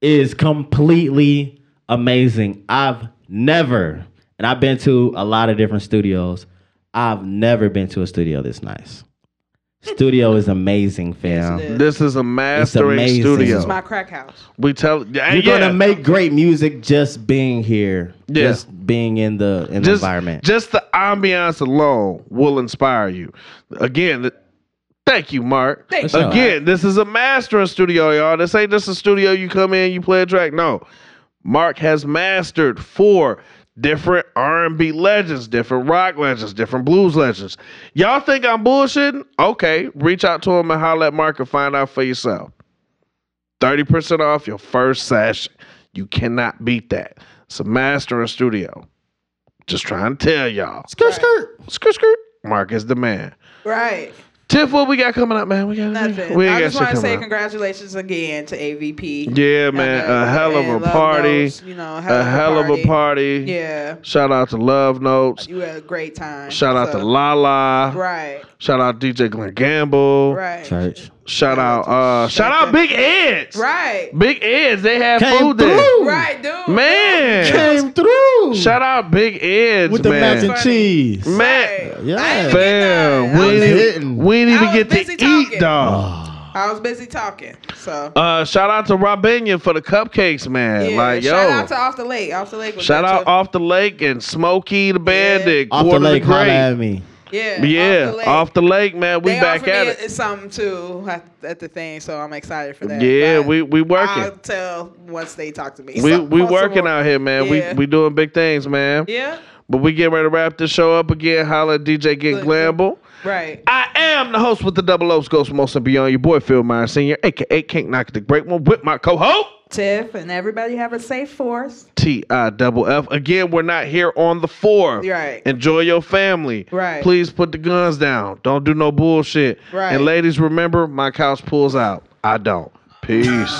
Speaker 4: Is completely amazing. I've never, and I've been to a lot of different studios. I've never been to a studio this nice. Studio is amazing, fam.
Speaker 2: it is.
Speaker 1: this is a mastering
Speaker 4: amazing.
Speaker 1: studio.
Speaker 4: This
Speaker 2: It's my crack house.
Speaker 1: we tell and
Speaker 4: You're
Speaker 1: yeah,
Speaker 4: gonna make great music just being here.
Speaker 1: Yeah.
Speaker 4: Just being in the in the
Speaker 1: just,
Speaker 4: environment.
Speaker 1: Just the ambiance alone will inspire you. Again, th- thank you, Mark.
Speaker 2: Thank
Speaker 4: you.
Speaker 1: Again, this is a mastering studio, y'all. This ain't just a studio you come in, you play a track. No. Mark has mastered four different R&B legends, different rock legends, different blues legends. Y'all think I'm bullshitting? Okay, reach out to him and holler at Mark and find out for yourself. 30% off your first session. You cannot beat that. It's a mastering studio. Just trying to tell y'all.
Speaker 4: Skirt, skirt.
Speaker 1: Skirt, skirt. Mark is the man.
Speaker 2: Right.
Speaker 1: Tiff, what we got coming up, man? We got
Speaker 2: Nothing.
Speaker 1: We ain't
Speaker 2: I
Speaker 1: got
Speaker 2: just want
Speaker 1: shit
Speaker 2: to say
Speaker 1: coming up.
Speaker 2: congratulations again to AVP.
Speaker 1: Yeah, man. A hell of
Speaker 2: And
Speaker 1: a
Speaker 2: Love
Speaker 1: party.
Speaker 2: Notes, you know, hell
Speaker 1: A hell of a party.
Speaker 2: Yeah.
Speaker 1: Shout out to Love Notes.
Speaker 2: You had a great time.
Speaker 1: Shout out
Speaker 2: So-
Speaker 1: to Lala.
Speaker 2: Right.
Speaker 1: Shout out DJ Glenn Gamble.
Speaker 2: Right.
Speaker 4: Church.
Speaker 1: Shout out uh shout out Big Eds.
Speaker 2: Right.
Speaker 1: Big Eds, they had
Speaker 4: Came
Speaker 1: food there.
Speaker 4: through.
Speaker 2: Right, dude.
Speaker 1: Man.
Speaker 4: Came through.
Speaker 1: Shout out Big Eds,
Speaker 4: with the
Speaker 1: man.
Speaker 4: mac and cheese.
Speaker 1: man.
Speaker 2: Right.
Speaker 4: Yeah.
Speaker 2: I ain't
Speaker 1: Fam,
Speaker 2: even get
Speaker 1: we
Speaker 2: that. I was,
Speaker 1: didn't,
Speaker 2: busy,
Speaker 1: even- we didn't
Speaker 2: I
Speaker 1: even
Speaker 2: was
Speaker 1: get to
Speaker 2: busy talking.
Speaker 1: eat, dog.
Speaker 4: Ah.
Speaker 2: I was busy talking. So
Speaker 1: Uh, shout out to Robinion for the cupcakes, man.
Speaker 2: yeah.
Speaker 1: like, yo,
Speaker 2: shout out to Off the Lake. Off the Lake. Was
Speaker 1: shout
Speaker 2: good,
Speaker 1: out
Speaker 2: too.
Speaker 1: off the lake and Smokey the Bandit,
Speaker 4: Off the
Speaker 1: Quarter
Speaker 4: lake,
Speaker 1: the
Speaker 4: holla
Speaker 1: Great.
Speaker 4: at me.
Speaker 2: Yeah.
Speaker 1: Yeah,
Speaker 2: Lake.
Speaker 1: off the lake, man. We
Speaker 2: they
Speaker 1: back
Speaker 2: offered
Speaker 1: at
Speaker 2: me
Speaker 1: it.
Speaker 2: a- something too at, at the thing, so I'm excited for that.
Speaker 1: Yeah,
Speaker 2: but
Speaker 1: we we working.
Speaker 2: I'll tell once they talk to me.
Speaker 1: we
Speaker 2: So-
Speaker 1: we
Speaker 2: once
Speaker 1: working
Speaker 2: more.
Speaker 1: out here, man.
Speaker 2: Yeah.
Speaker 1: We we doing big things, man.
Speaker 2: Yeah.
Speaker 1: But we getting ready to wrap this show up again. Holla, at DJ Get
Speaker 2: Look.
Speaker 1: Glamble.
Speaker 2: Right.
Speaker 1: I am the host with the Double O's Ghost Most and Beyond. Your boy Phil Meyer Senior, aka King Knock the Great One, with my co-host.
Speaker 2: Tiff and everybody have a safe force.
Speaker 1: T I double F. Again, we're not here on the fourth.
Speaker 2: Right.
Speaker 1: Enjoy your family.
Speaker 2: Right.
Speaker 1: Please put the guns down. Don't do no bullshit.
Speaker 2: Right.
Speaker 1: And ladies, remember, my couch pulls out. I don't. Peace.